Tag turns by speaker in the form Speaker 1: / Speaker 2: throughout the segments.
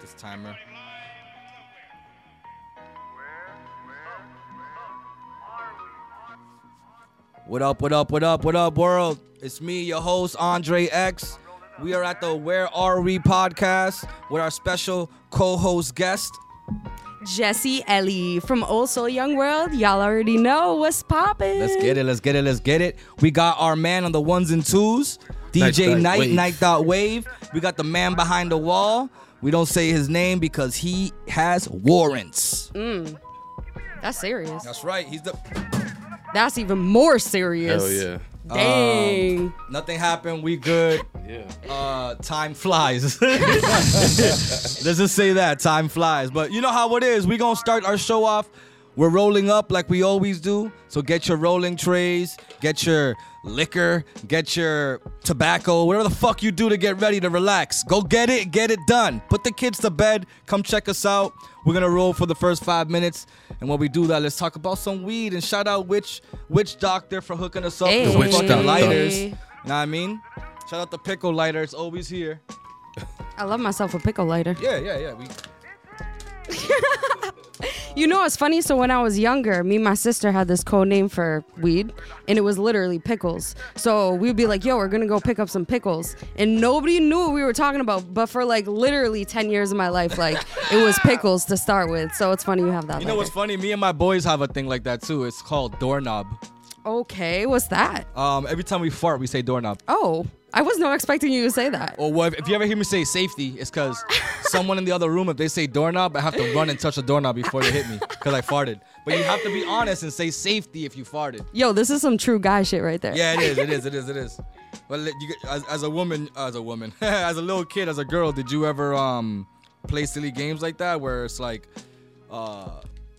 Speaker 1: this timer. What up, what up, what up, what up, world? It's me, your host, Andre X. We are at the Where Are We podcast with our special co host guest.
Speaker 2: Jesse Ellie from Old Soul Young World. Y'all already know what's poppin'.
Speaker 1: Let's get it, let's get it, let's get it. We got our man on the ones and twos,
Speaker 3: Night,
Speaker 1: DJ
Speaker 3: night,
Speaker 1: Knight,
Speaker 3: wave.
Speaker 1: Knight Dot Wave. We got the man behind the wall. We don't say his name because he has warrants.
Speaker 3: Mm.
Speaker 2: That's serious.
Speaker 1: That's right. He's the
Speaker 2: That's even more serious.
Speaker 3: Hell yeah.
Speaker 2: Dang.
Speaker 1: nothing happened. We good.
Speaker 3: Yeah.
Speaker 1: Uh, time flies. Let's just say that time flies. But you know how it is. We gonna start our show off. We're rolling up like we always do. So get your rolling trays, get your liquor, get your tobacco, whatever the fuck you do to get ready to relax. Go get it, get it done. Put the kids to bed. Come check us out. We're gonna roll for the first five minutes. And when we do that, let's talk about some weed and shout out Witch Witch Doctor for hooking us up
Speaker 2: Hey.
Speaker 1: with
Speaker 3: The Witch
Speaker 1: fucking
Speaker 3: Doctor.
Speaker 1: lighters. Know what I mean? Shout out the pickle lighter. It's always here.
Speaker 2: I love myself a pickle lighter.
Speaker 1: Yeah, yeah, yeah. We
Speaker 2: You know what's funny? So when I was younger, me and my sister had this code name for weed, and it was literally pickles. So we'd be like, "Yo, we're gonna go pick up some pickles," and nobody knew what we were talking about. But for like literally ten years of my life, like it was pickles to start with. So it's funny you have that.
Speaker 1: You know what's
Speaker 2: later.
Speaker 1: funny? Me and my boys have a thing like that too. It's called doorknob.
Speaker 2: okay? What's that?
Speaker 1: Um, every time we fart, we say doorknob.
Speaker 2: Oh, I was not expecting you to say that.
Speaker 1: Or what, if you ever hear me say safety, it's because someone in the other room, if they say doorknob, I have to run and touch the doorknob before they hit me because I farted. But you have to be honest and say safety if you farted.
Speaker 2: Yo, this is some true guy shit right there.
Speaker 1: Yeah, it is. It is. It is. It is. But let- you, get- as, as a woman, as a woman, as a little kid, as a girl, did you ever um play silly games like that where it's like, uh,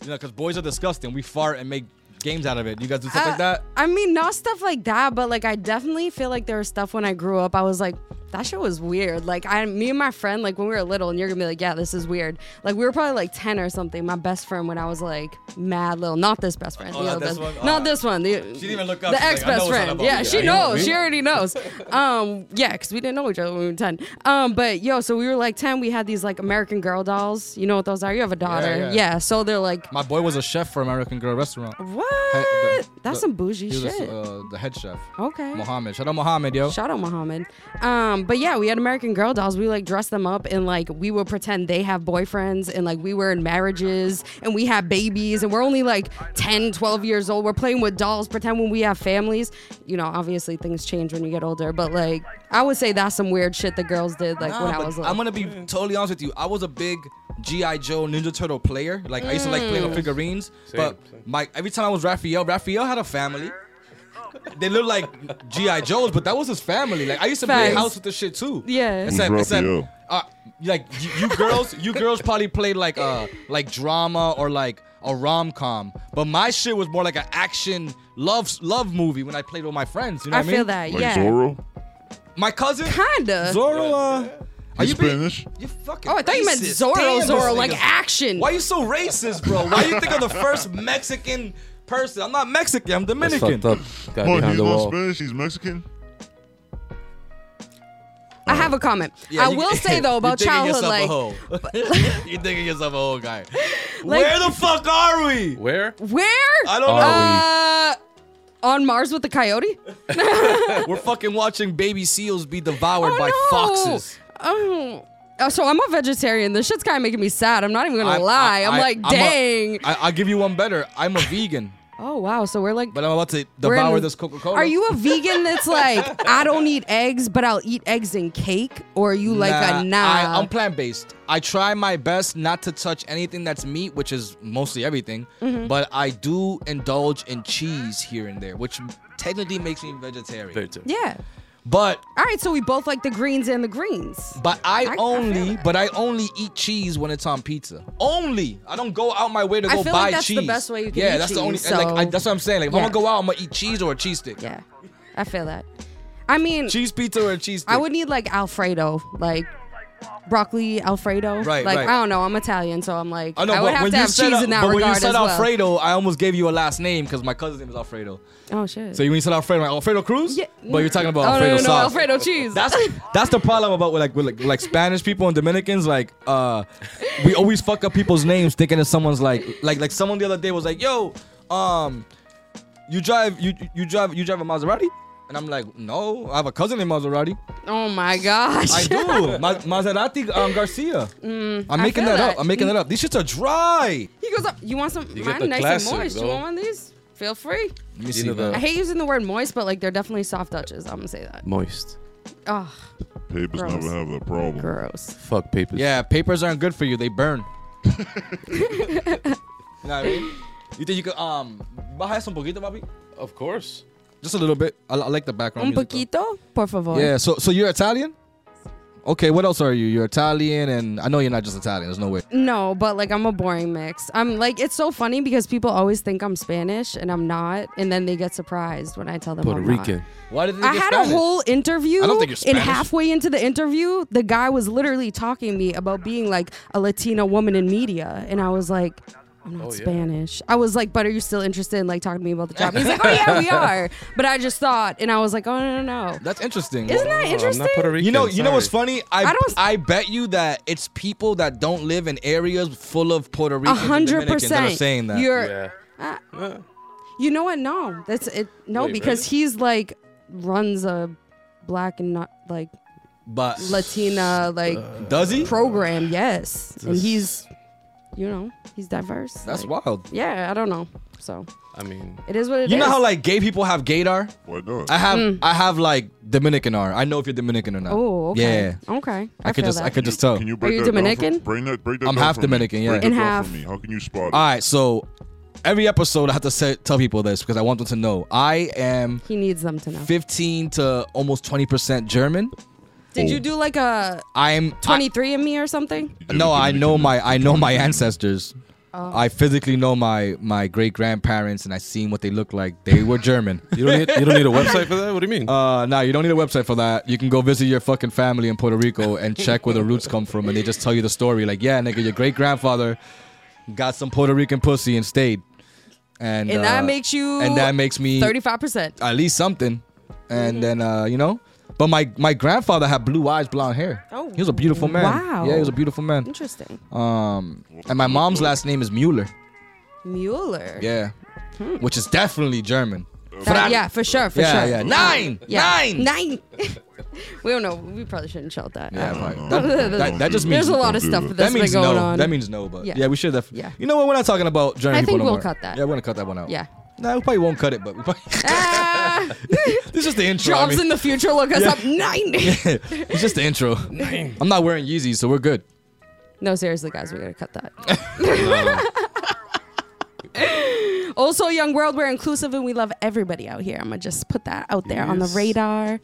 Speaker 1: you know, because boys are disgusting. We fart and make games out of it. You guys do stuff
Speaker 2: Uh,
Speaker 1: like that.
Speaker 2: I mean, not stuff like that, but like I definitely feel like there was stuff when I grew up. I was like, that shit was weird. Like I, me and my friend, like when we were little, and you're gonna be like, yeah, this is weird. Like we were probably like ten or something. My best friend when I was like mad little, not this best friend,
Speaker 1: Oh,
Speaker 2: the
Speaker 1: not
Speaker 2: other
Speaker 1: this
Speaker 2: best,
Speaker 1: one?
Speaker 2: not
Speaker 1: Oh.
Speaker 2: this one. The,
Speaker 1: She didn't even look up.
Speaker 2: The
Speaker 1: She's like,
Speaker 2: ex
Speaker 1: "I know
Speaker 2: best
Speaker 1: it's not
Speaker 2: friend.
Speaker 1: about
Speaker 2: Yeah,
Speaker 1: me.
Speaker 2: she
Speaker 1: I know
Speaker 2: knows.
Speaker 1: me."
Speaker 2: She already knows. Um, yeah, because we didn't know each other when we were 10. Um, but yo, so we were like 10. We had these like American Girl dolls. You know what those are? You have a daughter.
Speaker 1: yeah.
Speaker 2: so they're like,
Speaker 1: My boy was a chef for American Girl Restaurant.
Speaker 2: what?
Speaker 1: Hey, the-
Speaker 2: That's
Speaker 1: the-
Speaker 2: some bougie
Speaker 1: He was
Speaker 2: Oh, shit.
Speaker 1: uh, the head chef.
Speaker 2: Okay.
Speaker 1: Mohammed. Shout out Mohammed, yo.
Speaker 2: Shout out Muhammad. Um, but yeah, we had American Girl dolls. We like dressed them up and like we would pretend they have boyfriends and like we were in marriages and we had babies and we're only like 10, 12 years old. We're playing with dolls, pretend when we have families. You know, obviously things change when you get older, but like I would say that's some weird shit the girls did like
Speaker 1: Nah,
Speaker 2: when I
Speaker 1: Ah, but
Speaker 2: was
Speaker 1: I'm
Speaker 2: little.
Speaker 1: gonna be
Speaker 3: Mm.
Speaker 1: totally honest with you. I was a big GI Joe Ninja Turtle player. Like I used to like playing with
Speaker 2: Mm.
Speaker 1: figurines, but
Speaker 3: same.
Speaker 1: my every time I was Raphael, Raphael had a family. They looked like GI Joes, but that was his family. Like I used to play
Speaker 2: Facts.
Speaker 1: house with the shit too.
Speaker 2: Yeah. Who's
Speaker 1: Except, except
Speaker 4: Raphael?
Speaker 1: uh, like you, you girls, you girls probably played like uh like drama or like a rom com, but my shit was more like an action love love movie when I played with my friends. You know
Speaker 2: I
Speaker 1: what I mean?
Speaker 2: feel that,
Speaker 4: Like
Speaker 2: yeah.
Speaker 4: Zorro?
Speaker 1: My cousin
Speaker 2: Kinda.
Speaker 1: Zorro. Uh, are
Speaker 4: He's
Speaker 1: you being-
Speaker 4: Spanish?
Speaker 1: you fucking.
Speaker 2: Oh, I thought you meant
Speaker 1: racist.
Speaker 2: Zorro,
Speaker 1: Damn, this
Speaker 2: Zorro, like ah.
Speaker 1: nigga's-
Speaker 2: action.
Speaker 1: Why you so racist, bro? Why you think I'm the first Mexican person? I'm not Mexican. I'm
Speaker 3: That's
Speaker 1: Dominican.
Speaker 3: fucked up. Guy
Speaker 4: Come on,
Speaker 3: behind
Speaker 4: he's
Speaker 3: the
Speaker 4: not
Speaker 3: wall.
Speaker 4: Spanish. He's Mexican.
Speaker 2: I have a comment.
Speaker 1: Yeah,
Speaker 2: I
Speaker 1: you-
Speaker 2: will say though about
Speaker 1: you're
Speaker 2: childhood, like
Speaker 1: like you're thinking yourself a whole guy. Where the fuck are we?
Speaker 3: Where?
Speaker 2: where
Speaker 1: I don't know.
Speaker 3: Are we-
Speaker 2: uh on Mars with the coyote?
Speaker 1: We're fucking watching baby seals be devoured by foxes.
Speaker 2: Oh. Uh, so I'm a vegetarian. This shit's kind of making me sad. I'm not even gonna
Speaker 1: I- I-
Speaker 2: lie. I'm
Speaker 1: I-
Speaker 2: like,
Speaker 1: I'm a-
Speaker 2: dang.
Speaker 1: I, I'll give you one better. I'm a vegan,
Speaker 2: oh wow. So we're like,
Speaker 1: but I'm about to
Speaker 2: we're in-
Speaker 1: devour this Coca-Cola.
Speaker 2: Are you a vegan that's like, I don't eat eggs, but I'll eat eggs and cake? Or are you like a nah?
Speaker 1: I, I'm plant based. I try my best not to touch anything that's meat, which is mostly everything.
Speaker 2: Mm-hmm.
Speaker 1: But I do indulge in cheese here and there, which technically makes me vegetarian.
Speaker 3: There too.
Speaker 2: yeah.
Speaker 1: But
Speaker 2: All right. So we both like the greens and the greens.
Speaker 1: but I,
Speaker 2: I
Speaker 1: only
Speaker 2: feel
Speaker 1: but I only eat cheese when it's on pizza. Only I don't go out my way to
Speaker 2: I
Speaker 1: go
Speaker 2: feel
Speaker 1: buy
Speaker 2: like that's the
Speaker 1: cheese.
Speaker 2: best way you can
Speaker 1: yeah,
Speaker 2: eat
Speaker 1: that's the only
Speaker 2: cheese,
Speaker 1: and, like I,
Speaker 2: so-
Speaker 1: that's what I'm saying. Like if
Speaker 2: Yeah.
Speaker 1: I'm gonna go out, I'm gonna eat cheese or a cheese stick.
Speaker 2: Yeah. I feel that. I mean,
Speaker 1: Cheese pizza or a cheese stick.
Speaker 2: I would need like Alfredo, like broccoli Alfredo.
Speaker 1: Right,
Speaker 2: Like
Speaker 1: right.
Speaker 2: I don't know. I'm Italian, so I'm like I,
Speaker 1: I know,
Speaker 2: would
Speaker 1: but
Speaker 2: have
Speaker 1: when
Speaker 2: to
Speaker 1: you
Speaker 2: have
Speaker 1: said, uh,
Speaker 2: cheese in that
Speaker 1: but when you
Speaker 2: regard
Speaker 1: said
Speaker 2: as well.
Speaker 1: Alfredo, I almost gave you a last name because my cousin's name is Alfredo.
Speaker 2: Oh shit.
Speaker 1: So when you said Alfredo, I'm like Alfredo Cruz,
Speaker 2: Yeah.
Speaker 1: but you're talking about
Speaker 2: oh,
Speaker 1: Alfredo
Speaker 2: no, no, no,
Speaker 1: sauce.
Speaker 2: Alfredo cheese.
Speaker 1: That's that's the problem about with like with like, like Spanish people and Dominicans. Like, uh, we always fuck up people's names thinking that someone's like like like someone the other day was like, "Yo, um, you drive you you drive you drive a Maserati," and I'm like, "No, I have a cousin named Maserati.
Speaker 2: oh my gosh.
Speaker 1: I do, Ma- Maserati um, Garcia. I'm
Speaker 2: Mm, I
Speaker 1: making
Speaker 2: feel
Speaker 1: that,
Speaker 2: that.
Speaker 1: up. I'm making that up. These shits are dry.
Speaker 2: He goes up. You want some?
Speaker 3: You get
Speaker 2: mine
Speaker 3: the
Speaker 2: nice
Speaker 3: classic,
Speaker 2: and moist.
Speaker 3: though.
Speaker 2: You want one of these? Feel free.
Speaker 1: Let me
Speaker 3: You
Speaker 1: see
Speaker 3: know
Speaker 1: that.
Speaker 2: I
Speaker 3: the-
Speaker 2: hate using the word moist, but like they're definitely soft touches. I'm gonna say that.
Speaker 3: Moist.
Speaker 2: Oh,
Speaker 4: Papers
Speaker 2: Gross.
Speaker 4: never have that problem.
Speaker 2: gross.
Speaker 3: Fuck papers.
Speaker 1: Yeah, papers aren't good for you. They burn. you know what I mean? You think you could um buy some poquito, Bobby?
Speaker 3: Of course.
Speaker 1: Just a little bit. I, I like the background.
Speaker 2: Un
Speaker 1: music, though.
Speaker 2: poquito, por favor.
Speaker 1: Yeah. So so you're Italian? Okay. What else are you? You're Italian, and I know you're not just Italian. There's no way.
Speaker 2: No, but like I'm a boring mix. I'm like it's so funny because people always think I'm Spanish and I'm not, and then they get surprised when I tell them
Speaker 3: Puerto
Speaker 2: I'm not.
Speaker 3: Rican.
Speaker 1: Why did they
Speaker 2: I
Speaker 1: get
Speaker 2: had
Speaker 1: Spanish?
Speaker 2: a whole interview.
Speaker 1: I don't think you're
Speaker 2: And
Speaker 1: Spanish.
Speaker 2: halfway into the interview, the guy was literally talking to me about being like a Latina woman in media, and I was like. I'm not
Speaker 3: Oh, yeah.
Speaker 2: Spanish. I was like, but are you still interested in like talking to me about the job? And he's like, oh yeah, we are. But I just thought, and I was like, oh no, no, no.
Speaker 1: That's interesting.
Speaker 2: Isn't that
Speaker 3: No, I'm
Speaker 2: interesting?
Speaker 3: not Puerto Rican.
Speaker 1: you know, you know what's
Speaker 3: sorry.
Speaker 1: funny? I I,
Speaker 2: I don't-
Speaker 1: bet you that it's people that don't live in areas full of Puerto
Speaker 2: A
Speaker 1: Ricans and
Speaker 2: hundred
Speaker 1: Dominicans that are
Speaker 2: percent.
Speaker 1: saying that.
Speaker 2: You're,
Speaker 3: Yeah.
Speaker 2: Ah. you know what? No, that's it. No,
Speaker 3: Wait,
Speaker 2: because he's like runs a black and not like
Speaker 1: but
Speaker 2: Latina like
Speaker 1: does he?
Speaker 2: program. Yes, and he's, you know, he's diverse.
Speaker 1: That's
Speaker 2: like,
Speaker 1: wild.
Speaker 2: Yeah, I don't know. So
Speaker 3: I mean,
Speaker 2: it is what it is.
Speaker 1: You know how like gay people have gaydar?
Speaker 4: Why not?
Speaker 1: I have
Speaker 2: Mm.
Speaker 1: I have like Dominican R. I know if you're Dominican or not.
Speaker 2: Oh, okay.
Speaker 1: Yeah.
Speaker 2: Okay. I,
Speaker 1: I, could
Speaker 2: feel
Speaker 1: just
Speaker 2: that.
Speaker 1: I could just tell.
Speaker 4: Can you break
Speaker 2: you
Speaker 4: that down for-
Speaker 2: Dominican?
Speaker 4: bring that, break that
Speaker 1: I'm
Speaker 4: down
Speaker 1: half
Speaker 4: for
Speaker 1: Dominican,
Speaker 4: Me.
Speaker 1: yeah.
Speaker 4: Break that
Speaker 2: And
Speaker 4: down
Speaker 2: half-
Speaker 4: For me. How can you spot it?
Speaker 1: All right, so every episode I have to say, tell people this because I want them to know. I am
Speaker 2: He needs them to know.
Speaker 1: 15 to almost 20% German.
Speaker 2: Did you do like a
Speaker 1: I'm I-
Speaker 2: 23 and me or something?
Speaker 4: You do
Speaker 1: no,
Speaker 4: the
Speaker 1: I
Speaker 4: Dominican
Speaker 1: know my
Speaker 4: thing.
Speaker 1: I know my ancestors.
Speaker 2: Oh.
Speaker 1: I physically know my my great grandparents and I seen what they look like. They were German.
Speaker 3: you don't need you don't need a website for that. What do you mean?
Speaker 1: Uh, nah, you don't need a website for that. You can go visit your fucking family in Puerto Rico and check where the roots come from, and they just tell you the story. Like, yeah, nigga, your great grandfather got some Puerto Rican pussy and stayed, and
Speaker 2: And that
Speaker 1: uh,
Speaker 2: makes you
Speaker 1: and that makes me
Speaker 2: 35%.
Speaker 1: at least something. And
Speaker 2: Mm-hmm.
Speaker 1: then uh, you know, but my my grandfather had blue eyes, blonde hair.
Speaker 2: Oh,
Speaker 1: he was a beautiful man.
Speaker 2: wow.
Speaker 1: Yeah, he was a beautiful man.
Speaker 2: Interesting.
Speaker 1: Um, and my mom's last name is Mueller.
Speaker 2: Mueller.
Speaker 1: Yeah, which is definitely German.
Speaker 2: That- yeah, for sure, Hmm. for
Speaker 1: yeah,
Speaker 2: sure.
Speaker 1: yeah, nine,
Speaker 2: Yeah.
Speaker 1: nine.
Speaker 2: Nine. we don't know. We probably shouldn't shout that.
Speaker 1: Yeah,
Speaker 2: out.
Speaker 1: right. that, that, that just means
Speaker 2: There's a lot of
Speaker 4: Don't do
Speaker 2: stuff
Speaker 4: that.
Speaker 2: that's
Speaker 1: that means
Speaker 2: been going
Speaker 1: no.
Speaker 2: on.
Speaker 1: That means no, but yeah,
Speaker 2: Yeah.
Speaker 1: we should have.
Speaker 2: Yeah.
Speaker 1: You know what? We're not talking about German
Speaker 2: I
Speaker 1: people
Speaker 2: think
Speaker 1: no
Speaker 2: we'll
Speaker 1: more.
Speaker 2: cut that.
Speaker 1: Yeah, we're gonna cut that one out.
Speaker 2: yeah.
Speaker 1: Nah, we probably won't cut it, but we probably,
Speaker 2: Ah,
Speaker 1: this is the intro. I
Speaker 2: jobs
Speaker 1: mean.
Speaker 2: in the future look us
Speaker 1: Yeah.
Speaker 2: up 90.
Speaker 1: it's just the intro. I'm not wearing Yeezys, so we're good.
Speaker 2: No, seriously, guys, we gotta cut that. also, Young World, we're inclusive and we love everybody out here. I'm gonna just put that out there on the
Speaker 3: Yes.
Speaker 2: radar.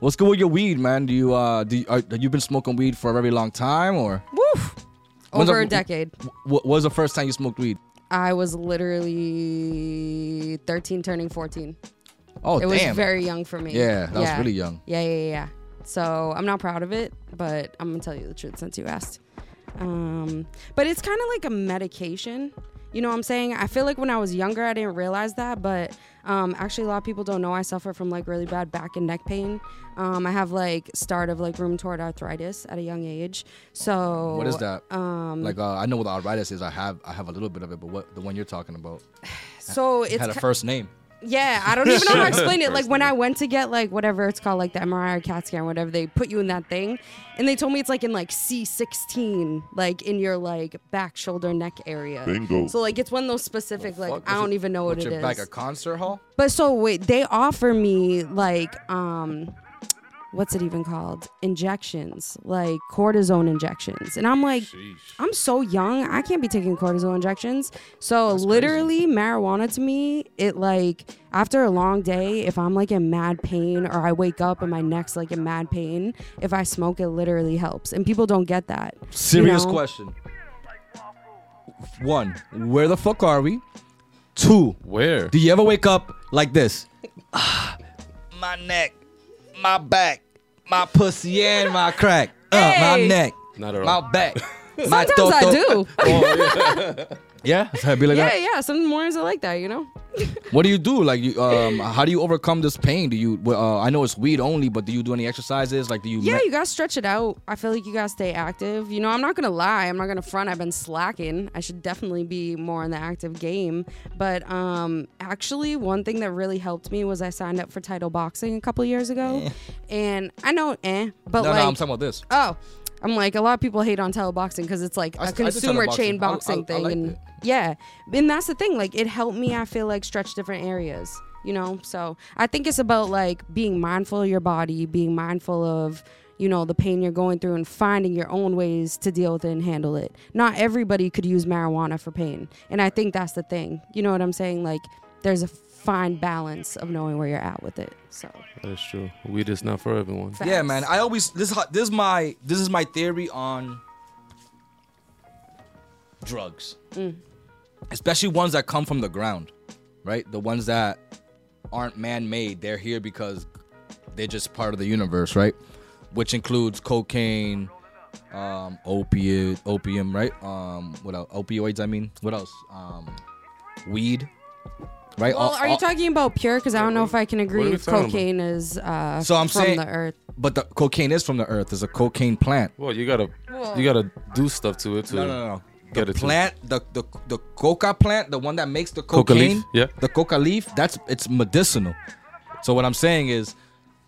Speaker 1: What's good with your weed, man? Do you uh do you, are, have you been smoking weed for a very long time, or
Speaker 2: Woof.
Speaker 1: When's
Speaker 2: Over
Speaker 1: up-
Speaker 2: a decade.
Speaker 1: what was the first time you smoked weed?
Speaker 2: I was literally 13, turning 14.
Speaker 1: Oh,
Speaker 2: it was
Speaker 1: damn.
Speaker 2: very young for me.
Speaker 1: Yeah, that was really young.
Speaker 2: Yeah, yeah, yeah, yeah. So I'm not proud of it, but I'm gonna tell you the truth since you asked. Um, but it's kind of like a medication. You know what I'm saying? I feel like when I was younger, I didn't realize that, but um, actually, a lot of people don't know I suffer from like really bad back and neck pain. Um, I have like start of like rheumatoid arthritis at a young age. So
Speaker 1: what is that? Um, like uh, I know what the arthritis is. I have I have a little bit of it, but what the one you're talking about
Speaker 2: So it's
Speaker 1: had a
Speaker 2: ki-
Speaker 1: first name.
Speaker 2: Yeah, I don't even know how to explain it. Like when I went to get like whatever it's called, like the MRI or CAT scan, whatever, they put you in that thing, and they told me it's like in like C16, like in your like back, shoulder, neck area.
Speaker 4: Bingo.
Speaker 2: So like it's one of those specific like
Speaker 1: Fuck,
Speaker 2: I
Speaker 1: was
Speaker 2: don't
Speaker 1: it-
Speaker 2: even know
Speaker 1: was
Speaker 2: what it
Speaker 1: your
Speaker 2: is.
Speaker 1: Like a concert hall.
Speaker 2: But so wait, they offer me like um what's it even called? Injections, like cortisone injections. And I'm like I'm so young, I can't be taking cortisone injections. So literally marijuana to me, it like after a long day, if I'm like in mad pain or I wake up and my neck's like in mad pain, if I smoke it literally helps. And people don't get that. you
Speaker 1: Serious
Speaker 2: know?
Speaker 1: question. One, where the fuck are we? Two,
Speaker 3: Where?
Speaker 1: do you ever wake up like this?
Speaker 5: my neck, my back.
Speaker 1: My pussy and my crack. uh, my
Speaker 2: Hey.
Speaker 1: neck,
Speaker 3: Not at
Speaker 1: my
Speaker 3: all.
Speaker 1: back. my
Speaker 2: Sometimes I do.
Speaker 1: Yeah, I'd be like
Speaker 2: yeah,
Speaker 1: that.
Speaker 2: yeah. Some mornings are like that, you know?
Speaker 1: What do you do? Like, you, um, how do you overcome this pain? Do you? Uh, I know it's weed only, but do you do any exercises? Like, do you?
Speaker 2: Yeah,
Speaker 1: me-
Speaker 2: you gotta stretch it out. I feel like you gotta stay active. You know, I'm not gonna lie, I'm not gonna front. I've been slacking. I should definitely be more in the active game. But um, actually, one thing that really helped me was I signed up for title boxing a couple years ago, and I know, eh, but
Speaker 1: Eh. no,
Speaker 2: like,
Speaker 1: no, I'm talking about this.
Speaker 2: oh. I'm like a lot of people hate on teleboxing because it's like
Speaker 1: I
Speaker 2: a
Speaker 1: st- I did
Speaker 2: consumer chain
Speaker 1: teleboxing. I- I- I
Speaker 2: boxing thing,
Speaker 1: liked
Speaker 2: and
Speaker 1: it.
Speaker 2: yeah, and that's the thing. Like it helped me. I feel like stretch different areas, you know. So I think it's about like being mindful of your body, being mindful of you know the pain you're going through, and finding your own ways to deal with it and handle it. Not everybody could use marijuana for pain, and I think that's the thing. You know what I'm saying? Like there's a fine balance of knowing where you're at with it. So
Speaker 3: That is true. Weed is not for everyone.
Speaker 1: Yeah,
Speaker 2: facts.
Speaker 1: man. I always this is ho- this is my this is my theory on drugs,
Speaker 2: Mm.
Speaker 1: especially ones that come from the ground, right? The ones that aren't man-made. They're here because they're just part of the universe, right? Which includes cocaine, um, opiate, opium, right? Um, what else? Opioids. I mean, what else? Um, weed, right?
Speaker 2: Well,
Speaker 1: All-
Speaker 2: are you
Speaker 1: all-
Speaker 2: talking about pure? Because I don't know if I can agree.
Speaker 3: we
Speaker 2: If
Speaker 3: talking about?
Speaker 2: cocaine is uh,
Speaker 1: So I'm
Speaker 2: from
Speaker 1: saying-
Speaker 2: the earth.
Speaker 1: But the cocaine is from the earth. It's a cocaine plant.
Speaker 3: Well, you gotta,
Speaker 2: Well-
Speaker 3: you gotta do stuff to it to
Speaker 1: No, no, no.
Speaker 3: get
Speaker 1: The
Speaker 3: it. to-
Speaker 1: plant, the, the the coca plant, the one that makes the
Speaker 3: Coca leaf,
Speaker 1: cocaine,
Speaker 3: yeah.
Speaker 1: the coca leaf. That's it's medicinal. So what I'm saying is,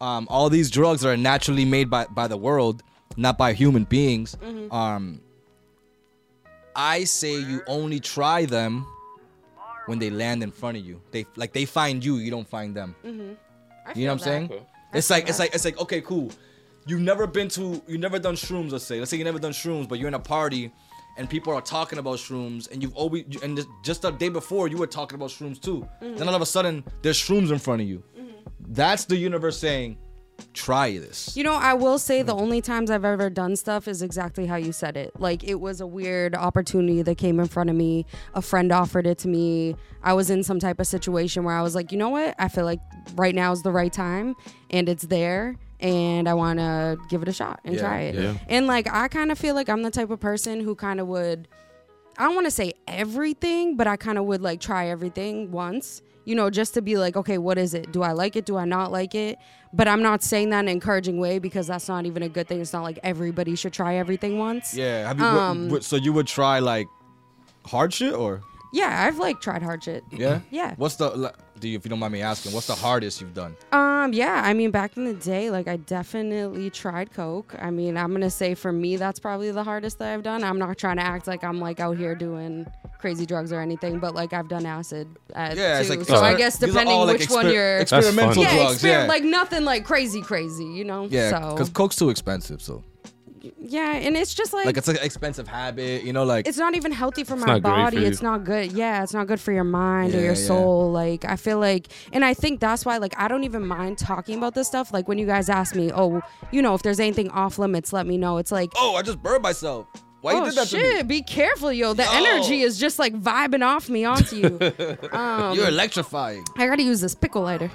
Speaker 1: um, all these drugs that are naturally made by by the world, not by human beings. Um, I say you only try them when they land in front of you. They like they find you, you don't find them. You know what I'm saying? It's like it's like it's like okay, cool. You've never been to you've never done shrooms. Let's say let's say you never done shrooms, but you're in a party and people are talking about shrooms, and you've always you- and just- just the day before you were talking about shrooms too.
Speaker 2: Mm-hmm.
Speaker 1: Then all of a sudden there's shrooms in front of you. That's the universe saying, try this.
Speaker 2: You know, I will say
Speaker 1: Hmm.
Speaker 2: the only times I've ever done stuff is exactly how you said it. Like it was a weird opportunity that came in front of me. A friend offered it to me. I was in some type of situation where I was like, you know what? I feel like right now is the right time, and it's there. And I want to give it a shot and
Speaker 1: Yeah,
Speaker 2: try it.
Speaker 3: yeah.
Speaker 2: And like, I kind of feel like I'm the type of person who kind of would I don't want to say everything, but I kind of would like try everything once, you know, just to be like, okay, what is it? Do I like it? Do I not like it? But I'm not saying that in an encouraging way because that's not even a good thing. It's not like everybody should try everything once.
Speaker 1: Yeah. Have you, w-
Speaker 2: Um,
Speaker 1: w- so you would try like hard shit or
Speaker 2: Yeah, I've like tried hard shit.
Speaker 1: yeah
Speaker 2: Yeah.
Speaker 1: What's the like, do you, if you don't mind me asking? What's the hardest you've done?
Speaker 2: Um, yeah, I mean, back in the day, like I definitely tried coke. I mean, I'm gonna say for me, that's probably the hardest that I've done. I'm not trying to act like I'm like out here doing crazy drugs or anything, but like I've done acid. Uh,
Speaker 1: Yeah, it's
Speaker 2: too.
Speaker 1: like
Speaker 2: so. I
Speaker 1: exper-
Speaker 2: guess
Speaker 1: these are
Speaker 2: depending
Speaker 1: all, like,
Speaker 2: which one
Speaker 1: exper-
Speaker 2: you're
Speaker 1: experimental
Speaker 3: Yeah,
Speaker 2: yeah,
Speaker 1: drugs.
Speaker 2: exper-
Speaker 1: yeah.
Speaker 2: like nothing like crazy, crazy, you know.
Speaker 1: yeah.
Speaker 2: so
Speaker 1: Because coke's too expensive, so.
Speaker 2: yeah, and it's just like,
Speaker 1: like
Speaker 2: it's,
Speaker 1: it's an expensive habit, you know, like
Speaker 2: not even healthy for my
Speaker 3: not great for
Speaker 2: body.
Speaker 3: you.
Speaker 2: it's not good. Yeah, it's not good for your mind or
Speaker 1: Yeah,
Speaker 2: your
Speaker 1: yeah.
Speaker 2: soul. Like I feel like, and I think that's why like I don't even mind talking about this stuff. Like when you guys ask me, oh, you know, if there's anything off limits, let me know. It's like.
Speaker 1: oh, I just burned myself. Why you
Speaker 2: oh
Speaker 1: did that
Speaker 2: shit!
Speaker 1: to me?
Speaker 2: Be careful, yo. The
Speaker 1: Yo.
Speaker 2: energy is just like vibing off me onto you.
Speaker 1: You're electrifying.
Speaker 2: I gotta use this pickle lighter.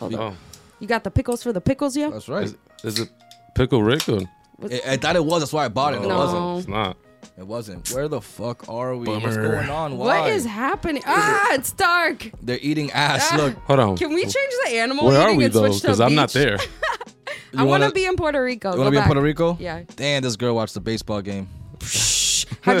Speaker 2: Hold on.
Speaker 3: Oh,
Speaker 2: You got the pickles for the pickles, yo?
Speaker 1: That's right.
Speaker 3: is, is it pickle Rick or Oh,
Speaker 1: I, I thought it was. That's why I bought it. and It
Speaker 2: No.
Speaker 1: wasn't.
Speaker 3: It's not.
Speaker 1: It wasn't. Where the fuck are we? What's
Speaker 3: Bummer.
Speaker 1: going on? Why?
Speaker 2: What is happening? Ah, it's dark.
Speaker 1: They're eating ass.
Speaker 2: Ah.
Speaker 1: Look,
Speaker 3: Hold on.
Speaker 2: Can we change the animal
Speaker 3: Oh, Where
Speaker 2: eating
Speaker 3: are we
Speaker 2: and
Speaker 3: though?
Speaker 2: switch to
Speaker 3: Because I'm not
Speaker 2: beach?
Speaker 3: there.
Speaker 1: you
Speaker 2: I want
Speaker 1: wanna-
Speaker 2: to be in Puerto Rico.
Speaker 1: You want to be in Puerto Rico?
Speaker 2: Yeah.
Speaker 1: Damn, this girl watched the baseball game.
Speaker 2: How'd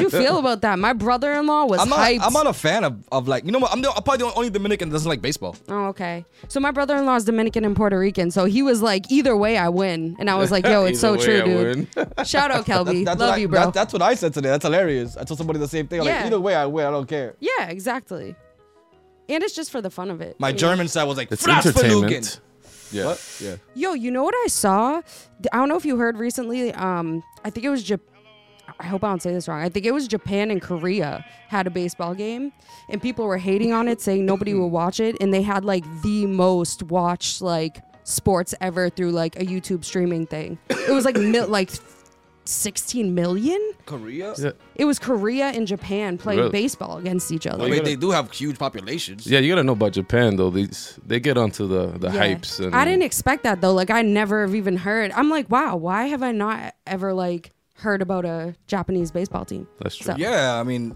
Speaker 2: you feel about that? My brother-in-law was
Speaker 1: I'm not.
Speaker 2: hyped.
Speaker 1: I'm not a fan of, of like you know what. I'm, the, I'm probably the only Dominican that doesn't like baseball.
Speaker 2: oh, okay. So my brother-in-law is Dominican and Puerto Rican, so he was like, either way, I win. And I was like, yo, it's so
Speaker 3: Either
Speaker 2: true,
Speaker 3: way, I
Speaker 2: dude. Shout out, Kelby.
Speaker 1: That's
Speaker 2: Love
Speaker 1: what I-
Speaker 2: you, bro.
Speaker 1: that- that's what I said today. That's hilarious. I told somebody the same thing. I'm Like
Speaker 2: Yeah.
Speaker 1: either way, I win. I don't care.
Speaker 2: yeah, exactly. And it's just for the fun of it.
Speaker 1: My
Speaker 2: you know?
Speaker 1: German side was like
Speaker 3: It's
Speaker 1: "Flats for
Speaker 3: entertainment.
Speaker 1: Lugan."
Speaker 3: Yeah.
Speaker 1: What? Yeah.
Speaker 2: Yo, you know what I saw? Th- I don't know if you heard recently. Um, I think it was Japan. I hope I don't say this wrong. I think it was Japan and Korea had a baseball game, and people were hating on it, saying nobody would watch it, and they had like the most watched like sports ever through like a YouTube streaming thing. It was like mil- like 16 million?
Speaker 1: Korea?
Speaker 3: Yeah.
Speaker 2: It was Korea and Japan playing
Speaker 3: Really?
Speaker 2: baseball against each other.
Speaker 1: I mean, they do have huge populations.
Speaker 3: Yeah, you gotta know about Japan though. These they get onto the the
Speaker 2: Yeah.
Speaker 3: hypes and
Speaker 2: I didn't expect that though. Like I never have even heard. I'm like, wow, why have I not ever like heard about a Japanese baseball team?
Speaker 3: That's true.
Speaker 2: So,
Speaker 1: Yeah, I mean,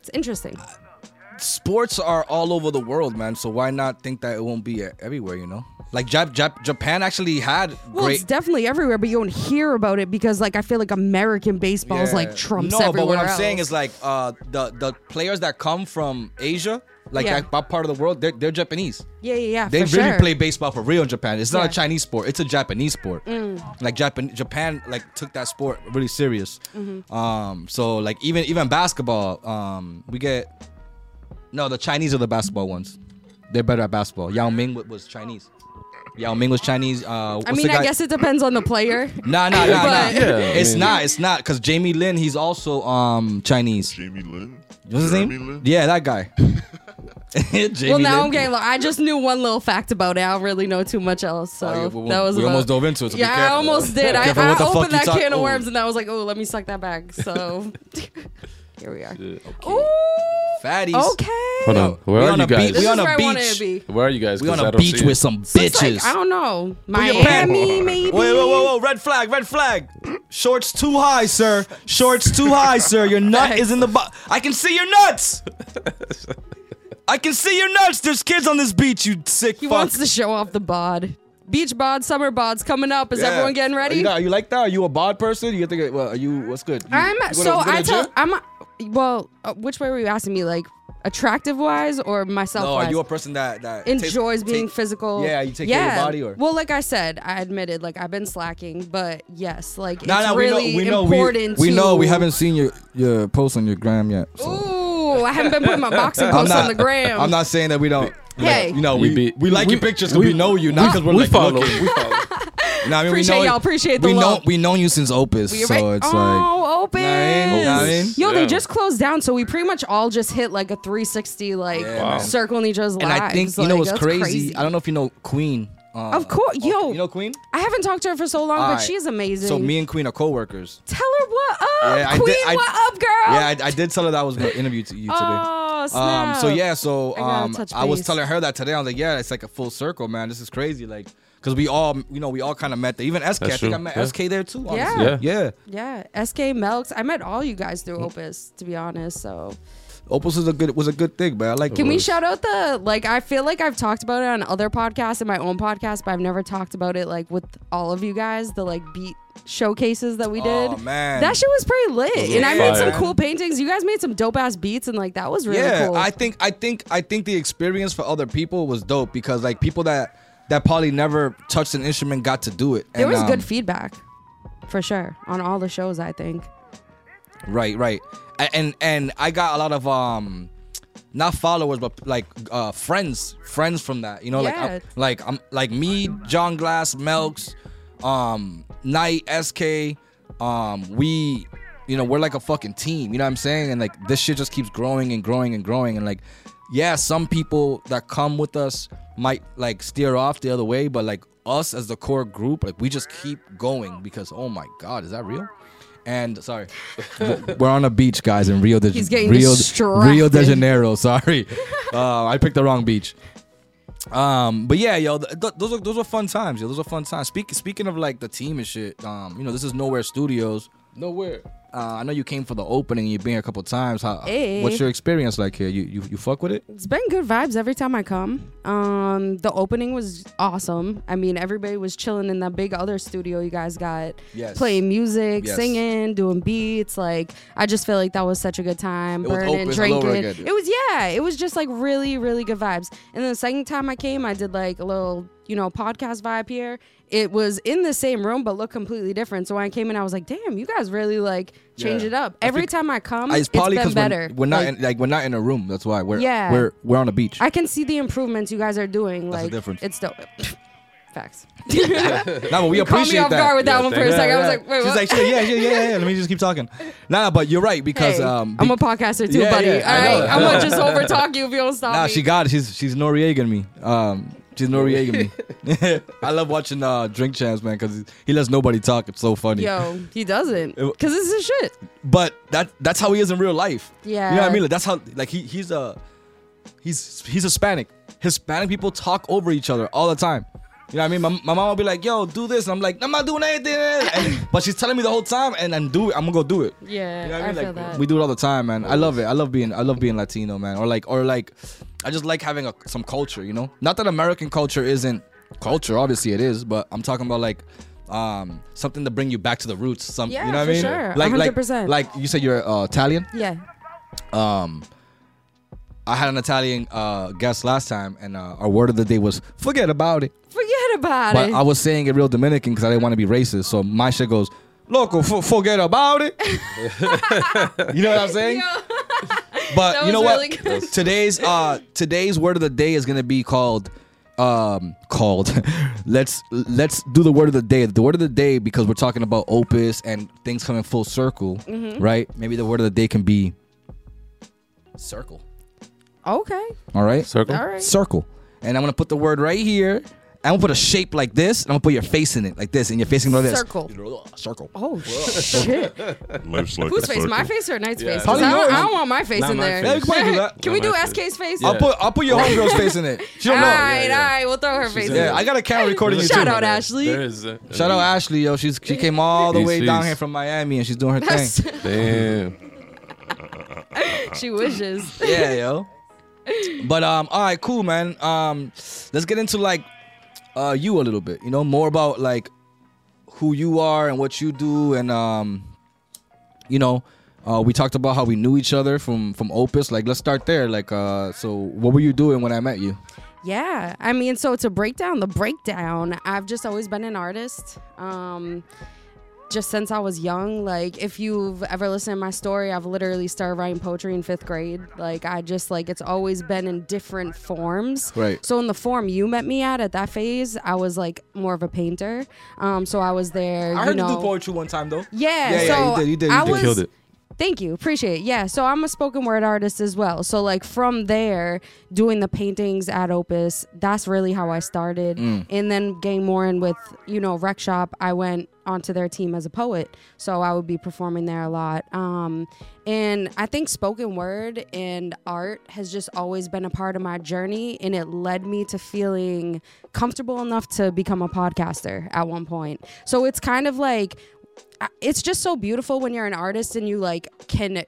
Speaker 2: It's interesting.
Speaker 1: sports are all over the world, man. So why not think that it won't be uh, everywhere? You know, like Jap- Jap- Japan actually had
Speaker 2: Well,
Speaker 1: great.
Speaker 2: it's definitely everywhere, but you don't hear about it because like I feel like American baseball is
Speaker 1: Yeah.
Speaker 2: like trumps
Speaker 1: no,
Speaker 2: everywhere
Speaker 1: but what I'm
Speaker 2: else.
Speaker 1: saying is like uh, the the players that come from Asia, like
Speaker 2: Yeah.
Speaker 1: that that part of the world, they're, they're Japanese.
Speaker 2: yeah, yeah, yeah.
Speaker 1: They
Speaker 2: for
Speaker 1: really
Speaker 2: sure.
Speaker 1: play baseball for real in Japan. It's not
Speaker 2: Yeah. Mm.
Speaker 1: a Chinese sport; it's a Japanese sport. Like Japan, Japan like took that sport really serious.
Speaker 2: Mm-hmm.
Speaker 1: Um, so like even even basketball, um, we get no the Chinese are the basketball ones. They're better at basketball. Yao Ming wa- was Chinese. Yao Ming was Chinese. Uh,
Speaker 2: I
Speaker 1: what's
Speaker 2: mean,
Speaker 1: the guy?
Speaker 2: I guess it depends on the player.
Speaker 1: Nah, nah, nah, nah.
Speaker 2: But-
Speaker 3: Yeah, I
Speaker 1: it's
Speaker 3: mean-
Speaker 1: not. It's not because Jamie Lin. He's also um Chinese.
Speaker 4: Jamie Lynn.
Speaker 1: What's his name?
Speaker 4: Jeremy Lin?
Speaker 1: Yeah, that guy. Jamie
Speaker 2: well, now
Speaker 1: Lin.
Speaker 2: I'm getting. Like, I just knew one little fact about it. I don't really know too much else. So
Speaker 1: Oh, yeah, well,
Speaker 2: that was.
Speaker 1: we
Speaker 2: about-
Speaker 1: almost dove into it, so be
Speaker 2: yeah, I
Speaker 1: careful.
Speaker 2: almost did. I,
Speaker 1: Careful
Speaker 2: I
Speaker 1: what the fuck
Speaker 2: opened
Speaker 1: you
Speaker 2: that
Speaker 1: talk-
Speaker 2: can of
Speaker 1: oh.
Speaker 2: worms, and I was like, "Oh, let me suck that back." So here we are.
Speaker 1: Fatties.
Speaker 2: Ooh, okay.
Speaker 3: Hold on, where
Speaker 1: we
Speaker 3: are
Speaker 1: on
Speaker 3: you
Speaker 1: a beach-
Speaker 3: guys?
Speaker 2: This
Speaker 1: We
Speaker 2: is
Speaker 1: on a
Speaker 2: where I wanted
Speaker 1: beach.
Speaker 2: to be.
Speaker 3: Where are you guys?
Speaker 1: We on
Speaker 3: 'Cause I
Speaker 1: a
Speaker 3: don't
Speaker 1: beach
Speaker 3: see it.
Speaker 1: with some
Speaker 2: So it's like,
Speaker 1: bitches.
Speaker 2: I don't know.
Speaker 1: your pants-
Speaker 2: Miami, maybe.
Speaker 1: Wait, whoa, whoa, whoa! Red flag, red flag. Shorts too high, sir. Shorts too high, sir. Your nut is in the butt. I can see your nuts. I can see your nuts. There's kids on this beach. You sick
Speaker 2: He
Speaker 1: fuck.
Speaker 2: wants to show off the bod. Beach bod, summer bod's coming up. Is
Speaker 1: Yeah.
Speaker 2: everyone getting
Speaker 1: Are you,
Speaker 2: ready?
Speaker 1: not- are you like that? Are you a bod person? You think? Well, are you? What's good? You-
Speaker 2: I'm
Speaker 1: you go to-
Speaker 2: so
Speaker 1: you go to
Speaker 2: I
Speaker 1: the
Speaker 2: tell
Speaker 1: gym?
Speaker 2: I'm well. Uh, which way were you asking me? Like attractive wise or myself?
Speaker 1: No,
Speaker 2: wise?
Speaker 1: Oh, are you a person that that takes-
Speaker 2: enjoys being
Speaker 1: take-
Speaker 2: physical.
Speaker 1: Yeah, you take care of your body or-
Speaker 2: well, like I said, I admitted like I've been slacking, but yes, like
Speaker 1: Nah,
Speaker 2: it's
Speaker 1: nah,
Speaker 2: really
Speaker 1: we know, we know,
Speaker 2: important.
Speaker 1: we, we
Speaker 2: to,
Speaker 1: know, we haven't seen your your post on your gram yet. So.
Speaker 2: Ooh, I haven't been putting my boxing posts on the gram.
Speaker 1: I'm not saying that we don't. like,
Speaker 2: Hey.
Speaker 1: you know,
Speaker 3: You
Speaker 1: we
Speaker 3: be-
Speaker 1: we like
Speaker 3: we-
Speaker 1: your pictures because we,
Speaker 3: we-
Speaker 1: know you, not because we're
Speaker 3: we
Speaker 1: like
Speaker 3: follow.
Speaker 1: looking.
Speaker 3: We follow.
Speaker 1: You know what I mean? we
Speaker 2: Appreciate
Speaker 1: know,
Speaker 2: y'all, appreciate the
Speaker 1: we know,
Speaker 2: love.
Speaker 1: we known you since Opus,
Speaker 2: We
Speaker 1: so
Speaker 2: right-
Speaker 1: it's like.
Speaker 2: oh, open.
Speaker 1: Nah, nah, I mean-
Speaker 2: Yo, they
Speaker 3: Yeah.
Speaker 2: just closed down, so we pretty much all just hit like a 360, like
Speaker 1: Yeah, Wow. man.
Speaker 2: circle in each other's
Speaker 1: And
Speaker 2: lives.
Speaker 1: I think you know
Speaker 2: Like,
Speaker 1: what's
Speaker 2: that's
Speaker 1: crazy?
Speaker 2: crazy.
Speaker 1: I don't know if you know Queen. Uh,
Speaker 2: Of course-
Speaker 1: uh,
Speaker 2: yo.
Speaker 1: You know Queen?
Speaker 2: I haven't talked to her for so long, but
Speaker 1: Alright.
Speaker 2: she's amazing.
Speaker 1: So me and Queen are co-workers.
Speaker 2: Tell her what up,
Speaker 1: Yeah, I did-
Speaker 2: Queen.
Speaker 1: I-
Speaker 2: what up, girl?
Speaker 1: Yeah, I, I did tell her that I was gonna interview to you today.
Speaker 2: Oh,
Speaker 1: Um,
Speaker 2: snap.
Speaker 1: so yeah, so
Speaker 2: I gotta
Speaker 1: um,
Speaker 2: touch
Speaker 1: I was
Speaker 2: base.
Speaker 1: telling her that today. I was like, yeah, it's like a full circle, man. This is crazy, like, cause we all, you know, we all kind of met there. Even SK, I
Speaker 3: That's
Speaker 1: think
Speaker 3: true.
Speaker 1: I met
Speaker 3: Yeah.
Speaker 1: SK there too. honestly.
Speaker 2: Yeah.
Speaker 3: Yeah.
Speaker 1: yeah.
Speaker 2: Yeah, SK Melks. I met all you guys through Opus, to be honest. So
Speaker 1: Opus is a good was a good thing, man. I like.
Speaker 2: can
Speaker 1: it.
Speaker 2: we shout out the like? I feel like I've talked about it on other podcasts and my own podcast, but I've never talked about it like with all of you guys. The like beat showcases that we did.
Speaker 1: Oh, man.
Speaker 2: that shit was pretty lit,
Speaker 3: Those
Speaker 2: and I
Speaker 3: were
Speaker 2: made some
Speaker 1: fire.
Speaker 2: cool paintings. You guys made some dope ass beats, and like that was really
Speaker 1: yeah,
Speaker 2: cool.
Speaker 1: I think I think I think the experience for other people was dope because like people that that probably never touched an instrument got to do it.
Speaker 2: there
Speaker 1: And,
Speaker 2: was
Speaker 1: um,
Speaker 2: good feedback, for sure, on all the shows. I think.
Speaker 1: Right, right. A- And and I got a lot of um not followers but like uh friends, friends from that. You know, like
Speaker 2: Yeah.
Speaker 1: I'm, like I'm like me, John Glass, Melks, um Knight, SK, um we you know, we're like a fucking team, you know what I'm saying? And like this shit just keeps growing and growing and growing and like yeah, some people that come with us might like steer off the other way, but like us as the core group, like we just keep going because oh my god, is that real? And sorry, we're on a beach, guys, in Rio de
Speaker 2: He's getting
Speaker 1: Rio,
Speaker 2: distracted.
Speaker 1: Rio de Janeiro. Sorry, uh, I picked the wrong beach. Um, but yeah, yo, th- th- those are those are fun times, yo. Those are fun times. Speaking speaking of like the team and shit, um, you know, this is Nowhere Studios.
Speaker 3: Nowhere.
Speaker 1: Uh, I know you came for the opening. You've been here a couple times. How?
Speaker 2: Hey.
Speaker 1: What's your experience like here? You you, you fuck with it?
Speaker 2: it's been good vibes every time I come. Um, the opening was awesome. I mean, everybody was chilling in that big other studio you guys got,
Speaker 1: Yes.
Speaker 2: playing music,
Speaker 1: Yes.
Speaker 2: singing, doing beats. Like, I just feel like that was such a good time,
Speaker 1: It was
Speaker 2: burning,
Speaker 1: Opus all over
Speaker 2: drinking.
Speaker 1: again.
Speaker 2: It was yeah, it was just like really, really good vibes. And then the second time I came, I did like a little, you know, podcast vibe here. It was in the same room, but looked completely different. So when I came in, I was like, damn, you guys really like change
Speaker 1: Yeah.
Speaker 2: it up.
Speaker 1: I
Speaker 2: Every
Speaker 1: think-
Speaker 2: time I come,
Speaker 1: It's probably
Speaker 2: been
Speaker 1: because
Speaker 2: better.
Speaker 1: we're, we're not
Speaker 2: Like,
Speaker 1: in, like we're not in a room. That's why we're
Speaker 2: Yeah.
Speaker 1: we're we're on a beach.
Speaker 2: I can see the improvements you guys are doing.
Speaker 1: That's the
Speaker 2: like
Speaker 1: difference.
Speaker 2: it's dope. Facts.
Speaker 1: Nah, but we
Speaker 2: Caught
Speaker 1: appreciate
Speaker 2: me off
Speaker 1: that.
Speaker 2: guard with that
Speaker 3: Yeah,
Speaker 2: one for a
Speaker 3: thank-
Speaker 2: second. I was
Speaker 1: Yeah,
Speaker 2: like, wait,
Speaker 1: She's
Speaker 2: what?
Speaker 1: like, yeah, yeah, yeah, yeah, yeah. Let me just keep talking. Nah, but you're right because
Speaker 2: Hey,
Speaker 1: um,
Speaker 2: I'm
Speaker 1: be-
Speaker 2: a podcaster too,
Speaker 1: Yeah,
Speaker 2: buddy.
Speaker 1: yeah, I
Speaker 2: All
Speaker 1: know,
Speaker 2: right,
Speaker 1: I
Speaker 2: I'm
Speaker 1: know.
Speaker 2: gonna just over talk you if you don't stop
Speaker 1: nah,
Speaker 2: me.
Speaker 1: she got it. She's she's Noriega me. Um, She's Noriegan me. I love watching uh, Drink Champs, man, because he lets nobody talk. It's so funny.
Speaker 2: Yo, he doesn't.
Speaker 1: It-
Speaker 2: Because this is shit.
Speaker 1: But that that's how he is in real life. You know what I
Speaker 2: Yeah.
Speaker 1: mean? Like, that's how like he he's a he's he's Hispanic. Hispanic people talk over each other all the time. You know what I mean? My, my mom will be like, "Yo, do this," and I'm like, "I'm not doing anything." And, but she's telling me the whole time, and I'm do it. I'm gonna go do it.
Speaker 2: Yeah,
Speaker 1: You know what
Speaker 2: I,
Speaker 1: I mean?
Speaker 2: feel
Speaker 1: like
Speaker 2: that.
Speaker 1: we do it all the time, man. I love it. I love being I love being Latino, man. Or like or like I just like having a, some culture, you know? Not that American culture isn't culture, obviously it is, but I'm talking about like um something to bring you back to the roots. Some
Speaker 2: Yeah,
Speaker 1: you know what
Speaker 2: for
Speaker 1: I mean?
Speaker 2: sure.
Speaker 1: Like like
Speaker 2: 100%.
Speaker 1: like you said you're uh, Italian.
Speaker 2: yeah.
Speaker 1: Um I had an Italian uh, guest last time, and uh, our word of the day was "forget about it."
Speaker 2: Forget about
Speaker 1: But
Speaker 2: it.
Speaker 1: I was saying it real Dominican because I didn't want to be racist. So my shit goes, "Loco, f- forget about it." you know what I'm saying?
Speaker 2: Yo,
Speaker 1: But
Speaker 2: That
Speaker 1: you know
Speaker 2: was
Speaker 1: what?
Speaker 2: really good.
Speaker 1: Today's uh today's word of the day is gonna be called um called let's let's do the word of the day the word of the day because we're talking about opus and things coming full circle
Speaker 2: Mm-hmm.
Speaker 1: right maybe the word of the day can be circle
Speaker 2: okay.
Speaker 1: all right
Speaker 3: Circle.
Speaker 2: All right.
Speaker 1: circle and i'm gonna put the word right here i'm gonna put a shape like this and i'm gonna put your face in it like this and your face can go like this
Speaker 2: Circle.
Speaker 1: circle
Speaker 2: Oh shit!
Speaker 4: Life's like
Speaker 2: Whose
Speaker 4: a
Speaker 2: face?
Speaker 4: circle.
Speaker 2: My face or Knight's
Speaker 3: Yeah.
Speaker 2: face? 'Cause
Speaker 1: Probably
Speaker 2: I don't, I
Speaker 1: yours.
Speaker 2: don't want my face
Speaker 3: Not
Speaker 2: in
Speaker 3: my
Speaker 2: there.
Speaker 3: face. Yeah, we
Speaker 1: can probably do that.
Speaker 2: Can we
Speaker 3: Not
Speaker 2: do
Speaker 3: my
Speaker 2: SK's face?
Speaker 1: i'll put i'll put your homegirl's face in it she don't
Speaker 2: all
Speaker 1: know
Speaker 2: right,
Speaker 3: yeah.
Speaker 2: all right. We'll throw her face.
Speaker 3: in
Speaker 2: in.
Speaker 1: yeah
Speaker 3: it.
Speaker 1: i got a camera recording you too
Speaker 2: Shout out, Ashley.
Speaker 3: There is a-
Speaker 1: Shout out Ashley, yo. She's she came all the
Speaker 3: Yes,
Speaker 1: way down
Speaker 3: she's-
Speaker 1: here from Miami and she's doing her
Speaker 2: That's-
Speaker 1: thing.
Speaker 3: Damn.
Speaker 2: she wishes.
Speaker 1: Yeah, yo. But um, all right, cool, man. Um, let's get into like uh you a little bit. You know, more about like who you are and what you do, and um, you know, uh, we talked about how we knew each other from from Opus. Like, let's start there. Like, uh, so what were you doing when I met you?
Speaker 2: Yeah, I mean, so to break down the breakdown, I've just always been an artist. Um, just since I was young, like if you've ever listened to my story, I've literally started writing poetry in fifth grade. Like I just like it's always been in different forms.
Speaker 1: Right.
Speaker 2: So in the form you met me at at that phase, I was like more of a painter. Um, so I was there. you know,
Speaker 1: poetry one time though.
Speaker 2: Yeah,
Speaker 1: Yeah,
Speaker 2: so
Speaker 1: yeah, you did, you did, you
Speaker 2: I
Speaker 1: did.
Speaker 2: was,
Speaker 3: Killed it.
Speaker 2: Thank you, appreciate it. Yeah, so I'm a spoken word artist as well. So like from there, doing the paintings at Opus, that's really how I started.
Speaker 1: Mm.
Speaker 2: And then getting more in with you know Rec Shop, I went onto their team as a poet, so I would be performing there a lot. Um, and I think spoken word and art has just always been a part of my journey, and it led me to feeling comfortable enough to become a podcaster at one point. So it's kind of like I- it's just so beautiful when you're an artist and you like can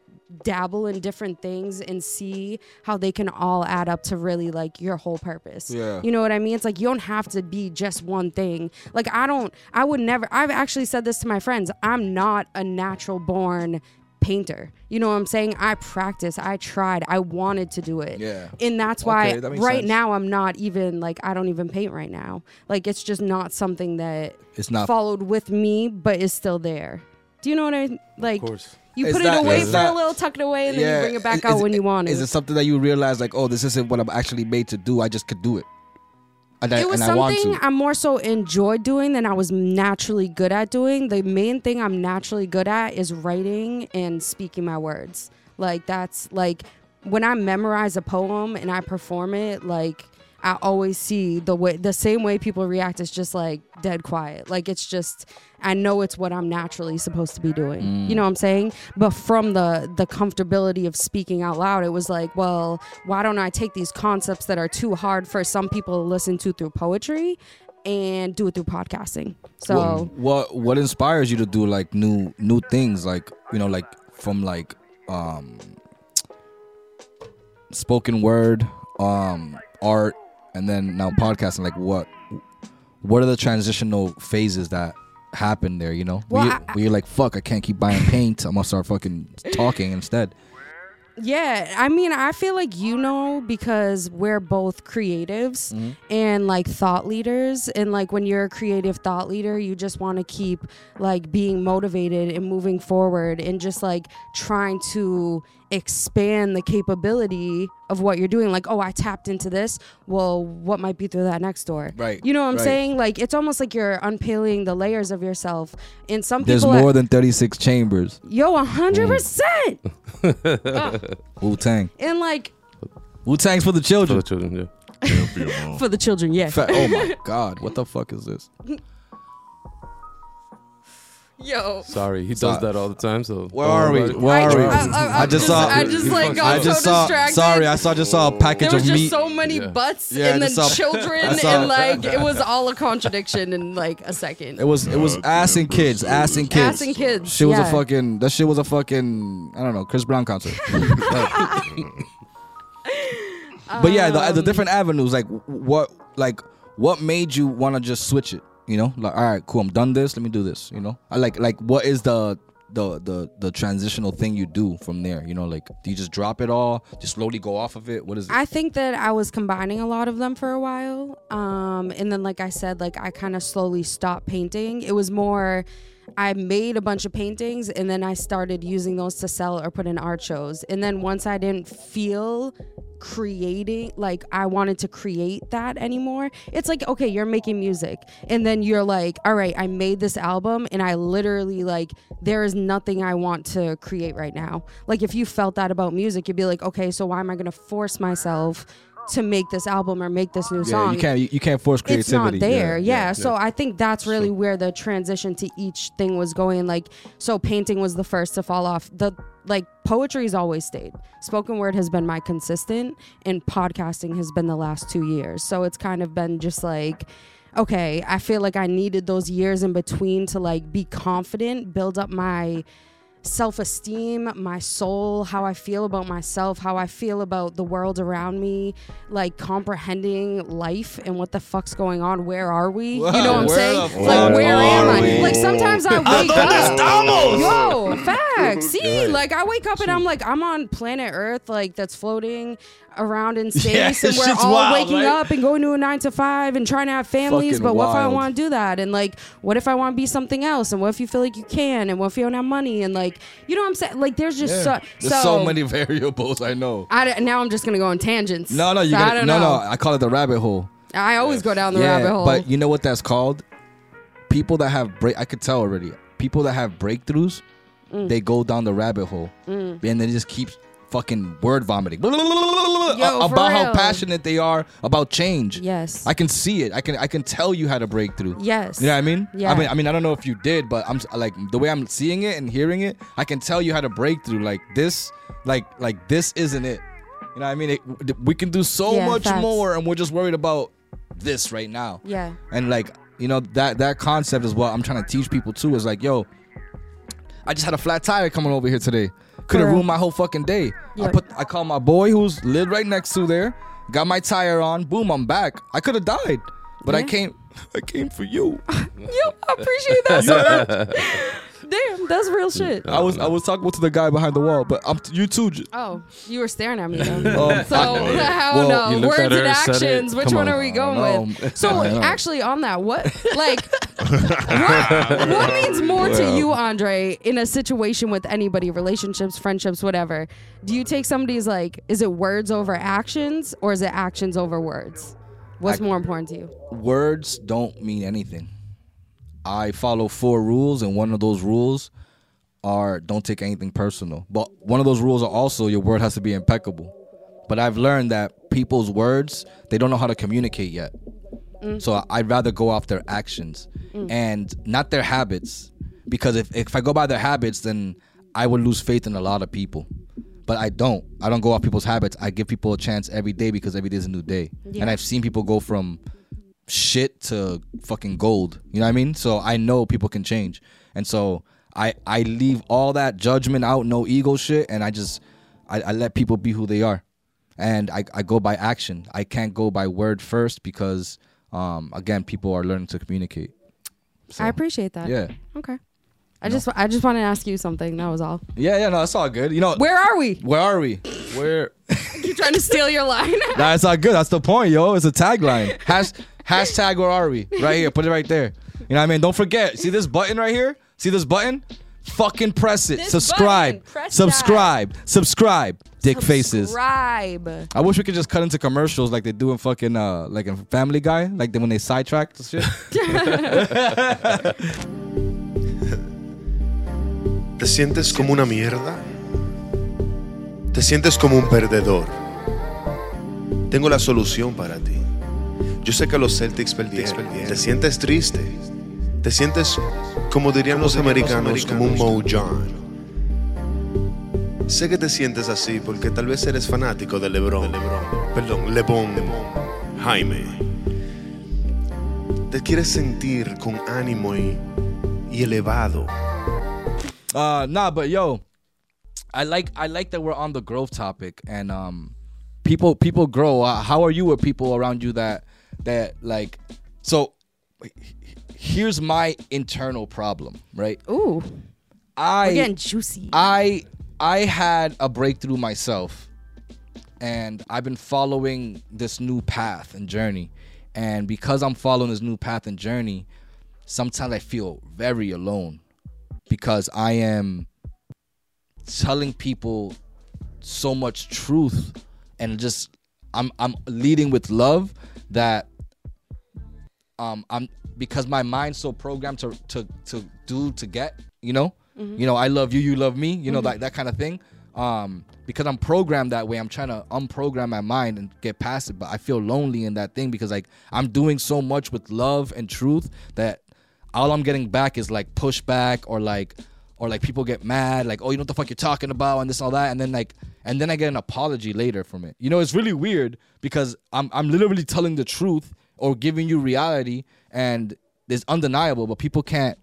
Speaker 2: dabble in different things and see how they can all add up to really like your whole purpose.
Speaker 1: Yeah.
Speaker 2: You know what I mean? It's like you don't have to be just one thing. Like I don't I would never I've actually said this to my friends. I'm not a natural born painter. You know what I'm saying? I practiced, I tried, I wanted to do it.
Speaker 1: Yeah.
Speaker 2: And that's why
Speaker 1: Okay, that makes
Speaker 2: right
Speaker 1: sense.
Speaker 2: now I'm not even like I don't even paint right now. Like it's just not something that
Speaker 1: It's not-
Speaker 2: followed with me, but is still there. Do you know what I like?
Speaker 3: course.
Speaker 2: You
Speaker 1: It's
Speaker 2: put
Speaker 1: not-
Speaker 2: it away
Speaker 1: it's
Speaker 2: for
Speaker 1: not-
Speaker 2: a little, tuck it away, and then you bring it
Speaker 1: is-
Speaker 2: back out
Speaker 1: is
Speaker 2: when you want
Speaker 1: Is
Speaker 2: it.
Speaker 1: it something that you realize like, oh, this isn't what I'm actually made to do. I just could do it. And I,
Speaker 2: it was
Speaker 1: and I want
Speaker 2: something
Speaker 1: to.
Speaker 2: I more so enjoyed doing than I was naturally good at doing. The main thing I'm naturally good at is writing and speaking my words. Like that's like when I memorize a poem and I perform it, like I always see the way the same way people react is just like dead quiet. Like it's just I know it's what I'm naturally supposed to be doing. You know what I'm saying? But from the the comfortability of speaking out loud, it was like, well, why don't I take these concepts that are too hard for some people to listen to through poetry and do it through podcasting. So
Speaker 1: what, what what inspires you to do like new new things like you know like from like um spoken word um art and then now podcasting like what what are the transitional phases that happen there you know where,
Speaker 2: Well,
Speaker 1: you,
Speaker 2: I-
Speaker 1: where you're like fuck i can't keep buying paint i'm gonna start fucking talking instead
Speaker 2: Yeah, I mean, I feel like you know because we're both creatives
Speaker 1: Mm-hmm.
Speaker 2: and like thought leaders. And like when you're a creative thought leader, you just want to keep like being motivated and moving forward and just like trying to expand the capability of what you're doing. Like, oh, I tapped into this. Well, what might be through that next door?
Speaker 1: Right,
Speaker 2: You know what I'm
Speaker 1: right.
Speaker 2: saying? Like, it's almost like you're unpeeling the layers of yourself. And some
Speaker 1: there's
Speaker 2: people,
Speaker 1: more than Mm. 36 chambers
Speaker 2: yo, 100%.
Speaker 1: wu-tang
Speaker 2: And like,
Speaker 1: wu-tang's for the
Speaker 3: For
Speaker 1: children
Speaker 3: the children, yeah.
Speaker 4: Yeah, for your mom.
Speaker 2: for the children. Yeah.
Speaker 1: Fa- oh my god, what the fuck is this?
Speaker 2: Yo.
Speaker 3: Sorry, he
Speaker 1: Sorry.
Speaker 3: does that all the time. So
Speaker 1: Where
Speaker 3: don't
Speaker 1: are
Speaker 3: worry
Speaker 1: we?
Speaker 3: about it.
Speaker 1: Where
Speaker 2: Oh, I,
Speaker 1: are we?
Speaker 2: I, I,
Speaker 1: I just saw-
Speaker 2: I just like got
Speaker 1: I just
Speaker 2: so
Speaker 1: saw.
Speaker 2: distracted.
Speaker 1: Sorry, I saw just saw a package
Speaker 2: There was
Speaker 1: of
Speaker 2: just
Speaker 1: meat.
Speaker 2: so many
Speaker 3: Yeah.
Speaker 2: butts
Speaker 1: Yeah,
Speaker 2: and
Speaker 1: I
Speaker 2: then
Speaker 1: just saw-
Speaker 2: children
Speaker 1: I saw-
Speaker 2: and like it was all a contradiction in like a second.
Speaker 1: it was it was
Speaker 4: God
Speaker 1: ass
Speaker 4: damn,
Speaker 1: and kids,
Speaker 4: bro.
Speaker 1: ass and kids.
Speaker 2: Ass and kids.
Speaker 1: She was
Speaker 2: yeah.
Speaker 1: a fucking. That shit was a fucking. I don't know. Chris Brown concert. but yeah, the,
Speaker 2: Um,
Speaker 1: the different avenues. Like wh- what? Like what made you want to just switch it? You know, like all right, cool. I'm done this. Let me do this. You know, I like like what is the the the the transitional thing you do from there? You know, like do you just drop it all? Just slowly go off of it. What is it?
Speaker 2: I think that I was combining a lot of them for a while. Um, and then, like I said, like I kind of slowly stopped painting. It was more, I made a bunch of paintings and then I started using those to sell or put in art shows. And then once I didn't feel creating, like I wanted to create that anymore, it's like, okay, you're making music. And then you're like, all right, I made this album and I literally, like, there is nothing I want to create right now. Like, if you felt that about music, you'd be like, okay, so why am I going to force myself? to make this album or make this new
Speaker 1: yeah,
Speaker 2: song
Speaker 1: you can't you, you can't force
Speaker 2: it's
Speaker 1: creativity.
Speaker 2: not there. Yeah.
Speaker 3: yeah.
Speaker 2: So I think that's really where the transition to each thing was going. Like, so painting was the first to fall off. The like poetry's always stayed. Spoken word has been my consistent, and podcasting has been the last two years. So it's kind of been just like. Okay, I feel like I needed those years in between to like be confident, build up my self esteem, my soul, how I feel about myself, how I feel about the world around me, like comprehending life and what the fuck's going on. Where are we? You know what I'm
Speaker 1: Where
Speaker 2: saying?
Speaker 1: the
Speaker 2: Like,
Speaker 3: fuck
Speaker 2: where am
Speaker 3: are
Speaker 2: I?
Speaker 3: we?
Speaker 2: Like, sometimes I wake up.
Speaker 1: estamos?
Speaker 2: Yo, facts. See, like I wake up and I'm like, I'm on planet Earth, like that's floating around in space,
Speaker 1: Yeah,
Speaker 2: and we're
Speaker 1: shit's
Speaker 2: all
Speaker 1: wild,
Speaker 2: waking
Speaker 1: right?
Speaker 2: up and going to a nine to five and trying to have families.
Speaker 1: Fucking
Speaker 2: but what if I
Speaker 1: wild.
Speaker 2: want to do that? And like, what if I want to be something else? And what if you feel like you can? And what if you don't have money? And like, you know what I'm saying? Like, there's just so,
Speaker 1: There's so, many variables. I know.
Speaker 2: I don't- now I'm just gonna go on tangents.
Speaker 1: No, no, you
Speaker 2: So I
Speaker 1: gotta,
Speaker 2: don't
Speaker 1: no,
Speaker 2: know.
Speaker 1: no. I call it the rabbit hole.
Speaker 2: I always go down the rabbit hole.
Speaker 1: But you know what that's called? People that have break I could tell already. People that have breakthroughs,
Speaker 2: Mm.
Speaker 1: they go down the rabbit hole. And they just keep fucking word vomiting.
Speaker 2: Yo,
Speaker 1: about
Speaker 2: for
Speaker 1: how
Speaker 2: real.
Speaker 1: passionate they are about change.
Speaker 2: Yes.
Speaker 1: I can see it. I can I can tell you had a breakthrough.
Speaker 2: Yes.
Speaker 1: You know what I mean?
Speaker 2: Yeah.
Speaker 1: I mean I mean I don't know if you did, but I'm s- like the way I'm seeing it and hearing it, I can tell you had a breakthrough. Like this, like like this isn't it. You know what I mean? It, we can do so
Speaker 2: Yeah,
Speaker 1: much
Speaker 2: facts.
Speaker 1: more and we're just worried about this right now
Speaker 2: yeah.
Speaker 1: and like you know that that concept is what i'm trying to teach people too is like yo i just had a flat tire coming over here today could have
Speaker 2: Correct.
Speaker 1: ruined my whole fucking day i
Speaker 2: Yeah.
Speaker 1: put i called my boy who's lived right next to there got my tire on boom i'm back i could have died but i
Speaker 2: Yeah.
Speaker 1: came i came for you
Speaker 2: Yo, I appreciate that so much. Damn, that's real shit.
Speaker 1: i was i was talking to the guy behind the wall but i'm you too J-
Speaker 2: Oh, you were staring at me. Though.
Speaker 1: um,
Speaker 2: So
Speaker 1: I-
Speaker 2: I
Speaker 1: Well,
Speaker 2: don't
Speaker 1: you
Speaker 2: know.
Speaker 3: looked
Speaker 2: Words
Speaker 3: at
Speaker 2: and
Speaker 3: her, said it.
Speaker 2: actions. Which
Speaker 3: Come
Speaker 2: one
Speaker 3: on.
Speaker 2: are we
Speaker 1: I
Speaker 2: going
Speaker 1: don't know.
Speaker 2: with? So
Speaker 1: I don't know.
Speaker 2: actually, on that, what like what, what means more to you, Andre, in a situation with anybody, relationships, friendships, whatever? Do you take somebody's like, is it words over actions or is it actions over words? What's more important to you?
Speaker 1: words don't mean anything i follow four rules and one of those rules are don't take anything personal. But one of those rules are also your word has to be impeccable. But I've learned that people's words, they don't know how to communicate yet. So I- I'd rather go off their actions and not their habits. Because if, if I go by their habits, then I would lose faith in a lot of people. But I don't. I don't go off people's habits. I give people a chance every day because every day is a new day. And I've seen people go from shit to fucking gold. You know what I mean? So I know people can change. And so I I leave all that judgment out, no ego shit, and I just I, I let people be who they are. And I, I go by action. I can't go by word first because um again people are learning to communicate.
Speaker 2: I appreciate that.
Speaker 1: Yeah.
Speaker 2: Okay. I just I just want to ask you something. That was all.
Speaker 1: Yeah, yeah, no, that's all good. You know
Speaker 2: Where are we?
Speaker 1: where are we?
Speaker 3: Where?
Speaker 2: You trying to steal your line?
Speaker 1: That's all good. That's the point, yo. It's a tagline. Hash, hashtag where are we? Right here. Put it right there. You know what I mean? Don't forget. See this button right here? See this button? Fucking press it.
Speaker 2: This
Speaker 1: subscribe.
Speaker 2: button. Press
Speaker 1: subscribe. Subscribe. Dick faces.
Speaker 2: Subscribe.
Speaker 1: I wish we could just cut into commercials like they do in fucking uh like in Family Guy, like they, when they sidetrack the shit.
Speaker 5: ¿Te sientes como una mierda? ¿Te sientes como un perdedor? Tengo la solución para ti. Yo sé que los Celtics perdieron. Te sientes triste. Te sientes, como dirían los americanos, como un Mo John. Sé que te sientes así porque tal vez eres fanático de LeBron. Perdón, LeBron. Jaime. Te quieres sentir con ánimo y, y elevado.
Speaker 1: Uh, nah, but yo, I like I like that we're on the growth topic and um, people people grow. Uh, how are you with people around you that that like? So, h- h- here's my internal problem, right?
Speaker 2: Ooh,
Speaker 1: I
Speaker 2: we're getting juicy.
Speaker 1: I I had a breakthrough myself, and I've been following this new path and journey, and because I'm following this new path and journey, sometimes I feel very alone, because I am telling people so much truth, and just I'm I'm leading with love that um I'm because my mind's so programmed to to to do to get, you know? You know, I love you, you love me, you know, like that kind of thing. Um because I'm programmed that way, I'm trying to unprogram my mind and get past it, but I feel lonely in that thing because like I'm doing so much with love and truth that all I'm getting back is like pushback or like or like people get mad, like, oh, you know what the fuck you're talking about, and this and all that, and then like, and then I get an apology later from it. You know, it's really weird because I'm I'm literally telling the truth or giving you reality, and it's undeniable, but people can't,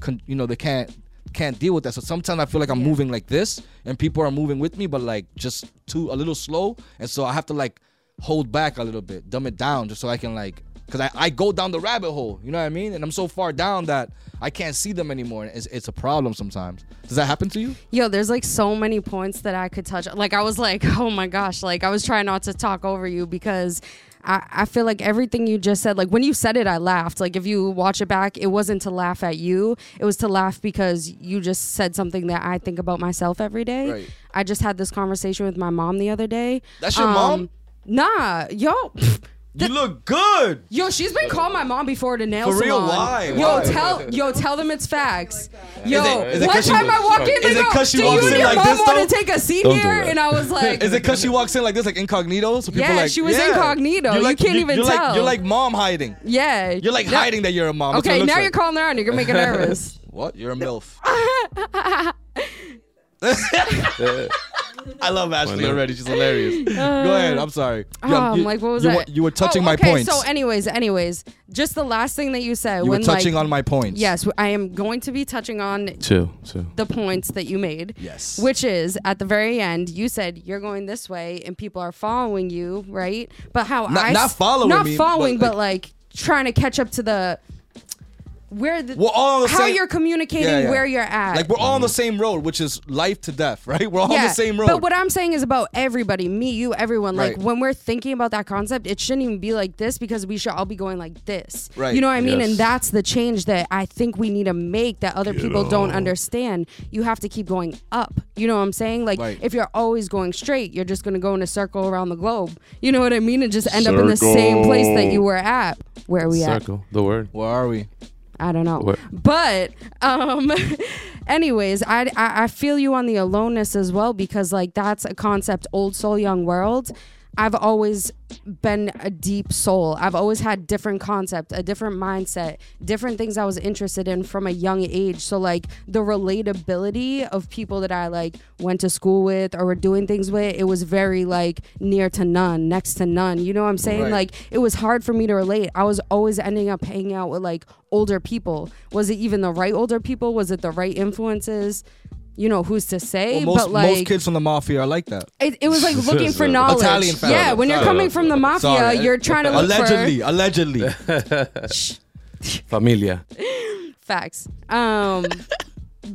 Speaker 1: con- you know, they can't can't deal with that. So sometimes I feel like I'm moving like this, and people are moving with me, but like just too a little slow, and so I have to like hold back a little bit, dumb it down, just so I can like. Cause I, I go down the rabbit hole, you know what I mean, and I'm so far down that I can't see them anymore. And it's, it's a problem sometimes. Does that happen to you?
Speaker 2: Yo, there's like so many points that I could touch. Like I was like, oh my gosh, like I was trying not to talk over you because I, I feel like everything you just said, like when you said it, I laughed. Like if you watch it back, it wasn't to laugh at you. It was to laugh because you just said something that I think about myself every day.
Speaker 1: Right.
Speaker 2: I just had this conversation with my mom the other day. Um,
Speaker 1: That's your mom?
Speaker 2: Nah, yo.
Speaker 1: You look good.
Speaker 2: Yo, she's been calling my mom before to nail
Speaker 1: For real?
Speaker 2: salon.
Speaker 1: Why?
Speaker 2: Yo,
Speaker 1: Why?
Speaker 2: tell yo, tell them it's facts. Yo,
Speaker 1: Is it- is it
Speaker 2: one
Speaker 1: 'cause she-
Speaker 2: time I walk in, they
Speaker 1: is it
Speaker 2: go,
Speaker 1: 'cause she
Speaker 2: "Do
Speaker 1: walks
Speaker 2: you
Speaker 1: in
Speaker 2: and your
Speaker 1: like
Speaker 2: mom
Speaker 1: this,
Speaker 2: want
Speaker 1: though?"
Speaker 2: to take a seat
Speaker 3: Don't do
Speaker 2: here?"
Speaker 3: that.
Speaker 2: and I was like,
Speaker 1: Is it because she walks in like this, like incognito? So people
Speaker 2: Yeah,
Speaker 1: like,
Speaker 2: she was
Speaker 1: yeah.
Speaker 2: incognito. You can't even
Speaker 1: you're Like,
Speaker 2: tell.
Speaker 1: you're like mom hiding.
Speaker 2: "Yeah,
Speaker 1: You're like
Speaker 2: No.
Speaker 1: hiding that you're a mom. That's what
Speaker 2: Okay,
Speaker 1: it looks
Speaker 2: now
Speaker 1: like.
Speaker 2: you're calling her on. You're gonna make her nervous.
Speaker 1: What? You're a milf. I love Ashley
Speaker 3: not?
Speaker 1: already. She's hilarious. Go ahead. I'm sorry.
Speaker 2: Uh, Oh, I'm like, what was
Speaker 1: you,
Speaker 2: that?
Speaker 1: were- You were touching
Speaker 2: Oh,
Speaker 1: my
Speaker 2: okay,
Speaker 1: points.
Speaker 2: So, anyways, anyways, just the last thing that you said.
Speaker 1: you were
Speaker 2: when,
Speaker 1: touching
Speaker 2: like,
Speaker 1: on my points.
Speaker 2: Yes, I am going to be touching on
Speaker 3: Chill, chill.
Speaker 2: the points that you made.
Speaker 1: Yes.
Speaker 2: Which is at the very end, you said you're going this way and people are following you, right? But how
Speaker 1: Not-
Speaker 2: I
Speaker 1: not
Speaker 2: s-
Speaker 1: following
Speaker 2: not
Speaker 1: me,
Speaker 2: following,
Speaker 1: but,
Speaker 2: but like, trying to catch up to the where the
Speaker 1: We're all on the
Speaker 2: how
Speaker 1: same-
Speaker 2: you're communicating
Speaker 1: Yeah, yeah.
Speaker 2: where you're at.
Speaker 1: Like we're all on the same road, which is life to death, right? We're all on the same road.
Speaker 2: But what I'm saying is about everybody, me, you, everyone. Like
Speaker 1: Right.
Speaker 2: when we're thinking about that concept, it shouldn't even be like this because we should all be going like this.
Speaker 1: Right.
Speaker 2: You know what I mean?
Speaker 3: Yes.
Speaker 2: And that's the change that I think we need to make that other people don't understand. You have to keep going up. You know what I'm saying? Like
Speaker 1: Right.
Speaker 2: if you're always going straight, you're just gonna go in a circle around the globe. You know what I mean? And just end up in the same place that you were at. Where are we at?
Speaker 3: Circle, the word.
Speaker 1: Where are we?
Speaker 2: I don't know.
Speaker 3: What-
Speaker 2: But um anyways, I, I I feel you on the aloneness as well because like that's a concept old soul young world. I've always been a deep soul. I've always had different concept, a different mindset, different things I was interested in from a young age. So like the relatability of people that I like went to school with or were doing things with, it was very like near to none, next to none. You know what I'm saying?
Speaker 1: Right.
Speaker 2: Like it was hard for me to relate. I was always ending up hanging out with like older people. Was it even the right older people? Was it the right influences? You know, who's to say?
Speaker 1: Well, most,
Speaker 2: but like
Speaker 1: most kids from the mafia are like that.
Speaker 2: it, it was like looking for
Speaker 3: Italian
Speaker 2: knowledge.
Speaker 1: family.
Speaker 2: Yeah, when you're
Speaker 3: Sorry.
Speaker 2: coming from the mafia,
Speaker 1: Sorry.
Speaker 2: you're trying to look
Speaker 1: allegedly, allegedly.
Speaker 3: Familia.
Speaker 2: for facts. Um,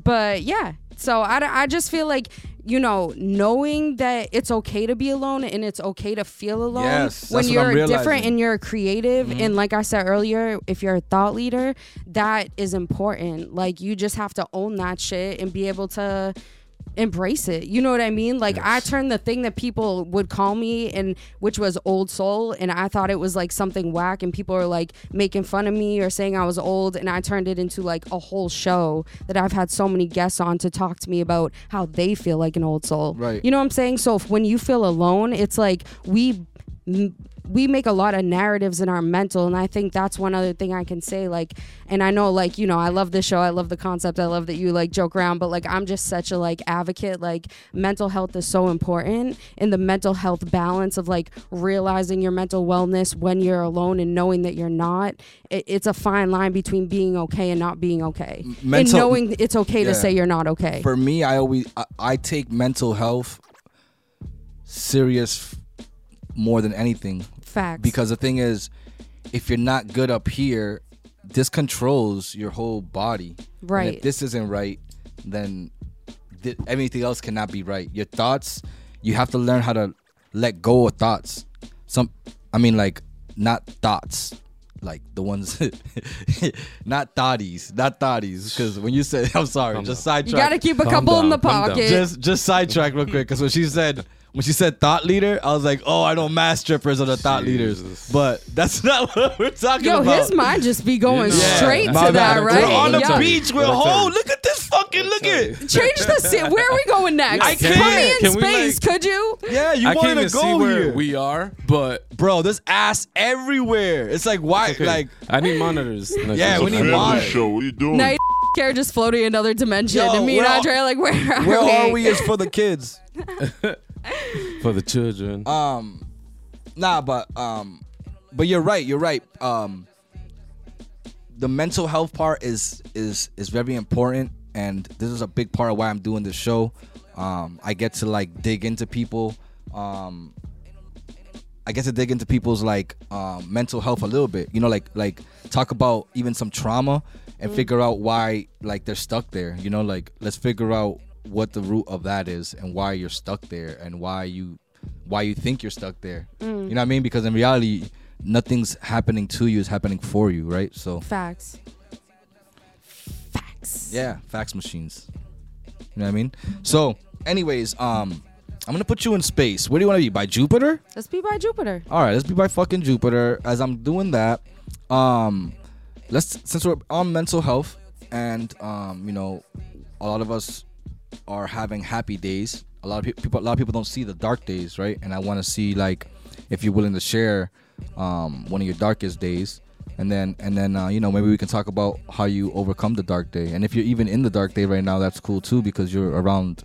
Speaker 2: but yeah, so I, don't- I just feel like you know knowing that it's okay to be alone and it's okay to feel alone
Speaker 1: Yes,
Speaker 2: when
Speaker 1: that's what I'm
Speaker 2: you're different
Speaker 1: realizing.
Speaker 2: and you're creative and like I said earlier, if you're a thought leader, that is important. Like you just have to own that shit and be able to embrace it. You know what I mean? Like I turned the thing that people would call me and which was old soul and I thought it was like something whack and people were like making fun of me or saying I was old and I turned it into like a whole show that I've had so many guests on to talk to me about how they feel like an old soul.
Speaker 1: Right.
Speaker 2: You know what I'm saying? So if when you feel alone, it's like we m- we make a lot of narratives in our mental and i think that's one other thing i can say like and i know like you know i love this show i love the concept i love that you like joke around but like i'm just such a like advocate like mental health is so important and the mental health balance of like realizing your mental wellness when you're alone and knowing that you're not it, it's a fine line between being okay and not being okay and
Speaker 1: mental-
Speaker 2: knowing it's okay
Speaker 1: Yeah.
Speaker 2: to say you're not okay
Speaker 1: for me i always I, I take mental health serious f- more than anything
Speaker 2: facts
Speaker 1: because the thing is if you're not good up here this controls your whole body And
Speaker 2: Right.
Speaker 1: if this isn't right then th- everything else cannot be right your thoughts you have to learn how to let go of thoughts some i mean like not thoughts like the ones not thoughties not thoughties because when you said i'm sorry just sidetrack
Speaker 2: you gotta keep a
Speaker 3: Calm
Speaker 2: couple in
Speaker 3: down,
Speaker 2: the
Speaker 3: calm down.
Speaker 2: pocket
Speaker 1: just just sidetrack real quick because when she said when she said thought leader, I was like, oh, I know mass strippers are the thought leaders,
Speaker 3: Jesus.
Speaker 1: but that's not what we're talking
Speaker 2: Yo,
Speaker 1: about.
Speaker 2: his mind just be going
Speaker 3: Yeah.
Speaker 2: straight to
Speaker 1: My
Speaker 2: that,
Speaker 1: bad.
Speaker 2: right?
Speaker 1: We're on the
Speaker 2: Yeah.
Speaker 1: beach. We're
Speaker 3: What I tell
Speaker 1: whole.
Speaker 3: you.
Speaker 1: Oh, Look at this fucking. Look at.
Speaker 2: Change the city. Where are we going next?
Speaker 1: I
Speaker 2: Put
Speaker 1: can't.
Speaker 2: me in
Speaker 3: Can we,
Speaker 2: space,
Speaker 3: like-
Speaker 2: could you?
Speaker 1: Yeah, you
Speaker 3: I
Speaker 1: wanted
Speaker 3: can't
Speaker 1: to go
Speaker 3: even see where
Speaker 1: here,
Speaker 3: we are, but
Speaker 1: bro. There's ass everywhere. It's like why?
Speaker 3: okay,
Speaker 1: Like
Speaker 3: I need monitors. next
Speaker 1: Yeah,
Speaker 3: to
Speaker 1: we
Speaker 3: the
Speaker 1: need
Speaker 3: camera.
Speaker 4: Family
Speaker 1: why? monitors.
Speaker 4: show. What you doing?
Speaker 2: Night care just floating another dimension.
Speaker 1: Yo,
Speaker 2: and me and
Speaker 1: where are-
Speaker 2: Andre are like, where are
Speaker 1: where
Speaker 2: we?
Speaker 1: are we? Is for the kids.
Speaker 3: for the children.
Speaker 2: Uh,
Speaker 1: Um, nah, but um, but you're right. You're right. Um, the mental health part is is is very important, and this is a big part of why I'm doing this show. Um, I get to like dig into people. Um, I get to dig into people's like um, mental health a little bit. You know, like like talk about even some trauma and figure out why like they're stuck there. You know, like let's figure out what the root of that is and why you're stuck there and why you why you think you're stuck there. You know what I mean? Because in reality, nothing's happening to you; it's happening for you, right? So
Speaker 2: Facts. Facts.
Speaker 1: yeah, fax machines. You know what I mean? So, anyways, um, I'm gonna put you in space. Where do you want to be? By Jupiter?
Speaker 2: Let's be by Jupiter.
Speaker 1: All right, let's be by fucking Jupiter. As I'm doing that, um, let's since we're on mental health and um, you know, a lot of us are having happy days. A lot of pe- people, a lot of people don't see the dark days, right? And I want to see like if you're willing to share um, one of your darkest days, and then and then uh, you know maybe we can talk about how you overcome the dark day. And if you're even in the dark day right now, that's cool too because you're around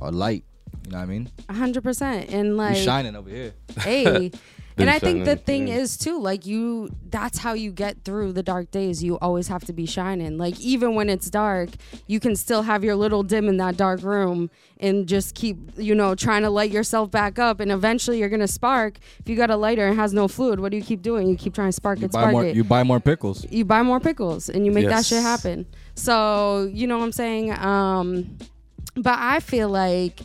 Speaker 1: a light. You know what I mean?
Speaker 2: 100%. And like,
Speaker 1: You're shining over here.
Speaker 2: hey. And I think the
Speaker 3: shining,
Speaker 2: thing
Speaker 3: yeah.
Speaker 2: is too, like you that's how you get through the dark days. You always have to be shining. Like even when it's dark, you can still have your little dim in that dark room and just keep, you know, trying to light yourself back up and eventually you're gonna spark. If you got a lighter and has no fluid, what do you keep doing? You keep trying to spark
Speaker 1: You
Speaker 2: it,
Speaker 1: buy
Speaker 2: spark
Speaker 1: more.
Speaker 2: it
Speaker 1: You buy more pickles.
Speaker 2: you buy more pickles and you make
Speaker 3: Yes.
Speaker 2: that shit happen. So, you know what I'm saying? Um, but I feel like,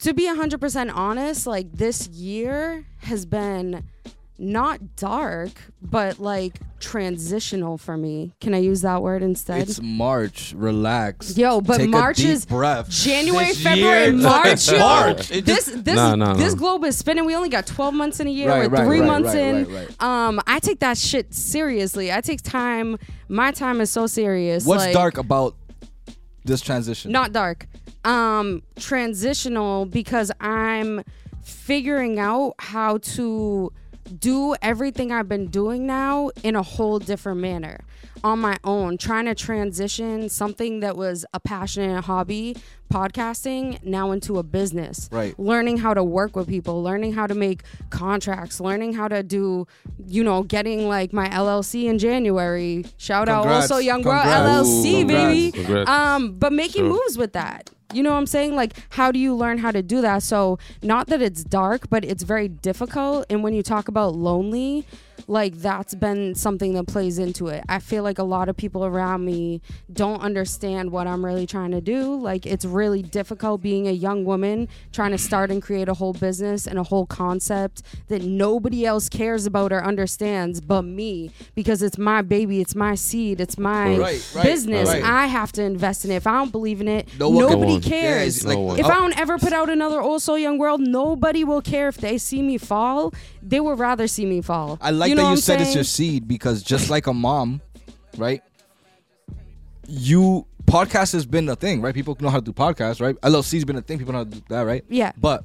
Speaker 2: to be 100% honest, like this year has been not dark, but like transitional for me. Can I use that word instead?
Speaker 1: It's March. Relax.
Speaker 2: Yo, but
Speaker 1: Take
Speaker 2: March
Speaker 1: a deep
Speaker 2: is
Speaker 1: breath.
Speaker 2: January,
Speaker 1: This
Speaker 2: February,
Speaker 1: year-
Speaker 2: March. yo.
Speaker 1: March. It
Speaker 2: This
Speaker 1: just-
Speaker 2: this
Speaker 3: Nah, nah,
Speaker 2: this
Speaker 3: nah.
Speaker 2: globe is spinning. We only got 12 months in a year.
Speaker 1: Right,
Speaker 2: We're
Speaker 1: right,
Speaker 2: three
Speaker 1: right,
Speaker 2: months
Speaker 1: right,
Speaker 2: in.
Speaker 1: right, right.
Speaker 2: Um, I take that shit seriously. I take time. My time is so serious.
Speaker 1: what's
Speaker 2: like,
Speaker 1: dark about this transition?
Speaker 2: Not dark. Um, transitional because I'm figuring out how to do everything I've been doing now in a whole different manner on my own, trying to transition something that was a passion and a hobby, podcasting, now into a business.
Speaker 1: Right.
Speaker 2: Learning how to work with people, learning how to make contracts, learning how to do, you know, getting like my LLC in January. Shout out
Speaker 1: Congrats.
Speaker 2: also Young World
Speaker 1: Congrats.
Speaker 2: LLC,
Speaker 1: Ooh,
Speaker 2: baby.
Speaker 3: congrats. Congrats.
Speaker 2: Um, but making
Speaker 3: Sure.
Speaker 2: moves with that. You know what I'm saying? Like, how do you learn how to do that? So, not that it's dark, but it's very difficult. And when you talk about lonely, like, that's been something that plays into it. I feel like a lot of people around me don't understand what I'm really trying to do. Like, it's really difficult being a young woman trying to start and create a whole business and a whole concept that nobody else cares about or understands but me because it's my baby, it's my seed, it's my
Speaker 1: Right, right,
Speaker 2: business.
Speaker 1: right.
Speaker 2: I have to invest in it. If I don't believe in it,
Speaker 1: No one-
Speaker 2: nobody
Speaker 3: No one.
Speaker 2: cares.
Speaker 1: Yeah, it's
Speaker 3: No
Speaker 1: like-
Speaker 2: if
Speaker 1: one. Oh.
Speaker 2: I don't ever put out another Oh So Young World, nobody will care if they see me fall. They would rather see me fall.
Speaker 1: I like
Speaker 2: you know
Speaker 1: that
Speaker 2: what
Speaker 1: you
Speaker 2: I'm
Speaker 1: said it's
Speaker 2: saying?
Speaker 1: your seed because just like a mom, right? You podcast has been a thing, right? People know how to do podcasts, right? LLC's been a thing. People know how to do that, right?
Speaker 2: Yeah.
Speaker 1: But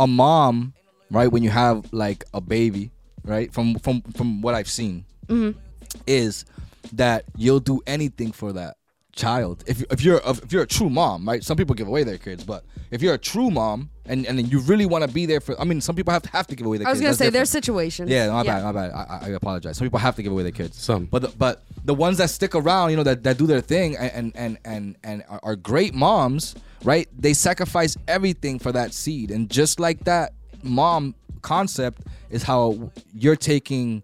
Speaker 1: a mom right? When you have like a baby, right? From from from what I've seen,
Speaker 2: Mm-hmm.
Speaker 1: is that you'll do anything for that child. If you- if you're if you're a true mom, right? Some people give away their kids, but if you're a true mom and and you really want to be there for, I mean, some people have to have to give away their.
Speaker 2: I was
Speaker 1: kids.
Speaker 2: gonna
Speaker 1: That's
Speaker 2: say
Speaker 1: different.
Speaker 2: there's situations.
Speaker 1: Yeah, my bad, my bad. I, I I apologize. Some people have to give away their kids.
Speaker 3: Some.
Speaker 1: but the, but the ones that stick around, you know, that, that do their thing and and and and are- are great moms, right? They sacrifice everything for that seed, and just like that mom concept is how you're taking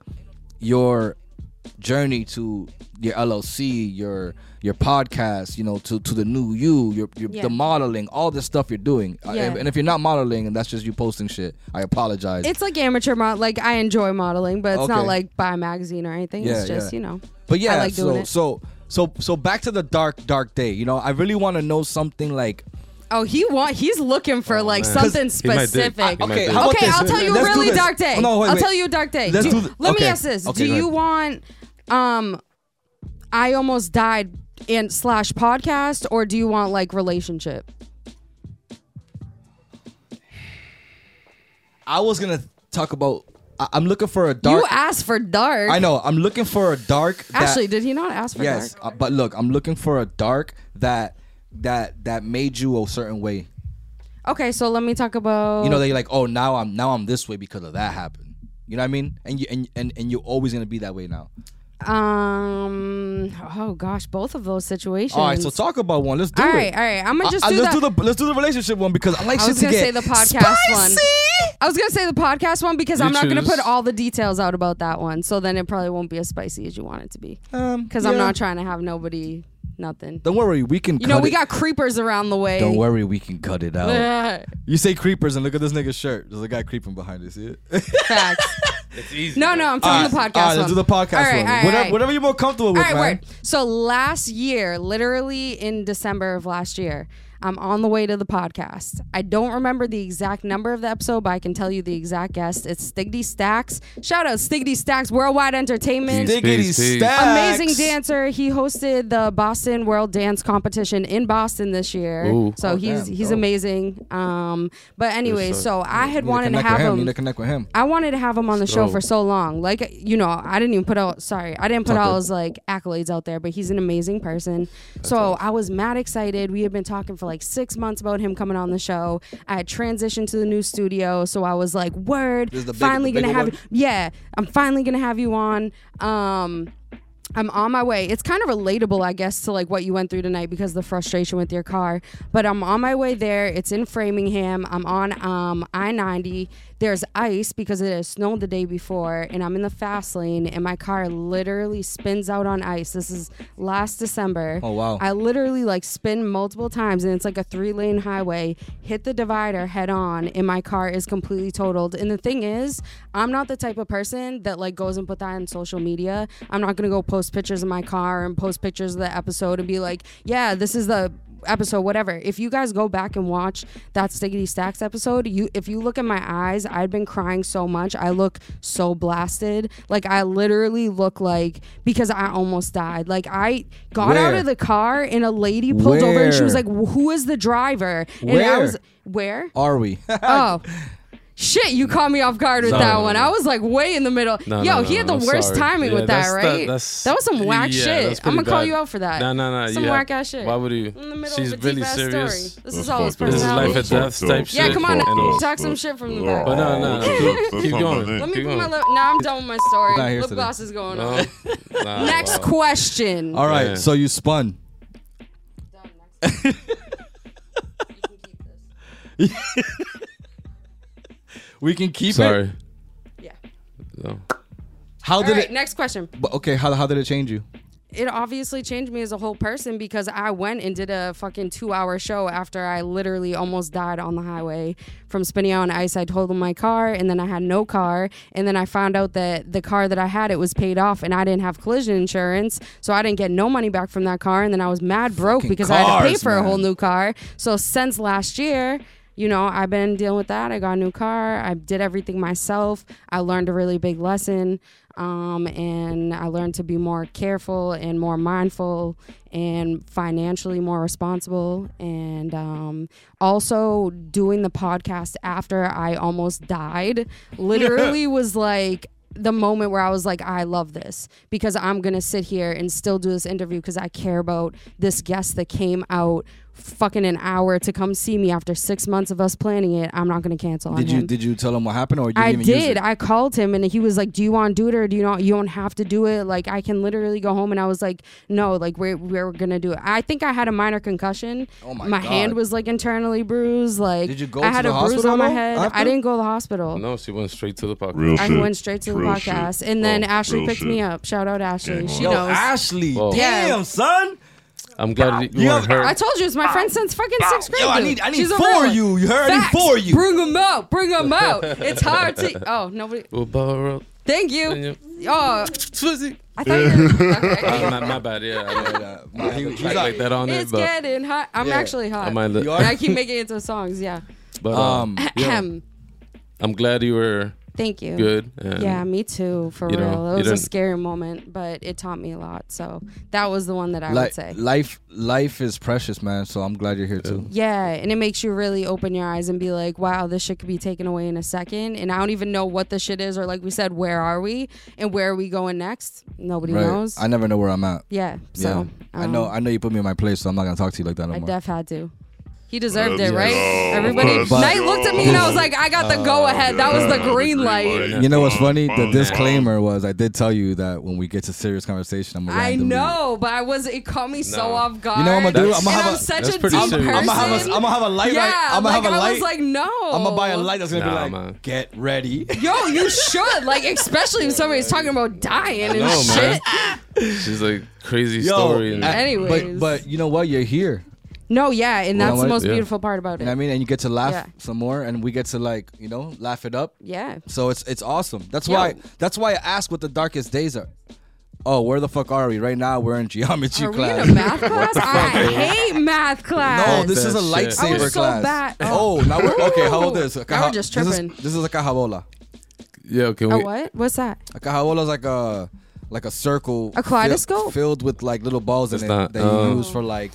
Speaker 1: your journey to your LLC, your your podcast, you know, to to the new you, your, your
Speaker 2: Yeah.
Speaker 1: the modeling, all the stuff you're doing. Uh,
Speaker 2: Yeah.
Speaker 1: And if you're not modeling and that's just you posting shit, I apologize.
Speaker 2: It's like amateur mod. Like I enjoy modeling, but it's not
Speaker 1: Okay.
Speaker 2: like buy a magazine or anything.
Speaker 1: Yeah,
Speaker 2: it's just
Speaker 1: yeah.
Speaker 2: you know.
Speaker 1: But yeah,
Speaker 2: I like
Speaker 1: so
Speaker 2: doing it.
Speaker 1: so so so back to the dark dark day. You know, I really want to know something like
Speaker 2: Oh, he want. He's looking for like something
Speaker 3: He might dig.
Speaker 2: specific.
Speaker 3: He might
Speaker 1: Okay,
Speaker 3: dig.
Speaker 1: how about
Speaker 2: Okay,
Speaker 1: this?
Speaker 2: I'll tell you
Speaker 1: Let's
Speaker 2: a
Speaker 1: do
Speaker 2: really
Speaker 1: this.
Speaker 2: dark day.
Speaker 1: Oh, no, wait,
Speaker 2: I'll
Speaker 1: wait.
Speaker 2: tell you a dark day.
Speaker 1: Let's
Speaker 2: Do-
Speaker 1: do th-
Speaker 2: let
Speaker 1: okay.
Speaker 2: me ask this:
Speaker 1: Okay,
Speaker 2: Do
Speaker 1: go
Speaker 2: you
Speaker 1: ahead.
Speaker 2: want um, I almost died and slash podcast, or do you want like relationship?
Speaker 1: I was gonna talk about. I, I'm looking for a dark.
Speaker 2: You asked for dark.
Speaker 1: I know. I'm looking for a dark. that-
Speaker 2: Actually, did he not ask for
Speaker 1: yes,
Speaker 2: dark?
Speaker 1: uh, but look, I'm looking for a dark that that that made you a certain way.
Speaker 2: Okay, so let me talk about.
Speaker 1: You know, they like, oh, now I'm now I'm this way because of that happened. You know what I mean? And you and and, and you're always gonna be that way now.
Speaker 2: um. Oh gosh, both of those situations.
Speaker 1: All right, so talk about one. Let's do
Speaker 2: All
Speaker 1: it.
Speaker 2: right, all right. I'm gonna just
Speaker 1: I- I-
Speaker 2: do
Speaker 1: uh, let's
Speaker 2: that.
Speaker 1: do the let's do the relationship one because I like
Speaker 2: I
Speaker 1: shit
Speaker 2: was
Speaker 1: to
Speaker 2: gonna
Speaker 1: get
Speaker 2: say the podcast one.
Speaker 1: spicy.
Speaker 2: I was gonna say the podcast one because
Speaker 3: You
Speaker 2: I'm not gonna
Speaker 3: choose.
Speaker 2: put all the details out about that one. So then it probably won't be as spicy as you want it to be.
Speaker 1: Um,
Speaker 2: Because I'm
Speaker 1: yeah.
Speaker 2: not trying to have nobody nothing.
Speaker 1: Don't worry, we can.
Speaker 2: you know,
Speaker 1: cut
Speaker 2: we
Speaker 1: it.
Speaker 2: got creepers around the way.
Speaker 1: Don't worry, we can cut it out.
Speaker 2: Ugh,
Speaker 1: You say creepers, and look at this nigga's shirt. There's a guy creeping behind you. See it?
Speaker 2: Facts.
Speaker 3: It's easy.
Speaker 2: No, no, I'm telling the podcast.
Speaker 1: All right, let's do the podcast
Speaker 2: All right,
Speaker 1: one.
Speaker 2: all right,
Speaker 1: whatever,
Speaker 2: all right.
Speaker 1: whatever you're more comfortable with,
Speaker 2: All right,
Speaker 1: man.
Speaker 2: word. So last year, literally in December of last year, I'm on the way to the podcast. I don't remember the exact number of the episode, but I can tell you the exact guest. It's Stiggy Stacks. Shout out Stiggy Stacks Worldwide Entertainment.
Speaker 3: Peace,
Speaker 1: Diggity
Speaker 3: peace, peace.
Speaker 1: stacks.
Speaker 2: Amazing dancer. He hosted the Boston World Dance Competition in Boston this year.
Speaker 3: Ooh.
Speaker 2: So
Speaker 1: Oh,
Speaker 2: he's
Speaker 1: damn,
Speaker 2: he's
Speaker 1: dope.
Speaker 2: amazing. Um, but anyway,
Speaker 3: Yes, sir.
Speaker 2: so I had
Speaker 1: You need to
Speaker 2: wanted to
Speaker 1: connect
Speaker 2: have
Speaker 1: with him.
Speaker 2: him.
Speaker 1: You need to connect with him.
Speaker 2: I wanted to have him on the show
Speaker 3: Strong.
Speaker 2: for so long. Like, you know, I didn't even put out, sorry, I didn't put all his like accolades out there, but he's an amazing person. so I was mad excited. We had been talking for like six months about him coming on the show. I had transitioned to the new studio. So I was like, word,
Speaker 1: is the big-
Speaker 2: finally
Speaker 1: the
Speaker 2: gonna
Speaker 1: bigger
Speaker 2: have,
Speaker 1: one?
Speaker 2: yeah, I'm finally gonna have you on. Um, I'm on my way. It's kind of relatable, I guess, to like what you went through tonight because of the frustration with your car. But I'm on my way there. It's in Framingham. I'm on um, I-90. There's ice because it has snowed the day before, and I'm in the fast lane, and my car literally spins out on ice. This is last December.
Speaker 1: Oh, wow.
Speaker 2: I literally like spin multiple times, and it's like a three-lane highway. Hit the divider head on, and my car is completely totaled. And the thing is, I'm not the type of person that like goes and put that on social media. I'm not gonna go post pictures of my car and post pictures of the episode and be like, yeah, this is the episode whatever if you guys go back and watch that stiggity stacks episode you if you look at my eyes i've been crying so much i look so blasted like i literally look like because i almost died like i got out
Speaker 1: Where?
Speaker 2: of the car and a lady pulled over and she was
Speaker 1: Where?
Speaker 2: like who is the driver and i
Speaker 1: Where?
Speaker 2: was where
Speaker 1: Are we?
Speaker 2: oh Shit, you caught me off guard with
Speaker 3: No,
Speaker 2: that
Speaker 3: no,
Speaker 2: one.
Speaker 3: no.
Speaker 2: I was like way in the middle.
Speaker 3: No,
Speaker 2: Yo,
Speaker 3: no, no,
Speaker 2: he had the
Speaker 3: no, I'm
Speaker 2: worst
Speaker 3: sorry.
Speaker 2: timing
Speaker 3: Yeah,
Speaker 2: with that,
Speaker 3: that's-
Speaker 2: right?
Speaker 3: that's-
Speaker 2: that was some whack
Speaker 3: yeah,
Speaker 2: shit.
Speaker 3: that's
Speaker 2: I'm
Speaker 3: pretty
Speaker 2: gonna call
Speaker 3: bad.
Speaker 2: you out for that.
Speaker 3: No, no, no.
Speaker 2: Some
Speaker 3: yeah.
Speaker 2: whack ass shit.
Speaker 3: Why would you?
Speaker 2: In the middle
Speaker 3: She's
Speaker 2: of a
Speaker 3: really
Speaker 2: deep ass
Speaker 3: serious.
Speaker 2: Story. This is all his
Speaker 4: fucked up.
Speaker 3: This is
Speaker 2: personality.
Speaker 3: life or death
Speaker 4: That's fucked
Speaker 3: type
Speaker 4: up.
Speaker 3: shit.
Speaker 2: Yeah, come on
Speaker 4: That's
Speaker 2: now.
Speaker 4: fucked
Speaker 2: Talk
Speaker 4: up.
Speaker 2: some shit from the
Speaker 4: Oh,
Speaker 2: back.
Speaker 3: But no, no,
Speaker 4: that's-
Speaker 3: keep-
Speaker 4: that's
Speaker 3: keep
Speaker 4: not my
Speaker 3: going.
Speaker 4: thing.
Speaker 2: Let me
Speaker 3: Keep
Speaker 2: put
Speaker 3: going. Oh
Speaker 2: my lip. Now I'm done with my story.
Speaker 1: Not here
Speaker 2: Lip
Speaker 1: today.
Speaker 2: gloss is going on.
Speaker 3: No. Nah,
Speaker 2: Next
Speaker 3: wow.
Speaker 2: question.
Speaker 1: All right,
Speaker 3: Yeah.
Speaker 1: so you spun. We can keep it.
Speaker 3: Sorry.
Speaker 2: Yeah.
Speaker 3: No.
Speaker 1: How
Speaker 2: All
Speaker 1: did
Speaker 2: right.
Speaker 1: it?
Speaker 2: Next question.
Speaker 1: but okay, how, how did it change you?
Speaker 2: It obviously changed me as a whole person because I went and did a fucking two-hour show after I literally almost died on the highway from spinning out on ice. I totaled my car, and then I had no car, and then I found out that the car that I had it was paid off, and I didn't have collision insurance, so I didn't get no money back from that car, and then I was mad broke
Speaker 1: Fucking
Speaker 2: because I had to pay
Speaker 1: cars,
Speaker 2: for a
Speaker 1: man.
Speaker 2: whole new car. So since last year, you know, I've been dealing with that. I got a new car. I did everything myself. I learned a really big lesson. Um, and I learned to be more careful and more mindful and financially more responsible. And um, also doing the podcast after I almost died literally was like, the moment where I was like, I love this because I'm gonna sit here and still do this interview because I care about this guest that came out fucking an hour to come see me after six months of us planning it. I'm not gonna cancel on
Speaker 1: Did you
Speaker 2: him.
Speaker 1: did you tell him what happened or you didn't
Speaker 2: I
Speaker 1: even use
Speaker 2: did.
Speaker 1: it?
Speaker 2: I called him and he was like, "Do you want to do it or do you not? You don't have to do it. Like I can literally go home." And I was like, "No, like we're we're gonna do it." I think I had a minor concussion.
Speaker 1: Oh my God.
Speaker 2: hand was like internally bruised. Like
Speaker 1: Did you go
Speaker 2: I
Speaker 1: to
Speaker 2: had
Speaker 1: the
Speaker 2: a bruise
Speaker 1: hospital
Speaker 2: on my
Speaker 1: though
Speaker 2: head. I
Speaker 1: after?
Speaker 2: didn't go to the hospital.
Speaker 3: No, she went straight to the podcast.
Speaker 4: Real
Speaker 2: I
Speaker 4: shit.
Speaker 2: went straight to the
Speaker 4: Real shit.
Speaker 2: podcast, and then
Speaker 4: Oh,
Speaker 2: Ashley
Speaker 4: real
Speaker 2: picked
Speaker 4: shit.
Speaker 2: me up. Shout out Ashley.
Speaker 4: Gang
Speaker 2: She
Speaker 1: Yo,
Speaker 4: on.
Speaker 2: knows.
Speaker 1: Ashley,
Speaker 3: Oh.
Speaker 1: damn
Speaker 2: Yeah.
Speaker 1: son.
Speaker 3: I'm glad that you
Speaker 1: Yo,
Speaker 3: weren't hurt.
Speaker 2: I told you it's my friend since fucking sixth grade.
Speaker 1: Yo, I
Speaker 2: dude.
Speaker 1: need I need
Speaker 2: She's a real
Speaker 1: four
Speaker 2: one.
Speaker 1: you. You heard I need
Speaker 2: Facts.
Speaker 1: four you.
Speaker 2: Bring them out. Bring them out. It's hard to. Oh nobody.
Speaker 3: We'll borrow.
Speaker 2: Thank
Speaker 3: Thank
Speaker 2: you.
Speaker 3: you.
Speaker 2: Oh,
Speaker 3: Swizzy.
Speaker 2: I thought you. Were, okay.
Speaker 1: Ah,
Speaker 3: Uh, my, my bad, yeah. I might, uh,
Speaker 1: Nah, he- he's
Speaker 3: track
Speaker 1: out.
Speaker 3: like that on it,
Speaker 2: It's
Speaker 3: but
Speaker 2: getting hot. I'm
Speaker 1: Yeah.
Speaker 2: actually
Speaker 3: I
Speaker 2: hot.
Speaker 3: might
Speaker 1: You
Speaker 3: look.
Speaker 1: are-
Speaker 2: And I keep making it into songs. Yeah.
Speaker 3: But
Speaker 1: Um,
Speaker 3: um, yeah,
Speaker 2: Ahem.
Speaker 3: I'm glad you were
Speaker 2: Thank you.
Speaker 3: good. And
Speaker 2: Yeah, me too. For
Speaker 3: You
Speaker 2: real,
Speaker 3: know, you
Speaker 2: it was a
Speaker 3: don't-
Speaker 2: scary moment, but it taught me a lot. So that was the one that I would
Speaker 1: Like
Speaker 2: say.
Speaker 1: life life is precious, man, so I'm glad you're here too.
Speaker 2: Yeah, and it makes you really open your eyes and be like, wow, this shit could be taken away in a second. And I don't even know what the shit is, or like we said, where are we and where are we going next? Nobody
Speaker 1: Right.
Speaker 2: knows.
Speaker 1: I never know where I'm at.
Speaker 2: yeah, so
Speaker 1: yeah. I know
Speaker 2: um,
Speaker 1: I know you put me in my place, so I'm not gonna talk to you like that no
Speaker 2: I
Speaker 1: more.
Speaker 2: def had to. He deserved
Speaker 4: Let's
Speaker 2: it, right?
Speaker 3: Oh,
Speaker 4: go.
Speaker 2: Everybody.
Speaker 4: Let's
Speaker 2: Knight
Speaker 4: go.
Speaker 2: looked at me and I was like, I got the go ahead. That was the green light.
Speaker 1: you know what's funny? The
Speaker 4: Wow.
Speaker 1: disclaimer was I did tell you that when we get to serious conversation, I'm gonna
Speaker 2: I
Speaker 1: randomly-
Speaker 2: know, but I was. It caught me so
Speaker 3: No.
Speaker 2: off guard.
Speaker 1: You know what I'ma do?
Speaker 2: And
Speaker 1: I'ma have
Speaker 2: I'm
Speaker 1: a-
Speaker 2: such
Speaker 3: That's
Speaker 2: a deep
Speaker 3: pretty
Speaker 2: person.
Speaker 3: serious.
Speaker 1: I'm gonna have a, I'm gonna have a light.
Speaker 2: yeah,
Speaker 1: right? I'm gonna
Speaker 2: like
Speaker 1: have a
Speaker 2: I
Speaker 1: light.
Speaker 2: was like, "Oh." no.
Speaker 1: I'm gonna buy a light that's gonna be
Speaker 3: Nah,
Speaker 1: like,
Speaker 3: man.
Speaker 1: get ready.
Speaker 2: Yo, you should like, especially if somebody's talking about dying and
Speaker 3: know,
Speaker 2: shit.
Speaker 3: man. She's like crazy story. And,
Speaker 1: uh, but
Speaker 2: Anyways.
Speaker 1: but you know what? You're here.
Speaker 2: No, yeah, and
Speaker 1: You know
Speaker 2: that's the
Speaker 1: what?
Speaker 2: most
Speaker 3: Yeah.
Speaker 2: beautiful part about
Speaker 1: You know what I
Speaker 2: it.
Speaker 1: mean? And you get to laugh
Speaker 2: Yeah.
Speaker 1: some more, and we get to like you know laugh it up.
Speaker 2: Yeah,
Speaker 1: So it's it's awesome. That's
Speaker 2: Yo.
Speaker 1: why that's why I ask what the darkest days are. Oh, where the fuck are we? Right now we're in geometry
Speaker 2: are we
Speaker 1: class.
Speaker 2: in a math class? I hate math class.
Speaker 1: No, this is a
Speaker 3: That shit. I
Speaker 1: lightsaber
Speaker 2: was so
Speaker 1: class.
Speaker 2: bad.
Speaker 1: Oh, now we're okay. How about this? A
Speaker 2: Now we're just
Speaker 1: this is-
Speaker 2: tripping.
Speaker 1: This is, a cajabola.
Speaker 3: yeah, can
Speaker 2: a
Speaker 3: we?
Speaker 2: what? What's that?
Speaker 1: A cajabola is like a like a circle,
Speaker 2: A kaleidoscope?
Speaker 1: fi- filled with like little balls in
Speaker 3: It's
Speaker 1: it
Speaker 3: not-
Speaker 1: that you
Speaker 3: oh.
Speaker 1: use for like.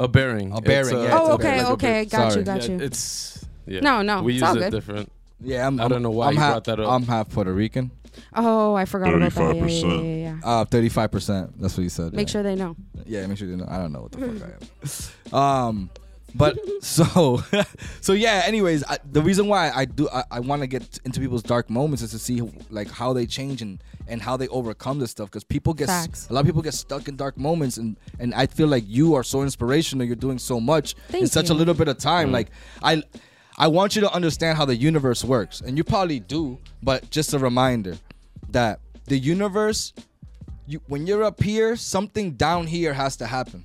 Speaker 3: A bearing.
Speaker 1: A
Speaker 3: It's
Speaker 1: bearing, yeah, it's
Speaker 2: oh,
Speaker 1: a
Speaker 2: okay,
Speaker 1: bearing.
Speaker 3: like a
Speaker 2: okay,
Speaker 3: bear-
Speaker 2: got
Speaker 1: Sorry.
Speaker 2: you, got
Speaker 3: Yeah,
Speaker 2: you.
Speaker 3: It's yeah.
Speaker 2: No, no,
Speaker 3: We
Speaker 2: it's
Speaker 3: use
Speaker 2: all
Speaker 3: it
Speaker 2: good.
Speaker 3: different.
Speaker 1: Yeah, I'm,
Speaker 3: I don't know why
Speaker 1: I'm
Speaker 3: you
Speaker 1: half,
Speaker 3: brought that up.
Speaker 1: I'm half Puerto Rican.
Speaker 2: Oh, I forgot about that. Yeah, yeah, yeah,
Speaker 4: 35%.
Speaker 2: yeah, yeah.
Speaker 1: Uh, 35. percent That's what you said.
Speaker 2: Make
Speaker 1: yeah.
Speaker 2: sure they know.
Speaker 1: Yeah, make sure you know. I don't know what the fuck I am. Um, but so, so yeah. Anyways, I, the reason why I do I, I want to get into people's dark moments is to see like how they change and and how they overcome this stuff because people get s-
Speaker 2: Facts.
Speaker 1: a lot of people get stuck in dark moments and and I feel like you are so inspirational. You're doing so much in
Speaker 2: Thank
Speaker 1: such a
Speaker 2: you.
Speaker 1: little bit of time. Like I. I want you to understand how the universe works, and you probably do, but just a reminder that the universe you when you're up here, something down here has to happen.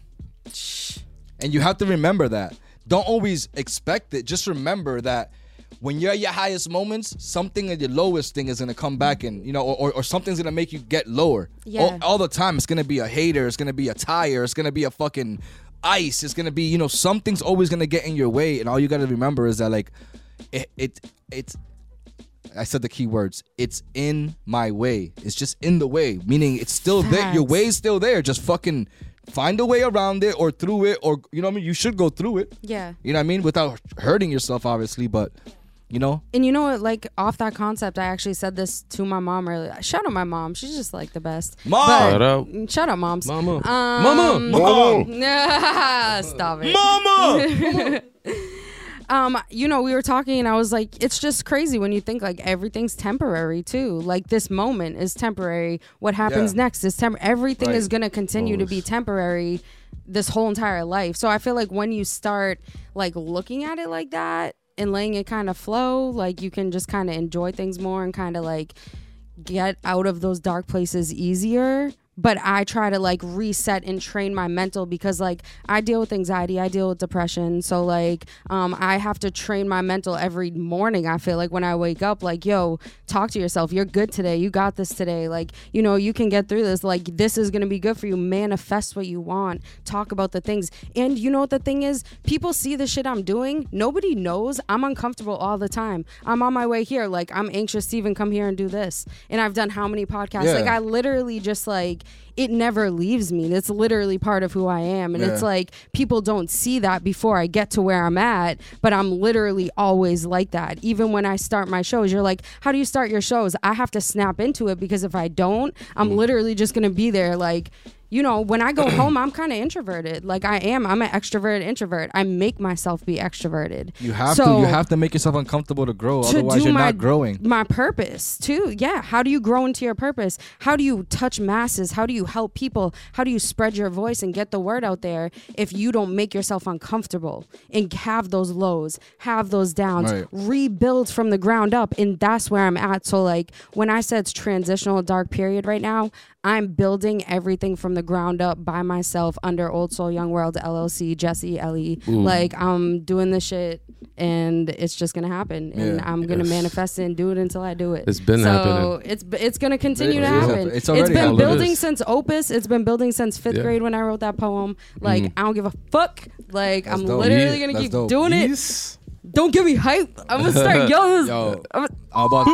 Speaker 1: And you have to remember that. Don't always expect it. Just remember that when you're at your highest moments, something at your lowest thing is gonna come back and you know, or, or, or something's gonna make you get lower.
Speaker 2: Yeah.
Speaker 1: All, all the time. It's gonna be a hater, it's gonna be a tire, it's gonna be a fucking ice, it's gonna be, you know, something's always gonna get in your way. And all you gotta remember is that like it, it it's I said the key words. It's in my way. It's just in the way. Meaning it's still there. Your
Speaker 2: Facts.
Speaker 1: way's still there. Just fucking find a way around it or through it or you know what I mean? You should go through it.
Speaker 2: Yeah.
Speaker 1: You know what I mean? Without hurting yourself, obviously, but you know?
Speaker 2: And you know what? Like off that concept, I actually said this to my mom earlier. Shout out my mom. She's just like the best.
Speaker 1: Mom!
Speaker 2: But-
Speaker 3: Shout out.
Speaker 2: Shout out, moms.
Speaker 3: Mama.
Speaker 2: Um,
Speaker 3: Mama.
Speaker 4: Oh,
Speaker 2: Stop it.
Speaker 1: Mama!
Speaker 2: um, you know, we were talking, and I was like, it's just crazy when you think like everything's temporary too. Like this moment is temporary. What happens
Speaker 1: Yeah.
Speaker 2: next is temporary. Everything is
Speaker 1: Right.
Speaker 2: gonna continue to be temporary this whole entire life. So I feel like when you start like looking at it like that and letting it kind of flow, like you can just kind of enjoy things more and kind of like get out of those dark places easier but I try to like reset and train my mental because like I deal with anxiety, I deal with depression. So like um I have to train my mental every morning. I feel like when I wake up like yo, talk to yourself. You're good today. You got this today. Like, you know, you can get through this. Like this is going to be good for you. Manifest what you want. Talk about the things. And you know what the thing is? People see the shit I'm doing. Nobody knows I'm uncomfortable all the time. I'm on my way here like I'm anxious to even come here and do this. And I've done how many podcasts?
Speaker 6: Yeah.
Speaker 2: Like I literally just like it never leaves me. That's literally part of who I am. And it's
Speaker 6: Yeah.
Speaker 2: like people don't see that before I get to where I'm at, but I'm literally always like that. Even when I start my shows, you're like, how do you start your shows? I have to snap into it because if I don't, I'm
Speaker 1: Mm.
Speaker 2: literally just going to be there like, you know, when I go home, I'm kind of introverted. Like I am, I'm an extroverted introvert. I make myself be extroverted.
Speaker 1: You have
Speaker 2: So-
Speaker 1: to. You have to make yourself uncomfortable to grow.
Speaker 2: to
Speaker 1: Otherwise,
Speaker 2: do
Speaker 1: you're
Speaker 2: my,
Speaker 1: not growing.
Speaker 2: My purpose too. Yeah. How do you grow into your purpose? How do you touch masses? How do you help people? How do you spread your voice and get the word out there if you don't make yourself uncomfortable and have those lows, have those downs,
Speaker 6: Right.
Speaker 2: rebuild from the ground up? And that's where I'm at. So like when I said it's transitional dark period right now, I'm building everything from the ground up by myself under Old Soul Young World LLC, Jesse Ellie. Like I'm doing this shit and it's just gonna happen and
Speaker 6: Yeah.
Speaker 2: I'm gonna manifest it and do it until I do it.
Speaker 3: It's been
Speaker 2: so
Speaker 3: happening.
Speaker 2: It's it's gonna continue
Speaker 1: It's
Speaker 2: to happen.
Speaker 1: happening. It's already
Speaker 2: it's been
Speaker 1: happening.
Speaker 2: building
Speaker 3: It is.
Speaker 2: since Opus. It's been building since fifth
Speaker 3: Yeah.
Speaker 2: grade when I wrote that poem. Like I don't give a fuck. Like I'm
Speaker 6: dope.
Speaker 2: literally
Speaker 6: Yeah,
Speaker 2: gonna
Speaker 6: that's
Speaker 2: keep
Speaker 6: dope.
Speaker 2: doing it. Don't give me hype. I'm gonna start yelling.
Speaker 6: Yo.
Speaker 2: I'm-
Speaker 1: All about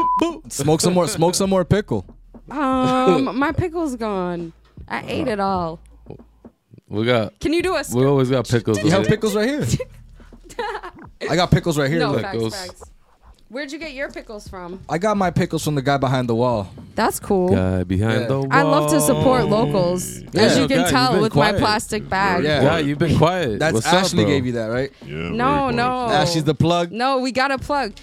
Speaker 1: smoke some more. Smoke some more pickle.
Speaker 2: um, my pickle's gone. I ate it all.
Speaker 3: We got.
Speaker 2: Can you do a
Speaker 3: We
Speaker 2: script?
Speaker 3: always got pickles.
Speaker 1: You have
Speaker 3: with it.
Speaker 1: pickles right here. I got pickles right here.
Speaker 2: No,
Speaker 1: Look,
Speaker 3: look,
Speaker 2: facts,
Speaker 3: those-
Speaker 2: facts. Where'd you get your pickles from?
Speaker 1: I got my pickles from the guy behind the wall.
Speaker 2: That's cool.
Speaker 3: Guy behind
Speaker 1: Yeah.
Speaker 3: the
Speaker 2: I love to
Speaker 3: wall.
Speaker 2: support locals, as
Speaker 3: Yeah,
Speaker 2: you can
Speaker 3: okay, you've
Speaker 2: tell
Speaker 3: been
Speaker 2: with
Speaker 3: quiet.
Speaker 2: my plastic bag.
Speaker 1: Yeah.
Speaker 3: Yeah, you've been quiet.
Speaker 1: That's
Speaker 3: What's up,
Speaker 1: Ashley
Speaker 3: bro?
Speaker 1: gave you that, right?
Speaker 4: Yeah.
Speaker 2: No,
Speaker 4: very
Speaker 2: no.
Speaker 4: much.
Speaker 1: Ashley's Ah, the plug.
Speaker 2: Oh. No, we got a plug.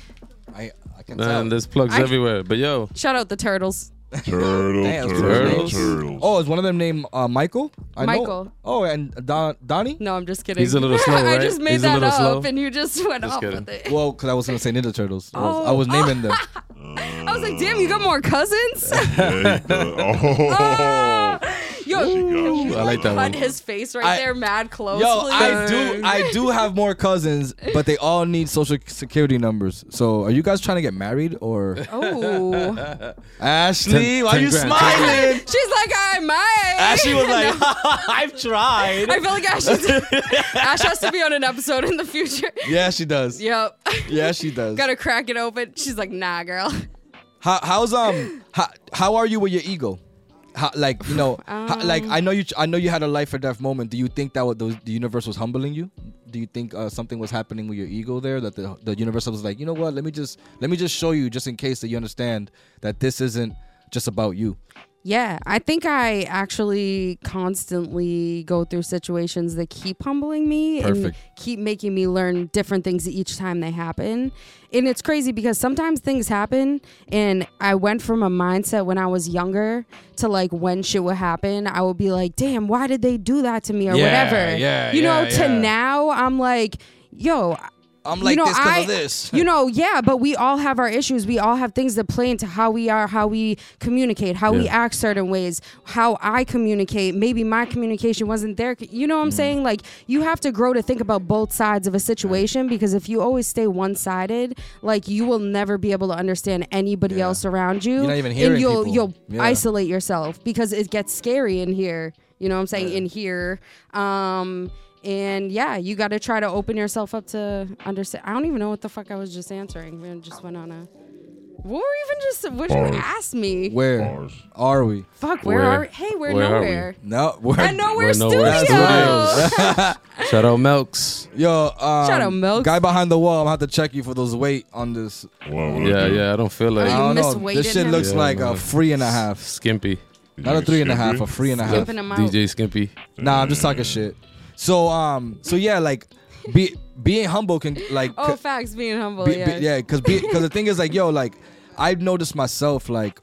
Speaker 1: I, I can
Speaker 3: Man,
Speaker 1: tell.
Speaker 3: there's plugs
Speaker 2: I-
Speaker 3: everywhere. But yo,
Speaker 2: Shout out the turtles.
Speaker 4: Turtle,
Speaker 1: Damn,
Speaker 4: turtle,
Speaker 3: turtles.
Speaker 4: turtles.
Speaker 1: Oh, is one of them named uh, Michael? I know-
Speaker 2: Michael.
Speaker 1: Oh, and Don, Donnie.
Speaker 2: No, I'm just kidding.
Speaker 3: He's a little slow,
Speaker 2: I
Speaker 3: right?
Speaker 2: just made
Speaker 3: He's a
Speaker 2: that
Speaker 3: little
Speaker 2: up,
Speaker 3: slow.
Speaker 2: and you just went
Speaker 3: Just
Speaker 2: off
Speaker 3: kidding.
Speaker 2: with it.
Speaker 1: Well, because I was gonna say Ninja Turtles. I was, I
Speaker 2: Oh.
Speaker 1: was naming them.
Speaker 2: I was like, damn, you got more cousins.
Speaker 4: Yeah, he does. oh.
Speaker 2: Yo,
Speaker 4: Ooh,
Speaker 2: you
Speaker 4: I like
Speaker 3: that
Speaker 2: cut
Speaker 3: one.
Speaker 2: his face right
Speaker 1: I-
Speaker 2: there, mad close.
Speaker 1: Yo, I
Speaker 2: please.
Speaker 1: do, I do have more cousins, but they all need social security numbers. So, are you guys trying to get married or?
Speaker 2: Oh,
Speaker 1: Ashley, why
Speaker 3: ten
Speaker 1: you
Speaker 3: grand,
Speaker 1: smiling?
Speaker 2: she's like, I might.
Speaker 1: Ashley was like,
Speaker 2: No,
Speaker 1: I've tried.
Speaker 2: I feel like Ash, is, Ash has to be on an episode in the future.
Speaker 1: Yeah, she does.
Speaker 2: Yep.
Speaker 1: Yeah, she does.
Speaker 2: Gotta crack it open. She's like, nah, girl.
Speaker 1: How, how's um how, how are you with your ego? How, like you know, how- like
Speaker 2: Um.
Speaker 1: I know you I know you had a life or death moment. Do you think that what those, the universe was humbling you? Do you think uh, something was happening with your ego there that the the universe was like, you know what? Let me just let me just show you just in case that you understand that this isn't just about you.
Speaker 2: Yeah, I think I actually constantly go through situations that keep humbling me and
Speaker 1: Perfect.
Speaker 2: keep making me learn different things each time they happen. And it's crazy because sometimes things happen and I went from a mindset when I was younger to like when shit would happen, I would be like, "Damn, why did they do that to me?" or whatever.
Speaker 1: yeah,
Speaker 2: you know,
Speaker 1: yeah,
Speaker 2: to
Speaker 1: yeah.
Speaker 2: now I'm like, "Yo,
Speaker 1: I'm
Speaker 2: you
Speaker 1: like
Speaker 2: know,
Speaker 1: this because
Speaker 2: I-
Speaker 1: of this.
Speaker 2: You know, yeah, but we all have our issues. We all have things that play into how we are, how we communicate, how we act certain ways, how I communicate. Maybe my communication wasn't there. You know what I'm saying? Like, you have to grow to think about both sides of a situation because if you always stay one sided, like, you will never be able to understand anybody else around you.
Speaker 1: You're not even hearing
Speaker 2: And you'll,
Speaker 1: people.
Speaker 2: you'll
Speaker 1: Yeah.
Speaker 2: isolate yourself because it gets scary in here. You know what I'm saying? In here. Um, and yeah, you got to try to open yourself up to understand. I don't even know what the fuck I was just answering. We just went on a. What were you even just? What you
Speaker 4: Bars.
Speaker 2: asked me?
Speaker 1: where
Speaker 4: Bars.
Speaker 1: are we?
Speaker 2: fuck, where,
Speaker 3: Where-
Speaker 2: are? Hey, we're
Speaker 3: where are we?
Speaker 2: nowhere.
Speaker 1: No, we're
Speaker 2: And nowhere
Speaker 3: nowhere
Speaker 2: studios.
Speaker 3: shout out Melks.
Speaker 1: Yo, um,
Speaker 2: Shut up, Milk.
Speaker 1: guy behind the wall. I'm gonna have to check you for those weight on this.
Speaker 4: Wow, what I
Speaker 3: Yeah,
Speaker 1: Mm-hmm.
Speaker 4: do?
Speaker 3: yeah. I don't feel like
Speaker 2: Are
Speaker 1: I don't
Speaker 2: you
Speaker 1: know.
Speaker 2: misweighted
Speaker 1: This shit
Speaker 2: him?
Speaker 1: looks
Speaker 3: Yeah,
Speaker 1: like a
Speaker 3: no.
Speaker 1: three and a half.
Speaker 3: skimpy.
Speaker 4: Did
Speaker 1: Not
Speaker 4: you
Speaker 1: a three and a half,
Speaker 4: skip
Speaker 1: a
Speaker 4: it?
Speaker 1: three and a half.
Speaker 2: Skimping him out.
Speaker 3: DJ Skimpy.
Speaker 1: Nah, I'm just talking shit. So um, so yeah, like be being humble can like
Speaker 2: Oh,
Speaker 1: c-
Speaker 2: facts. Being humble.
Speaker 1: be-
Speaker 2: yeah.
Speaker 1: be- yeah, because because the thing is like yo, like I've noticed myself like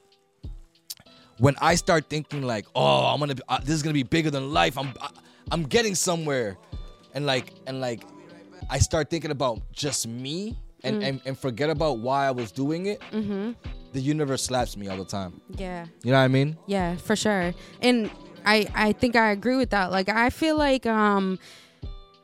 Speaker 1: when I start thinking like oh I'm gonna be, uh, this is gonna be bigger than life. I'm I, I'm getting somewhere, and like and like I start thinking about just me. And,
Speaker 2: Mm.
Speaker 1: and, and forget about why I was doing it. Mm-hmm. The universe slaps me all the time.
Speaker 2: Yeah.
Speaker 1: You know what I mean?
Speaker 2: Yeah, for sure. And I I think I agree with that. Like I feel like um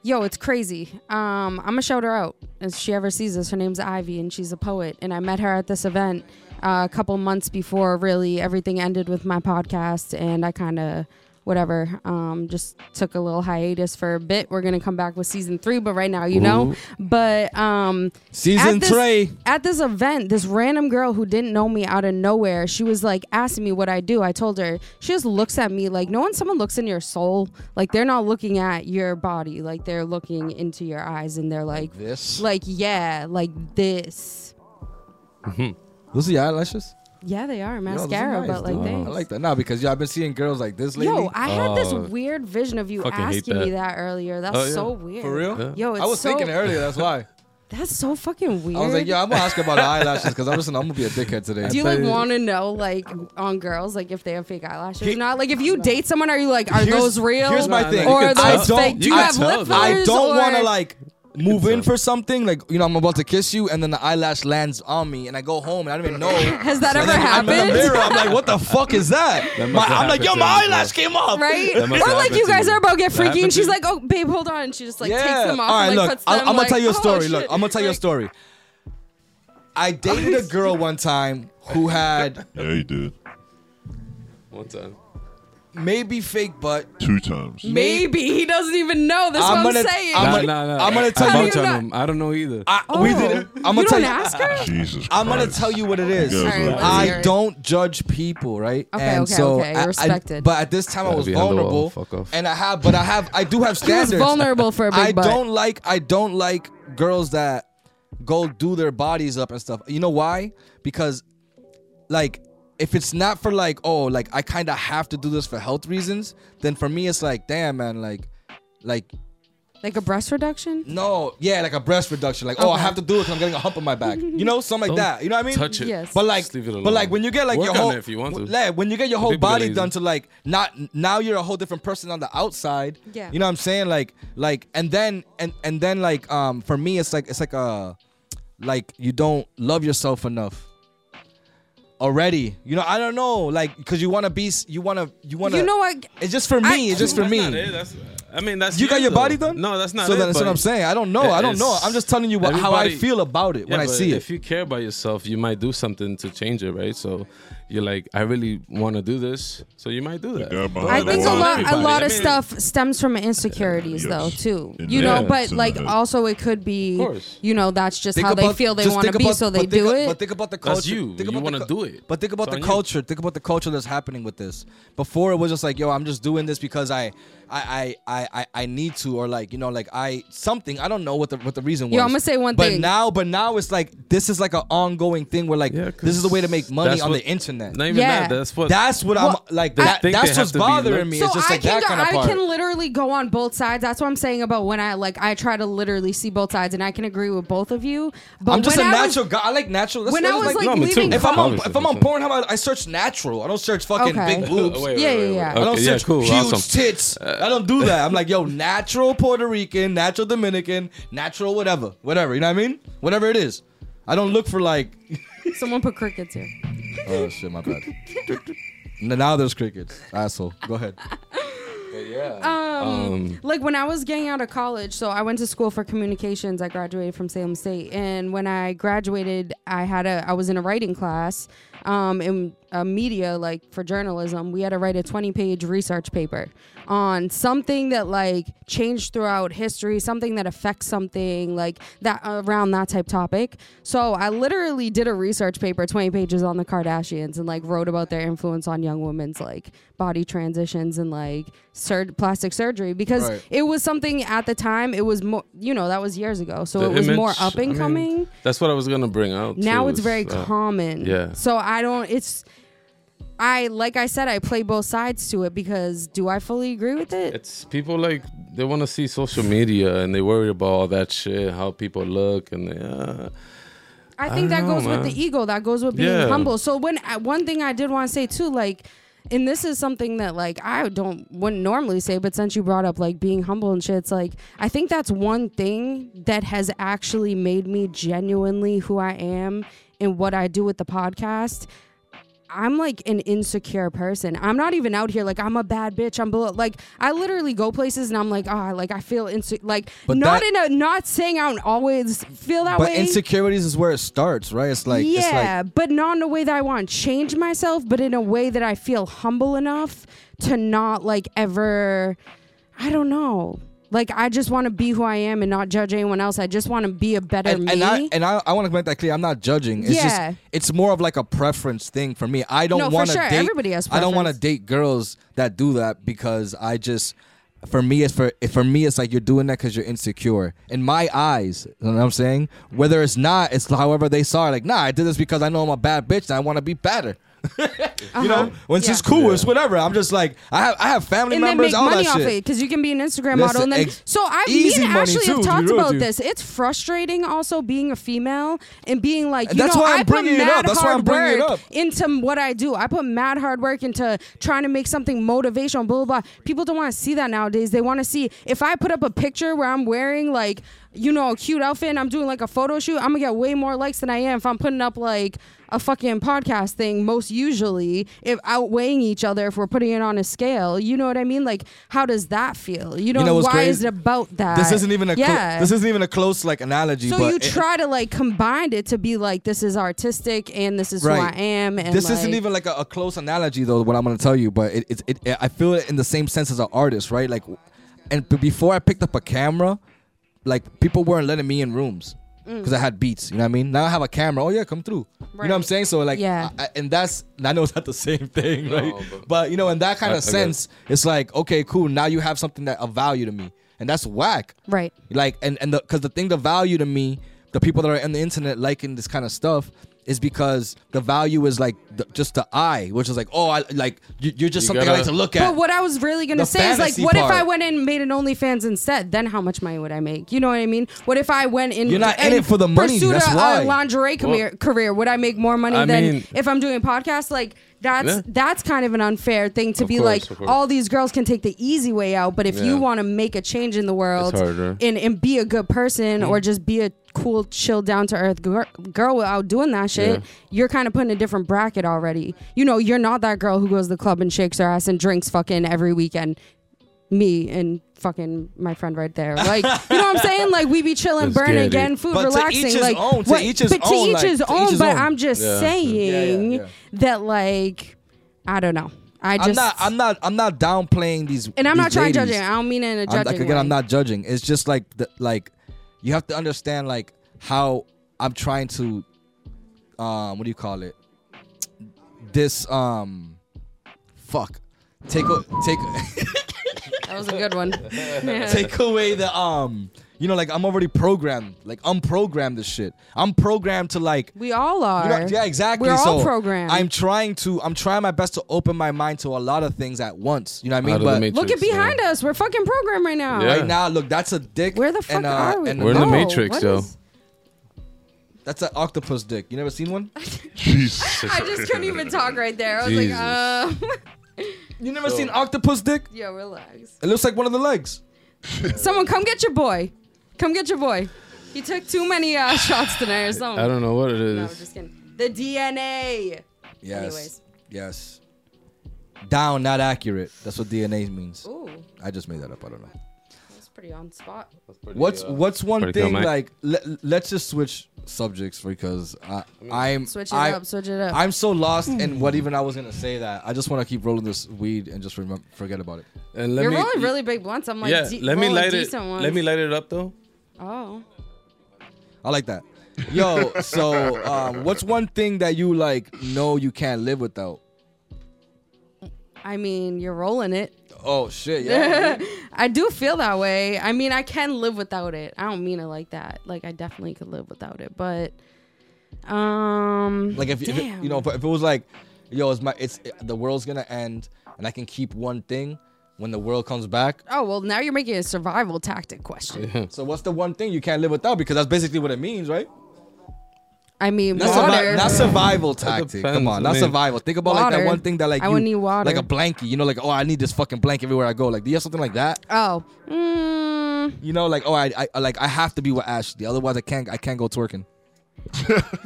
Speaker 2: yo, it's crazy. Um I'm gonna shout her out if she ever sees this. Her name's Ivy and she's a poet and I met her at this event uh, a couple months before really everything ended with my podcast and I kind of whatever um just took a little hiatus for a bit we're gonna come back with season three but right now you know
Speaker 3: Ooh.
Speaker 2: but um
Speaker 1: Season
Speaker 2: at this-
Speaker 1: three.
Speaker 2: At this event, this random girl who didn't know me out of nowhere, she was like asking me what I do. I told her, she just looks at me like, no one, someone looks in your soul. Like they're not looking at your body, like they're looking into your eyes and they're like,
Speaker 1: This.
Speaker 2: like, yeah, like this.
Speaker 1: Those are your eyelashes?
Speaker 2: Yeah, they are
Speaker 1: Yo, those are
Speaker 2: mascara,
Speaker 1: nice,
Speaker 2: but like,
Speaker 1: dude.
Speaker 2: thanks.
Speaker 1: I like that. Nah, because yo, I've been seeing girls like this lately.
Speaker 2: Yo, I had this
Speaker 3: Oh.
Speaker 2: weird vision of you
Speaker 3: Fucking hate
Speaker 2: asking me that
Speaker 3: that.
Speaker 2: earlier. That's
Speaker 3: Oh, yeah.
Speaker 2: so weird.
Speaker 1: For real?
Speaker 3: Yeah.
Speaker 2: Yo, it's
Speaker 1: I was
Speaker 2: so,
Speaker 1: thinking earlier, that's why.
Speaker 2: That's so fucking weird.
Speaker 1: I was like, yo, I'm gonna ask about the eyelashes because I'm just, I'm gonna be a dickhead today.
Speaker 2: Do you
Speaker 3: thought
Speaker 2: like
Speaker 3: it-
Speaker 2: want to know like on girls like if they have fake eyelashes
Speaker 1: He-
Speaker 2: or not? Like if you date someone, are you like are
Speaker 1: Here's-
Speaker 2: those real?
Speaker 1: Here's my thing.
Speaker 2: Or
Speaker 1: You
Speaker 2: are
Speaker 1: can tell.
Speaker 2: those fake? Do you
Speaker 3: I
Speaker 2: have lip
Speaker 3: tell.
Speaker 1: I
Speaker 2: fillers?
Speaker 1: don't want
Speaker 2: or-
Speaker 1: to like move in
Speaker 3: tell.
Speaker 1: for something. Like you know, I'm about to kiss you, and then the eyelash lands on me, and I go home, and I don't even know.
Speaker 2: Has that
Speaker 1: And
Speaker 2: ever
Speaker 1: then I'm in the mirror.
Speaker 2: happened?
Speaker 1: I'm like, what the fuck is that?
Speaker 3: That must
Speaker 1: my,
Speaker 3: have
Speaker 1: I'm like, yo,
Speaker 3: happened
Speaker 1: my
Speaker 3: to me
Speaker 1: eyelash
Speaker 3: before.
Speaker 1: came off.
Speaker 2: Right?
Speaker 3: That must
Speaker 2: Or
Speaker 3: have
Speaker 2: like you
Speaker 3: happened to
Speaker 2: guys
Speaker 3: me.
Speaker 2: are about to get
Speaker 3: That
Speaker 2: freaky, and
Speaker 3: happened to
Speaker 2: she's
Speaker 3: me.
Speaker 2: like, "Oh, babe, hold on." She just like takes them off.
Speaker 1: All right,
Speaker 2: and, like,
Speaker 1: look,
Speaker 2: puts
Speaker 1: I'm,
Speaker 2: them,
Speaker 1: I'm
Speaker 2: like,
Speaker 1: gonna tell you a
Speaker 2: oh,
Speaker 1: story.
Speaker 2: shit.
Speaker 1: look, I'm gonna tell you a
Speaker 2: Like,
Speaker 1: story. I dated a girl one time who had
Speaker 4: Yeah, he did.
Speaker 3: One time.
Speaker 1: maybe fake butt.
Speaker 4: Two times.
Speaker 2: Maybe he doesn't even know. That's
Speaker 1: I'm
Speaker 2: what I'm
Speaker 1: gonna-
Speaker 2: saying.
Speaker 1: I'm
Speaker 3: nah,
Speaker 1: gonna-
Speaker 3: nah, nah.
Speaker 1: I'm gonna tell
Speaker 3: I
Speaker 2: you-
Speaker 3: vouch
Speaker 2: How do you
Speaker 3: on him. I don't know either.
Speaker 1: I, we
Speaker 2: Oh.
Speaker 1: did. I'm gonna
Speaker 2: you
Speaker 1: tell
Speaker 2: don't
Speaker 1: you.
Speaker 2: ask her.
Speaker 4: Jesus Christ.
Speaker 1: I'm gonna tell you what it is.
Speaker 4: You guys
Speaker 2: Alright,
Speaker 4: are
Speaker 2: let's
Speaker 4: crazy.
Speaker 2: hear
Speaker 1: I
Speaker 2: it.
Speaker 1: don't judge people, right?
Speaker 2: Okay,
Speaker 1: and
Speaker 2: okay,
Speaker 1: so
Speaker 2: okay,
Speaker 1: I- I-
Speaker 2: respected.
Speaker 1: but at this time, I
Speaker 3: Gotta
Speaker 1: was
Speaker 3: be underworld,
Speaker 1: vulnerable,
Speaker 3: fuck off.
Speaker 1: and I have, but I have, I do have
Speaker 2: He was
Speaker 1: standards.
Speaker 2: vulnerable for a big
Speaker 1: I
Speaker 2: butt.
Speaker 1: don't like, I don't like girls that go do their bodies up and stuff. You know why? Because, like, if it's not for like, oh, like I kind of have to do this for health reasons, then for me it's like, damn, man, like, like
Speaker 2: like a breast reduction.
Speaker 1: no, yeah, like a breast reduction, like, oh, I
Speaker 2: Okay.
Speaker 1: have to do it because I'm getting a hump on my back. You know, something like
Speaker 3: Don't
Speaker 1: that. You know what I mean?
Speaker 3: Touch it.
Speaker 2: Yes.
Speaker 1: But like,
Speaker 3: Just leave it alone.
Speaker 1: but like when you get like
Speaker 3: Work
Speaker 1: your
Speaker 3: on
Speaker 1: whole,
Speaker 3: it if you want to.
Speaker 1: Yeah, when you get your whole
Speaker 3: People are
Speaker 1: body
Speaker 3: lazy.
Speaker 1: done to like not now you're a whole different person on the outside.
Speaker 2: Yeah.
Speaker 1: you know what I'm saying? Like, like, and then and and then like um for me it's like it's like a like you don't love yourself enough already. You know I don't know like because you want to be s- you want to you want to
Speaker 2: You know what?
Speaker 1: It's just for me.
Speaker 2: I-
Speaker 1: it's just for
Speaker 3: That's
Speaker 1: me.
Speaker 3: not it. That's- I mean, that's
Speaker 1: You got
Speaker 3: yours,
Speaker 1: your body
Speaker 3: though.
Speaker 1: done?
Speaker 3: No, that's not
Speaker 1: So
Speaker 3: it.
Speaker 1: that's what
Speaker 3: but-
Speaker 1: I'm saying. I don't know. I don't know.
Speaker 3: It's-
Speaker 1: I'm just telling you what, how I
Speaker 3: everybody-
Speaker 1: feel about it when
Speaker 3: Yeah,
Speaker 1: I
Speaker 3: but
Speaker 1: see it.
Speaker 3: If you care about yourself, you might do something to change it, right? So you're like, I really want to do this, so you might do that.
Speaker 4: guy
Speaker 1: Oh,
Speaker 4: behind
Speaker 2: I
Speaker 4: the
Speaker 2: think a
Speaker 4: wall.
Speaker 2: lot, a
Speaker 3: everybody.
Speaker 2: lot
Speaker 3: I
Speaker 2: of
Speaker 3: mean-
Speaker 2: stuff stems from insecurities,
Speaker 4: Yes.
Speaker 2: though, too.
Speaker 4: In
Speaker 2: You
Speaker 4: the
Speaker 2: know,
Speaker 4: head,
Speaker 2: but
Speaker 4: it's in
Speaker 2: like
Speaker 4: the head.
Speaker 2: also it could be,
Speaker 3: course.
Speaker 2: you know, that's just
Speaker 1: Think
Speaker 2: how they
Speaker 1: about-
Speaker 2: feel they
Speaker 1: just
Speaker 2: want to
Speaker 1: think
Speaker 2: be,
Speaker 1: about-
Speaker 2: so they
Speaker 1: but think
Speaker 2: do
Speaker 1: a-
Speaker 2: it.
Speaker 1: But think about the culture.
Speaker 3: That's you.
Speaker 1: Think
Speaker 3: You
Speaker 1: about the
Speaker 3: wanna
Speaker 1: cul-
Speaker 3: do it.
Speaker 1: But think about the
Speaker 3: It's on you.
Speaker 1: culture. Think about the culture that's happening with this. Before it was just like, yo, I'm just doing this because I, I, I, I, I, I need to, or like, you know, like I something. I don't know what the what the reason was.
Speaker 2: Yo, I'ma say one
Speaker 1: but But
Speaker 2: thing.
Speaker 1: now, but now it's like this is like an ongoing thing where like
Speaker 3: Yeah, 'cause
Speaker 1: this is the way to make money
Speaker 3: that's
Speaker 1: on
Speaker 3: what-
Speaker 1: the internet.
Speaker 3: Not even
Speaker 2: Yeah.
Speaker 3: that. That's what.
Speaker 1: That's what
Speaker 2: Well,
Speaker 1: I'm like.
Speaker 3: I-
Speaker 1: That,
Speaker 3: think
Speaker 1: that's
Speaker 3: they have
Speaker 1: what's
Speaker 3: to be
Speaker 1: bothering
Speaker 3: lit.
Speaker 1: me.
Speaker 2: so
Speaker 1: it's just
Speaker 2: I
Speaker 1: like
Speaker 2: can
Speaker 1: that
Speaker 2: go,
Speaker 1: kind of
Speaker 2: I
Speaker 1: part.
Speaker 2: can literally go on both sides. That's what I'm saying about when I like I try to literally see both sides, and I can agree with both of you. But
Speaker 1: I'm just a
Speaker 2: when I was-
Speaker 1: natural guy. I like natural. That's
Speaker 2: when
Speaker 1: what
Speaker 2: I
Speaker 1: it's
Speaker 2: was like,
Speaker 3: No, me too.
Speaker 2: leaving,
Speaker 1: if I'm on,
Speaker 3: Obviously,
Speaker 1: if I'm on
Speaker 3: that's what
Speaker 1: Pornhub, I, I search natural. I don't search fucking
Speaker 2: Okay.
Speaker 1: big
Speaker 3: Oh,
Speaker 1: boobs.
Speaker 3: wait, wait,
Speaker 2: Yeah,
Speaker 3: wait,
Speaker 2: yeah,
Speaker 3: wait.
Speaker 2: yeah.
Speaker 3: Okay,
Speaker 1: I don't
Speaker 3: yeah,
Speaker 1: search
Speaker 3: cool,
Speaker 1: huge
Speaker 3: awesome.
Speaker 1: tits. I don't do that. I'm like, yo, natural Puerto Rican, natural Dominican, natural whatever, whatever. You know what I mean? Whatever it is. I don't look for like.
Speaker 2: someone put crickets here.
Speaker 1: Oh shit, my bad. N- now there's crickets. Asshole. Go ahead.
Speaker 2: Uh,
Speaker 3: Um,
Speaker 2: like when I was getting out of college, so I went to school for communications. I graduated from Salem State, and when I graduated, I had a I was in a writing class, um, in uh, media like for journalism. We had to write a twenty page research paper on something that like changed throughout history, something that affects something like that around that type topic. So I literally did a research paper, twenty pages on the Kardashians, and like wrote about their influence on young women's like body transitions and like sur- plastic surgery because
Speaker 1: Right.
Speaker 2: it was something at the time it was more you know that was years ago so
Speaker 3: the
Speaker 2: it was
Speaker 3: image,
Speaker 2: more up
Speaker 3: I
Speaker 2: and
Speaker 3: mean,
Speaker 2: coming
Speaker 3: that's what I was gonna bring out.
Speaker 2: now
Speaker 3: too,
Speaker 2: it's
Speaker 3: is,
Speaker 2: very
Speaker 3: uh,
Speaker 2: common
Speaker 3: yeah.
Speaker 2: so i don't it's i like i said i play both sides to it because do i fully agree with it
Speaker 3: It's people like they want to see social media and they worry about all that shit, how people look, and they, uh,
Speaker 2: I think
Speaker 3: I
Speaker 2: that
Speaker 3: don't
Speaker 2: goes
Speaker 3: know,
Speaker 2: with
Speaker 3: man.
Speaker 2: the ego. That goes with being
Speaker 3: Yeah.
Speaker 2: humble. So when I- one thing I did want to say too, like, and this is something that like I don't wouldn't normally say, but since you brought up like being humble and shit, it's like I think that's one thing that has actually made me genuinely who I am and what I do with the podcast. I'm like an insecure person. I'm not even out here like I'm a bad bitch. I'm below. Like I literally go places and I'm like, ah, like I feel insecure. Like
Speaker 1: But
Speaker 2: not
Speaker 1: that-
Speaker 2: in a not saying I don't always feel that
Speaker 1: But
Speaker 2: way.
Speaker 1: insecurities is where it starts, right? It's like it's like
Speaker 2: yeah, but not in a way that I want to change myself, but in a way that I feel humble enough to not like ever, I don't know. Like I just want to be who I am and not judge anyone else. I just want to be a better
Speaker 1: and,
Speaker 2: me.
Speaker 1: and I and I, I want to make that clear. I'm not judging. It's
Speaker 2: Yeah.
Speaker 1: just it's more of like a preference thing for me. I don't
Speaker 2: No, for
Speaker 1: want to
Speaker 2: sure.
Speaker 1: date.
Speaker 2: Everybody has
Speaker 1: I don't want to
Speaker 2: preference.
Speaker 1: date girls that do that because I just for me it's for for me it's like you're doing that because you're insecure in my eyes. You know what I'm saying? Whether it's not, it's however they saw it. Like, nah, I did this because I know I'm a bad bitch and I want to be better. You know, when she's
Speaker 2: Uh-huh. Yeah.
Speaker 1: cool, it's whatever. I'm just like I have I have family
Speaker 2: and then
Speaker 1: members,
Speaker 2: make
Speaker 1: all
Speaker 2: money
Speaker 1: that
Speaker 2: off
Speaker 1: shit.
Speaker 2: it because you can be an Instagram model.
Speaker 1: Listen,
Speaker 2: And then,
Speaker 1: ex-
Speaker 2: so I, me
Speaker 1: easy
Speaker 2: and
Speaker 1: money too,
Speaker 2: Ashley
Speaker 1: to
Speaker 2: have
Speaker 1: be
Speaker 2: talked
Speaker 1: real with
Speaker 2: about
Speaker 1: you.
Speaker 2: this. It's frustrating also being a female and being like,
Speaker 1: And
Speaker 2: you
Speaker 1: that's
Speaker 2: know,
Speaker 1: why I'm
Speaker 2: I put
Speaker 1: bringing it up.
Speaker 2: mad
Speaker 1: That's why I'm
Speaker 2: hard
Speaker 1: bringing it
Speaker 2: work
Speaker 1: up.
Speaker 2: into what I do. I put mad hard work into trying to make something motivational. Blah blah. blah. People don't want to see that nowadays. They want to see if I put up a picture where I'm wearing like you know a cute outfit and I'm doing like a photo shoot. I'm gonna get way more likes than I am if I'm putting up like a fucking podcast thing most usually if outweighing each other if we're putting it on a scale you know what i mean like how does that feel you know,
Speaker 1: know what's
Speaker 2: why
Speaker 1: crazy?
Speaker 2: is it about that
Speaker 1: This isn't even a clo-
Speaker 2: yeah
Speaker 1: this isn't even a close like analogy.
Speaker 2: so
Speaker 1: but
Speaker 2: you
Speaker 1: it-
Speaker 2: try to like combine it to be like this is artistic and this is who i am and
Speaker 1: this isn't
Speaker 2: like-
Speaker 1: even like a, a close analogy though. What I'm gonna tell you, but it, it, it, I feel it in the same sense as an artist, right? Like, and b- before I picked up a camera, like people weren't letting me in rooms
Speaker 2: Mm.
Speaker 1: because I had beats. You know what I mean? Now I have a camera. Oh yeah, come through. You know what I'm
Speaker 2: Right.
Speaker 1: saying? So like,
Speaker 2: Yeah.
Speaker 1: I, I- and that's I know it's not the same thing, right? but,
Speaker 3: but-
Speaker 1: you know, in that kind
Speaker 3: I- I
Speaker 1: of
Speaker 3: get it.
Speaker 1: sense, it's like okay, cool. Now you have something that of value to me, and that's whack.
Speaker 2: right
Speaker 1: Like and and the because the thing the value to me, the people that are on the internet liking this kind of stuff is because the value is like the, just the eye, which is like oh I like you, you're just
Speaker 3: You
Speaker 1: something I
Speaker 3: gotta-
Speaker 1: like to look at.
Speaker 2: but what I was really gonna
Speaker 1: The
Speaker 2: say is like,
Speaker 1: fantasy
Speaker 2: what if I
Speaker 1: part.
Speaker 2: went in and made an OnlyFans instead? Then how much money would I make? You know what I mean? What if I went in?
Speaker 1: You're not in
Speaker 2: and
Speaker 1: it for the money,
Speaker 2: Pursued
Speaker 1: that's
Speaker 2: a,
Speaker 1: why.
Speaker 2: a lingerie career, career. Would I make more money
Speaker 3: I
Speaker 2: than
Speaker 3: mean-
Speaker 2: if I'm doing a podcast? Like that's
Speaker 3: Yeah.
Speaker 2: that's kind of an unfair thing to
Speaker 3: Of
Speaker 2: be
Speaker 3: course, of
Speaker 2: like.
Speaker 3: course.
Speaker 2: All these girls can take the easy way out, but if you
Speaker 3: Yeah.
Speaker 2: want to make a change in the world
Speaker 3: harder. Mm-hmm.
Speaker 2: and and be a good person or just be a cool, chill, down to earth girl, girl without doing that shit,
Speaker 3: Yeah.
Speaker 2: you're kind of put in a different bracket already. You know, you're not that girl who goes to the club and shakes her ass and drinks fucking every weekend. Me and fucking my friend right there. Like, you know what I'm saying? Like, we be chilling,
Speaker 3: Let's
Speaker 2: burning
Speaker 3: get it.
Speaker 2: again, food,
Speaker 1: But to each
Speaker 2: relaxing.
Speaker 1: his
Speaker 2: like,
Speaker 1: own, to each his
Speaker 2: but
Speaker 1: own,
Speaker 2: to each
Speaker 1: like,
Speaker 2: his
Speaker 1: to each
Speaker 2: own.
Speaker 1: his
Speaker 2: but
Speaker 1: own.
Speaker 2: I'm just
Speaker 3: Yeah.
Speaker 2: saying
Speaker 1: Yeah, yeah, yeah.
Speaker 2: that, like, I don't know. I just
Speaker 1: I'm not I'm not I'm not downplaying these
Speaker 2: and I'm
Speaker 1: these
Speaker 2: not trying to
Speaker 1: ladies.
Speaker 2: judge it. I don't mean it in a
Speaker 1: I'm,
Speaker 2: judging
Speaker 1: like again,
Speaker 2: way.
Speaker 1: I'm not judging. It's just like the, like you have to understand like how I'm trying to um what do you call it? This um fuck take a, take
Speaker 2: That was a good one.
Speaker 1: take away the um you know like i'm already programmed like i'm programmed this shit i'm programmed to like
Speaker 2: we all are.
Speaker 1: you know- yeah exactly
Speaker 2: We're all
Speaker 1: So
Speaker 2: programmed.
Speaker 1: i'm trying to i'm trying my best to open my mind to a lot of things at once you know what i mean
Speaker 3: Out of the
Speaker 1: but
Speaker 3: matrix,
Speaker 2: Look at
Speaker 3: yeah.
Speaker 2: behind us. We're fucking programmed right now.
Speaker 3: Yeah.
Speaker 1: right now look that's a dick
Speaker 2: Where the fuck
Speaker 1: and, uh,
Speaker 2: are we?
Speaker 1: and
Speaker 3: We're in the
Speaker 2: Oh,
Speaker 3: Matrix,
Speaker 2: what
Speaker 3: yo.
Speaker 2: is-
Speaker 1: that's an octopus dick you never seen one
Speaker 4: Jesus.
Speaker 2: I just couldn't even talk right there. I was
Speaker 3: Jesus.
Speaker 2: like, uh,
Speaker 1: you never seen octopus dick
Speaker 2: yo, relax.
Speaker 1: it looks like one of the legs
Speaker 2: Someone come get your boy. Come get your boy. He took too many uh, shots tonight or something.
Speaker 3: I don't know what it
Speaker 2: No,
Speaker 3: is.
Speaker 2: just kidding. The DNA.
Speaker 1: yes
Speaker 2: Anyways.
Speaker 1: yes down not accurate that's what dna means
Speaker 2: Ooh,
Speaker 1: i just made that up i don't know
Speaker 2: that's pretty on spot.
Speaker 1: What's what's one
Speaker 3: Pretty cool,
Speaker 1: thing
Speaker 3: mate.
Speaker 1: like? Let, let's just switch subjects because I, I'm
Speaker 2: Switch it
Speaker 1: I,
Speaker 2: up. Switch it up.
Speaker 1: I'm so lost in what even I was gonna say that I just want to keep rolling this weed and just remember, forget about it.
Speaker 3: And let
Speaker 2: You're
Speaker 3: me,
Speaker 2: rolling really big blunts. I'm like,
Speaker 3: yeah.
Speaker 2: de-
Speaker 3: let me
Speaker 2: rolling
Speaker 3: light it.
Speaker 2: decent Ones.
Speaker 3: Let me light it up though.
Speaker 2: Oh.
Speaker 1: I like that. Yo, so um, what's one thing that you like know you can't live without?
Speaker 2: I mean, you're rolling it.
Speaker 1: Oh shit, yeah.
Speaker 2: I do feel that way. I mean, I can live without it. I don't mean it like that. Like I definitely could live without it, but um
Speaker 1: like if, if it,
Speaker 2: damn.
Speaker 1: you know if, if it was like, yo, it's my it's the world's gonna end and I can keep one thing when the world comes back.
Speaker 2: Oh, well, now you're making a survival tactic
Speaker 3: Hmm.
Speaker 2: question.
Speaker 1: So what's the one thing you can't live without? Because that's basically what it means, right?
Speaker 2: I mean,
Speaker 1: Not,
Speaker 2: water.
Speaker 1: survi- not survival tactic. Come
Speaker 3: depends.
Speaker 1: on,
Speaker 3: I
Speaker 1: not
Speaker 3: mean-
Speaker 1: survival. Think about like that
Speaker 2: Water.
Speaker 1: one thing that like
Speaker 2: I
Speaker 1: you
Speaker 2: would need water.
Speaker 1: like a blanket. You know, like oh, I need this fucking blanket everywhere I go. Like, do you have something like that?
Speaker 2: oh. Mm,
Speaker 1: You know, like oh, I, I like I have to be with Ashley, otherwise I can't I can't go twerking.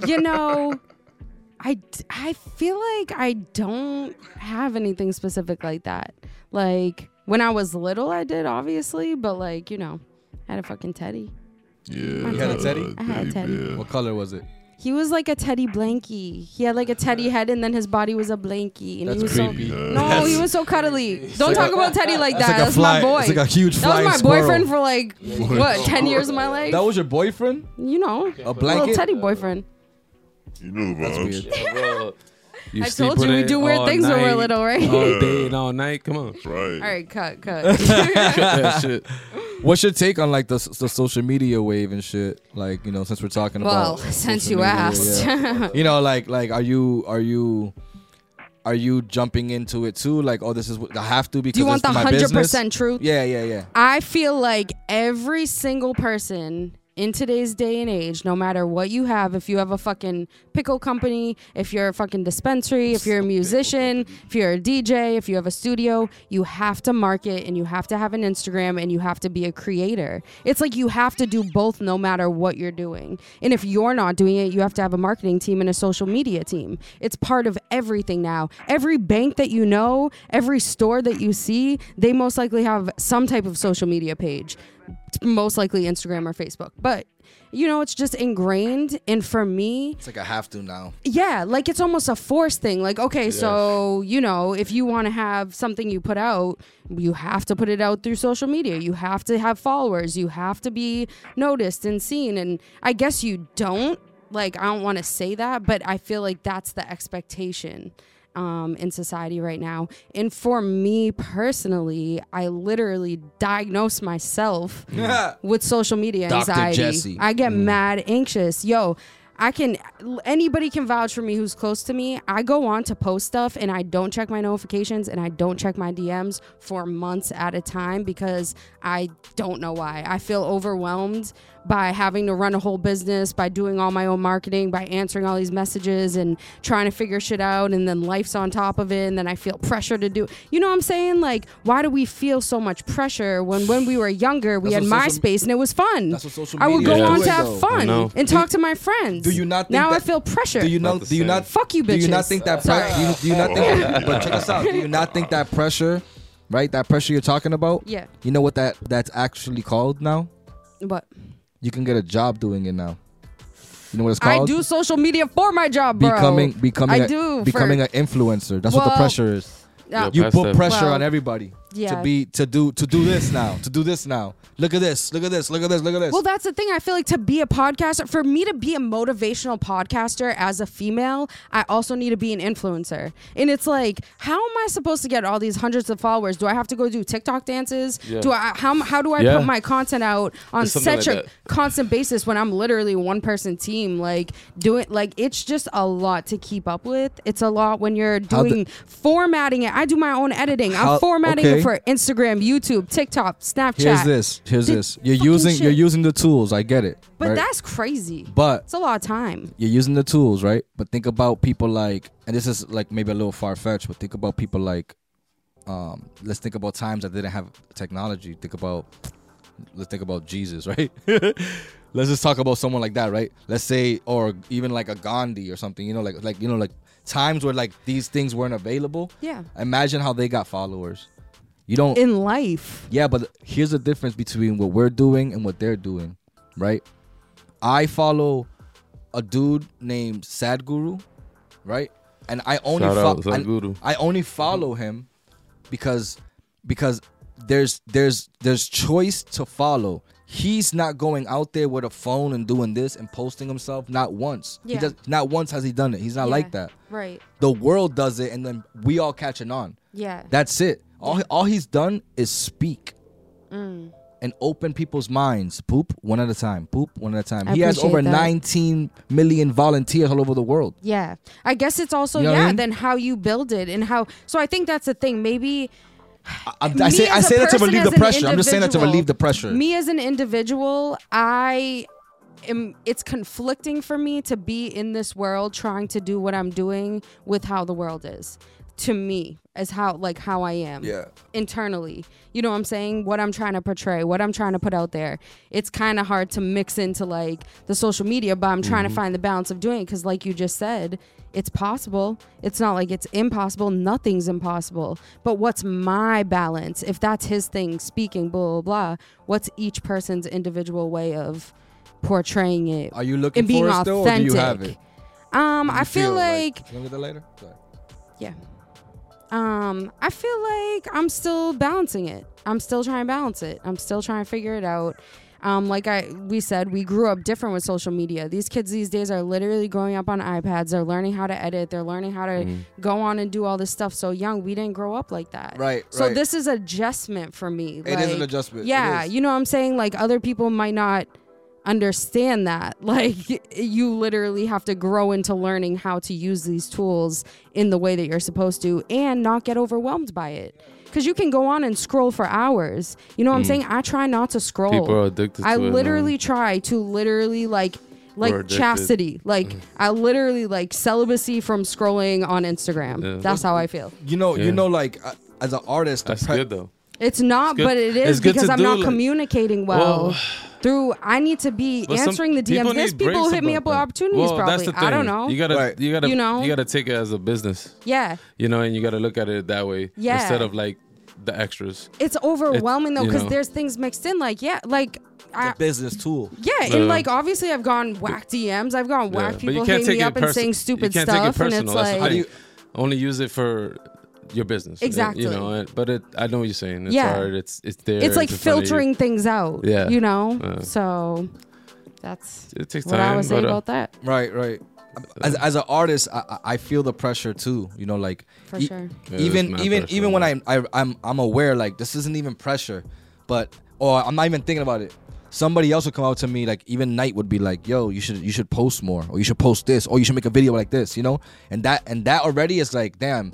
Speaker 2: you know, I, d- I feel like I don't have anything specific like that. Like when I was little, I did obviously, but like you know, I had a fucking teddy.
Speaker 4: Yeah.
Speaker 2: You had
Speaker 1: a teddy?
Speaker 2: I had a teddy.
Speaker 4: bear.
Speaker 1: What color was it?
Speaker 2: He was like a teddy blankie. He had like a teddy head, and then his body was a blankie. And
Speaker 1: That's
Speaker 2: he was
Speaker 1: creepy.
Speaker 2: So,
Speaker 4: Yeah.
Speaker 2: no, he was so cuddly. Don't talk about teddy like that.
Speaker 1: It's like a
Speaker 2: That's
Speaker 1: fly.
Speaker 2: my boy.
Speaker 1: It's like a huge
Speaker 2: that
Speaker 1: flying
Speaker 2: was my
Speaker 1: squirrel.
Speaker 2: boyfriend for like
Speaker 4: Boy.
Speaker 2: what ten years of my life.
Speaker 1: That was your boyfriend?
Speaker 2: you know
Speaker 1: A
Speaker 2: little
Speaker 1: blanket?
Speaker 2: teddy boyfriend.
Speaker 4: You know,
Speaker 1: That's
Speaker 4: vibes.
Speaker 1: weird.
Speaker 3: Bro, you
Speaker 2: I
Speaker 3: sleep
Speaker 2: told you
Speaker 3: on
Speaker 2: we
Speaker 3: it
Speaker 2: do weird
Speaker 3: all
Speaker 2: things when we're
Speaker 3: night,
Speaker 2: little, right?
Speaker 3: All day and all night. Come on.
Speaker 4: Right.
Speaker 2: All right, cut, cut.
Speaker 3: Yeah, shit.
Speaker 1: What's your take on like the, s- the social media wave and shit? Like you know, since we're talking
Speaker 2: well,
Speaker 1: about
Speaker 2: since
Speaker 1: social
Speaker 2: you
Speaker 1: media,
Speaker 2: asked,
Speaker 1: yeah. you know, like like are you are you are you jumping into it too? Like oh, this is what I have to because
Speaker 2: do you want the
Speaker 1: it's my
Speaker 2: hundred
Speaker 1: business?
Speaker 2: percent truth?
Speaker 1: Yeah, yeah, yeah.
Speaker 2: I feel like every single person in today's day and age, no matter what you have, if you have a fucking pickle company, if you're a fucking dispensary, if you're a musician, if you're a DJ, if you have a studio, you have to market and you have to have an Instagram and you have to be a creator. It's like you have to do both no matter what you're doing. And if you're not doing it, you have to have a marketing team and a social media team. It's part of everything now. Every bank that you know, every store that you see, they most likely have some type of social media page, most likely Instagram or Facebook. But you know, it's just ingrained. And for me,
Speaker 1: It's like I have to now.
Speaker 2: yeah, like it's almost a force thing. Like, okay, so, you know, if you want to have something you put out, you have to put it out through social media. You have to have followers. You have to be noticed and seen. And I guess you don't. Like, I don't want to say that, but I feel like that's the expectation um, in society right now. And for me personally, I literally diagnose myself with social media
Speaker 1: Dr.
Speaker 2: anxiety.
Speaker 1: Jesse.
Speaker 2: I get mad anxious. Yo, I can anybody can vouch for me who's close to me. I go on to post stuff and I don't check my notifications and I don't check my DMs for months at a time because I don't know why. I feel overwhelmed by having to run a whole business, by doing all my own marketing, by answering all these messages and trying to figure shit out and then life's on top of it and then I feel pressure to do. You know what I'm saying? Like why do we feel so much pressure when when we were younger we
Speaker 1: That's
Speaker 2: had
Speaker 1: what social-
Speaker 2: MySpace and it was fun.
Speaker 1: That's what social
Speaker 2: I would
Speaker 1: media
Speaker 2: go
Speaker 3: is
Speaker 2: on
Speaker 3: doing,
Speaker 2: to have
Speaker 1: though.
Speaker 3: I
Speaker 2: fun
Speaker 3: know.
Speaker 2: and talk to my friends.
Speaker 1: Do you not think
Speaker 2: now I
Speaker 1: that-
Speaker 2: feel pressure?
Speaker 1: Do you know?
Speaker 3: the
Speaker 1: Do you
Speaker 3: same.
Speaker 1: not?
Speaker 2: Fuck you, bitches.
Speaker 1: Do you not think that?
Speaker 2: Sorry.
Speaker 1: Pre- do, you, do you not think? but check us out. Do you not think that pressure, right? That pressure you're talking about.
Speaker 2: Yeah.
Speaker 1: You know what that that's actually called now?
Speaker 2: But
Speaker 1: You can get a job doing it now. You know what it's called?
Speaker 2: I do social media for my job, bro.
Speaker 1: becoming becoming
Speaker 2: I
Speaker 1: a-
Speaker 2: do for-
Speaker 1: becoming an influencer. That's what the
Speaker 2: Well,
Speaker 1: pressure is.
Speaker 2: Yeah.
Speaker 3: Yep.
Speaker 1: You
Speaker 3: That's
Speaker 1: put
Speaker 3: the-
Speaker 1: pressure
Speaker 2: Well,
Speaker 1: on everybody
Speaker 2: yeah.
Speaker 1: to be to do to do this now to do this now. Look at this. Look at this. Look at this. Look at this.
Speaker 2: Well, that's the thing. I feel like to be a podcaster, for me to be a motivational podcaster as a female, I also need to be an influencer. And it's like, how am I supposed to get all these hundreds of followers? Do I have to go do TikTok dances?
Speaker 3: Yeah.
Speaker 2: Do I how how do I
Speaker 3: Yeah.
Speaker 2: put my content out on
Speaker 3: It's something
Speaker 2: such
Speaker 3: like
Speaker 2: a
Speaker 3: that.
Speaker 2: constant basis when I'm literally one person team? Like doing like it's just a lot to keep up with. It's a lot when you're
Speaker 1: How the-
Speaker 2: doing formatting it. I do my own editing.
Speaker 1: How-
Speaker 2: I'm formatting
Speaker 1: okay.
Speaker 2: it for Instagram, YouTube, TikTok, Snapchat.
Speaker 1: Here's this. Here's
Speaker 2: Did
Speaker 1: this. You're
Speaker 2: fucking
Speaker 1: using
Speaker 2: shit.
Speaker 1: you're using the tools. I get it.
Speaker 2: But
Speaker 1: right?
Speaker 2: that's crazy.
Speaker 1: But-
Speaker 2: it's a lot of time.
Speaker 1: you're using the tools, right? But think about people like, and this is like maybe a little far fetched, but think about people like, um, let's think about times that didn't have technology. Think about, let's think about Jesus, right? let's just talk about someone like that, right? Let's say, or even like a Gandhi or something, you know, like like you know, like times where like these things weren't available.
Speaker 2: Yeah.
Speaker 1: Imagine how they got followers. You don't
Speaker 2: In life.
Speaker 1: yeah, but here's the difference between what we're doing and what they're doing, right? I follow a dude named Sadhguru, right? And I only
Speaker 3: Shout
Speaker 1: fo-
Speaker 3: out, Sadhguru.
Speaker 1: I, I only follow him because because there's there's there's choice to follow. He's not going out there with a phone and doing this and posting himself. Not once. He
Speaker 2: Yeah.
Speaker 1: does, not once has he done it. He's not like that.
Speaker 2: Right.
Speaker 1: The world does it, and then we all catching on.
Speaker 2: Yeah.
Speaker 1: That's it. All, all he's done is speak
Speaker 2: Mm.
Speaker 1: and open people's minds. Poop one at a time. Poop one at a time.
Speaker 2: I
Speaker 1: he has
Speaker 2: appreciate
Speaker 1: over
Speaker 2: that.
Speaker 1: 19 million volunteers all over the world.
Speaker 2: yeah. I guess it's also
Speaker 1: You know what I
Speaker 2: yeah,
Speaker 1: mean?
Speaker 2: then how you build it and how so I think that's the thing. Maybe
Speaker 1: I,
Speaker 2: Me
Speaker 1: I say, I
Speaker 2: as a
Speaker 1: say that to
Speaker 2: person,
Speaker 1: relieve
Speaker 2: as
Speaker 1: the
Speaker 2: an
Speaker 1: pressure. I'm just saying that to
Speaker 2: individual,
Speaker 1: relieve the pressure.
Speaker 2: Me as an individual, I am it's conflicting for me to be in this world trying to do what I'm doing with how the world is. to me as how like how I am
Speaker 1: Yeah.
Speaker 2: internally. You know what I'm saying? What I'm trying to portray, what I'm trying to put out there. It's kind of hard to mix into like the social media, but I'm trying
Speaker 1: Mm-hmm.
Speaker 2: to find the balance of doing it cuz like you just said, it's possible. It's not like it's impossible. Nothing's impossible. But what's my balance? If that's his thing speaking blah blah blah, what's each person's individual way of portraying it?
Speaker 1: Are you looking for it still, or do you have it?
Speaker 2: Um,
Speaker 1: You
Speaker 2: I feel, like
Speaker 1: you wanna get that later? Sorry.
Speaker 2: yeah. Um, I feel like I'm still balancing it. I'm still trying to balance it. I'm still trying to figure it out. Um, like I we said, we grew up different with social media. These kids these days are literally growing up on iPads. They're learning how to edit. They're learning how to
Speaker 1: Mm-hmm.
Speaker 2: go on and do all this stuff so young. We didn't grow up like that.
Speaker 1: Right,
Speaker 2: So
Speaker 1: right.
Speaker 2: this is adjustment for me.
Speaker 1: It is an adjustment. It
Speaker 2: Yeah.
Speaker 1: is.
Speaker 2: You know what I'm saying? Like other people might not understand that. Like you literally have to grow into learning how to use these tools in the way that you're supposed to and not get overwhelmed by it. Cause you can go on and scroll for hours. You know what I'm saying? I try not to scroll.
Speaker 3: Mm. People are addicted
Speaker 2: I
Speaker 3: to it, man.
Speaker 2: literally try to literally like like
Speaker 3: addicted. Mm.
Speaker 2: chastity. Like I literally like celibacy from scrolling on Instagram.
Speaker 3: Yeah.
Speaker 2: That's how I feel.
Speaker 1: You know, you
Speaker 3: Yeah.
Speaker 1: know, like uh, as an artist, the
Speaker 3: That's
Speaker 1: pre-
Speaker 3: good though.
Speaker 2: It's not,
Speaker 3: good-
Speaker 2: but it
Speaker 3: it's
Speaker 2: is
Speaker 3: good
Speaker 2: because
Speaker 3: to
Speaker 2: I'm
Speaker 3: do,
Speaker 2: not
Speaker 3: like-
Speaker 2: communicating well.
Speaker 3: Well,
Speaker 2: through, I need to be
Speaker 3: But some
Speaker 2: answering the DMs.
Speaker 3: people
Speaker 2: There's
Speaker 3: need
Speaker 2: people who
Speaker 3: breaks
Speaker 2: hit me
Speaker 3: about
Speaker 2: up with
Speaker 3: that.
Speaker 2: opportunities.
Speaker 3: Well,
Speaker 2: probably
Speaker 3: that's the thing.
Speaker 2: I don't know.
Speaker 3: You gotta,
Speaker 1: Right.
Speaker 3: you gotta,
Speaker 2: You know?
Speaker 3: you gotta take it as a business.
Speaker 2: yeah,
Speaker 3: You know, and you gotta look at it that way
Speaker 2: Yeah.
Speaker 3: instead of like the extras.
Speaker 2: it's overwhelming though
Speaker 3: you
Speaker 2: because
Speaker 3: know.
Speaker 2: there's things mixed in. Like yeah, like. I,
Speaker 7: business tool.
Speaker 2: yeah,
Speaker 3: Yeah.
Speaker 2: and like obviously, I've gone whack DMs. I've gone
Speaker 3: Yeah,
Speaker 2: whack
Speaker 3: but you
Speaker 2: people
Speaker 3: can't
Speaker 2: hitting
Speaker 3: take
Speaker 2: me
Speaker 3: it
Speaker 2: up and
Speaker 3: perso-
Speaker 2: saying
Speaker 3: you
Speaker 2: stupid
Speaker 3: can't take it
Speaker 2: stuff, and
Speaker 3: personal.
Speaker 2: it's
Speaker 3: That's the
Speaker 2: like,
Speaker 3: thing. only use it for your business. uh,
Speaker 2: Exactly.
Speaker 3: you know, and- but it, I know what you're saying. It's
Speaker 2: Yeah.
Speaker 3: hard. It's it's there.
Speaker 2: it's like
Speaker 3: in front of you.
Speaker 2: filtering things out.
Speaker 3: Yeah.
Speaker 2: you know.
Speaker 3: Yeah.
Speaker 2: So that's
Speaker 3: It takes
Speaker 2: what I
Speaker 3: time,
Speaker 2: would say
Speaker 3: but, uh,
Speaker 2: about that.
Speaker 1: right, right. As, as an artist, I, I- I feel the pressure too. You know, like e
Speaker 2: For sure.
Speaker 3: Yeah, there's
Speaker 1: even
Speaker 3: mad
Speaker 1: even
Speaker 3: pressure
Speaker 1: even
Speaker 3: on
Speaker 1: when
Speaker 3: that.
Speaker 1: I'm I, I'm I'm aware like this isn't even pressure, but or I'm not even thinking about it. Somebody else would come out to me like even Knight would be like, "Yo, you should you should post more, or you should post this, or you should make a video like this," you know. And that and that already is like, damn,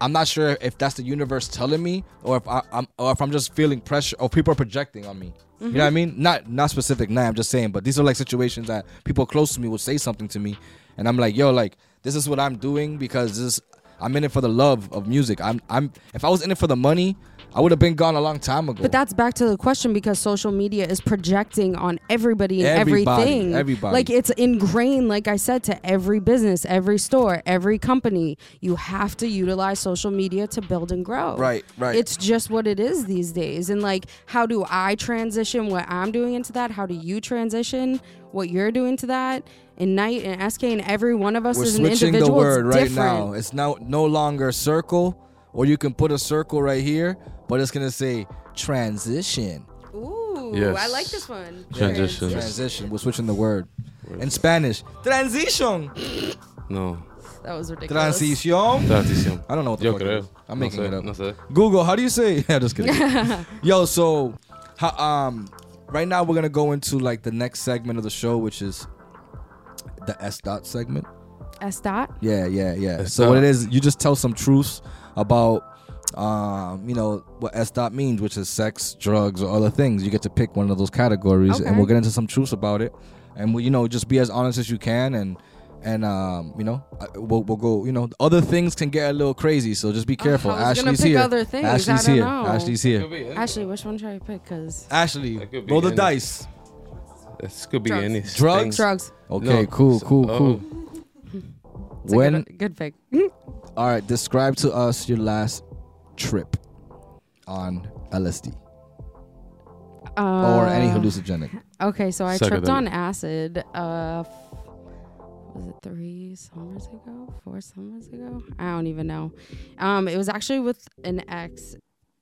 Speaker 1: I'm not sure if that's the universe telling me, or if I, I'm or if I'm just feeling pressure, or people are projecting on me. You
Speaker 2: Mm-hmm.
Speaker 1: know what I mean? Not not specific Knight. I'm just saying, but these are like situations that people close to me will say something to me, and I'm like, "Yo, like this is what I'm doing because this is I'm in it for the love of music. I'm I'm if I was in it for the money, I would have been gone a long time ago.
Speaker 2: But that's back to the question because social media is projecting on everybody and
Speaker 1: Everybody,
Speaker 2: everything.
Speaker 1: everybody.
Speaker 2: Like it's ingrained, like I said, to every business, every store, every company. You have to utilize social media to build and grow.
Speaker 1: Right, right.
Speaker 2: It's just what it is these days. And like, how do I transition what I'm doing into that? How do you transition what you're doing to that? And Knight and SK and every one of us
Speaker 1: we're
Speaker 2: is an
Speaker 1: switching
Speaker 2: individual.
Speaker 1: the word
Speaker 2: it's
Speaker 1: right
Speaker 2: different.
Speaker 1: now. It's now no longer circle, or you can put a circle right here, but it's gonna say transition.
Speaker 2: Ooh,
Speaker 3: Yes.
Speaker 2: I like this one.
Speaker 3: Transition.
Speaker 1: Transition. We're switching the word. In Spanish, transition.
Speaker 3: No.
Speaker 2: That was ridiculous.
Speaker 1: Transition.
Speaker 3: Transición.
Speaker 1: I don't know what the
Speaker 3: Yo
Speaker 1: fuck it
Speaker 3: creo.
Speaker 1: is. I'm
Speaker 3: No
Speaker 1: making
Speaker 3: sé,
Speaker 1: it up.
Speaker 3: no sé.
Speaker 1: Google, how do you say? Yeah, just kidding. Yo, so, ha- um, right now we're gonna go into like the next segment of the show, which is the S dot segment.
Speaker 2: S dot.
Speaker 1: Yeah, yeah, yeah.
Speaker 3: S
Speaker 1: So what
Speaker 3: dot.
Speaker 1: it is, you just tell some truths about, um, you know, what S dot means, which is sex, drugs, or other things. You get to pick one of those categories,
Speaker 2: Okay.
Speaker 1: and we'll get into some truths about it, and we, you know, just be as honest as you can, and and um, you know, I- we'll, we'll go. You know, other things can get a little crazy, so just be careful.
Speaker 2: Uh-huh, I was gonna
Speaker 1: Ashley's
Speaker 2: pick
Speaker 1: here.
Speaker 2: other things. I
Speaker 1: Ashley's
Speaker 2: don't
Speaker 1: here.
Speaker 2: know.
Speaker 1: Ashley's here.
Speaker 2: Ashley, which one should I pick? Cause
Speaker 1: Ashley,
Speaker 3: That could be
Speaker 1: roll the
Speaker 3: any-
Speaker 1: dice.
Speaker 3: This could be
Speaker 2: Drugs.
Speaker 3: any.
Speaker 1: Drugs?
Speaker 3: thing.
Speaker 2: drugs.
Speaker 1: Okay,
Speaker 3: No.
Speaker 1: cool,
Speaker 3: So-
Speaker 1: cool,
Speaker 3: oh.
Speaker 1: cool.
Speaker 2: It's a
Speaker 1: When?
Speaker 2: good, good pick.
Speaker 1: All right, describe to us your last trip on LSD.
Speaker 2: Uh,
Speaker 1: or any hallucinogenic.
Speaker 2: Okay, so I
Speaker 3: Suck it
Speaker 2: tripped
Speaker 3: up.
Speaker 2: on acid. Uh, f- was it three summers ago? Four summers ago? I don't even know. Um, it was actually with an ex.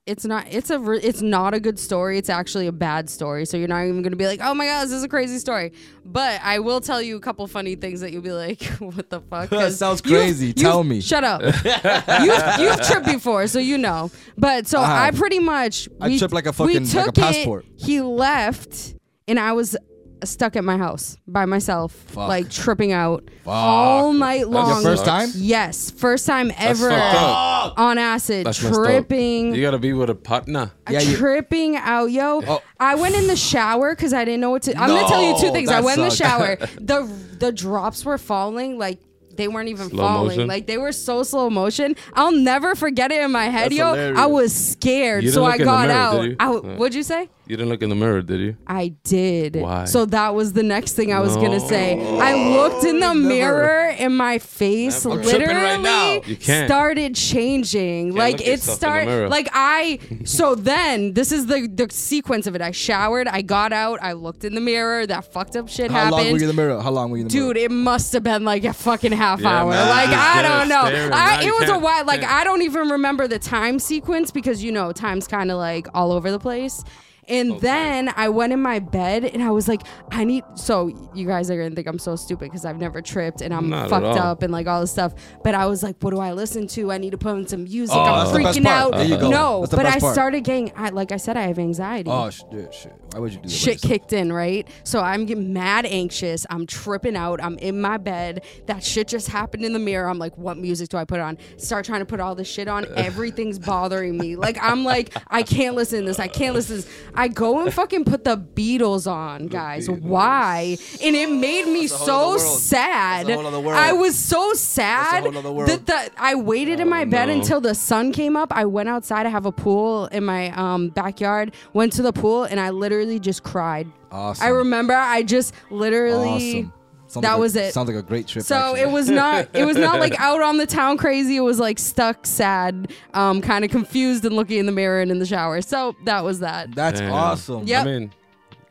Speaker 2: It's not. It's a. re- It's not a good story. It's actually a bad story. So you're not even gonna be like, oh my god, this is a crazy story. But I will tell you a couple funny things that you'll be like, what the fuck? 'Cause
Speaker 1: Sounds
Speaker 2: you've-
Speaker 1: crazy.
Speaker 2: you've-
Speaker 1: Tell me.
Speaker 2: Shut up. you've, you've tripped before, so you know. But so
Speaker 1: I
Speaker 2: I
Speaker 1: have.
Speaker 2: pretty much
Speaker 1: I tripped like a
Speaker 2: we
Speaker 1: fucking- like a
Speaker 2: took
Speaker 1: passport.
Speaker 2: It, he left, and I was stuck at my house by myself, like tripping out all night long.
Speaker 3: Your first
Speaker 1: time?
Speaker 2: Yes, first time
Speaker 3: That's
Speaker 2: ever
Speaker 3: fucked up.
Speaker 2: on acid,
Speaker 3: That's messed up.
Speaker 2: tripping.
Speaker 3: You gotta be with a partner.
Speaker 1: Yeah, you-
Speaker 2: tripping out, yo.
Speaker 3: Oh.
Speaker 2: I went in the shower because I didn't know what to. I'm gonna tell you two
Speaker 1: No,
Speaker 2: things. I
Speaker 1: that
Speaker 2: went in the
Speaker 1: sucks.
Speaker 2: shower. the The drops were falling like they weren't even
Speaker 3: Slow
Speaker 2: falling.
Speaker 3: motion?
Speaker 2: Like they were so slow motion. I'll never forget it in my head,
Speaker 3: That's
Speaker 2: yo. I
Speaker 3: hilarious.
Speaker 2: was scared,
Speaker 3: You didn't
Speaker 2: so
Speaker 3: look
Speaker 2: I
Speaker 3: in the
Speaker 2: got
Speaker 3: mirror,
Speaker 2: out.
Speaker 3: did you?
Speaker 2: I,
Speaker 3: Yeah.
Speaker 2: what'd you say?
Speaker 3: You didn't look in the mirror, did you?
Speaker 2: I did.
Speaker 3: Why?
Speaker 2: So that was the next thing I was gonna
Speaker 3: No.
Speaker 2: say. I looked in the mirror and my face
Speaker 3: Never. I'm
Speaker 2: literally
Speaker 3: tripping right now. You can't.
Speaker 2: started changing. like
Speaker 3: look
Speaker 2: it
Speaker 3: yourself in the mirror.
Speaker 2: started like I so then this is the the sequence of it. I showered, I got out, I looked in the mirror, that fucked up shit
Speaker 6: How long
Speaker 2: happened.
Speaker 6: were you in the mirror? How long were you in the mirror?
Speaker 2: Dude, it must have been like a fucking half
Speaker 3: Yeah,
Speaker 2: hour.
Speaker 3: man,
Speaker 2: Like
Speaker 3: just
Speaker 2: I
Speaker 3: there
Speaker 2: don't know.
Speaker 3: staring.
Speaker 2: I,
Speaker 3: Now
Speaker 2: it
Speaker 3: you
Speaker 2: was a
Speaker 3: can't-
Speaker 2: while. Like
Speaker 3: can't.
Speaker 2: I don't even remember the time sequence because you know time's kind of like all over the place. And then I went in my bed and I was like, I need. So you guys are gonna think I'm so stupid because I've never tripped and I'm
Speaker 3: Not at
Speaker 2: fucked
Speaker 3: all.
Speaker 2: up and like all this stuff. But I was like, what do I listen to? I need to put on some music.
Speaker 6: Oh,
Speaker 2: I'm
Speaker 6: that's the best
Speaker 2: freaking
Speaker 6: part.
Speaker 2: out.
Speaker 6: There you go.
Speaker 2: No,
Speaker 6: That's the
Speaker 2: but
Speaker 6: best
Speaker 2: I
Speaker 6: part.
Speaker 2: started getting. I, like I said, I have anxiety
Speaker 6: Oh shit, shit. Why would you do that?
Speaker 2: shit kicked in, right? So I'm getting mad anxious. I'm tripping out. I'm in my bed. That shit just happened in the mirror. I'm like, what music do I put on? Start trying to put all this shit on. Everything's bothering me. Like I'm like, I can't listen to this. I can't listen to this. I go and fucking put the Beatles on, guys. Why? And it made me so sad.
Speaker 6: That's a whole other world.
Speaker 2: I was so sad
Speaker 6: whole other world.
Speaker 2: that the I waited in my bed
Speaker 3: no.
Speaker 2: until the sun came up. I went outside. I have a pool in my um, backyard. Went to the pool and I literally just cried.
Speaker 6: Awesome.
Speaker 2: I remember I just literally
Speaker 6: Awesome. Sounds
Speaker 2: that
Speaker 6: like a-
Speaker 2: was it.
Speaker 6: Sounds like a great trip.
Speaker 2: so
Speaker 6: actually.
Speaker 2: it was not it was not like out on the town crazy. It was like stuck, sad, um, kind of confused and looking in the mirror and in the shower. So that was that.
Speaker 6: That's
Speaker 3: Damn.
Speaker 6: awesome.
Speaker 2: Yep.
Speaker 3: I mean,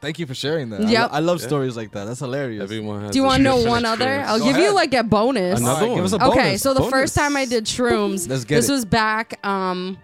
Speaker 6: Thank you for sharing that. I
Speaker 2: Yep.
Speaker 6: lo- I, love stories like that. That's hilarious.
Speaker 3: everyone has.
Speaker 2: Do you
Speaker 3: a
Speaker 2: want to know
Speaker 3: different
Speaker 2: one other?
Speaker 3: experience.
Speaker 2: I'll
Speaker 6: Go
Speaker 2: give you
Speaker 6: ahead.
Speaker 2: like a bonus.
Speaker 3: Another
Speaker 6: Alright,
Speaker 3: one.
Speaker 6: give us a bonus.
Speaker 2: Okay, so the
Speaker 3: bonus.
Speaker 2: first time I did shrooms,
Speaker 6: Let's get
Speaker 2: this
Speaker 6: it.
Speaker 2: was back um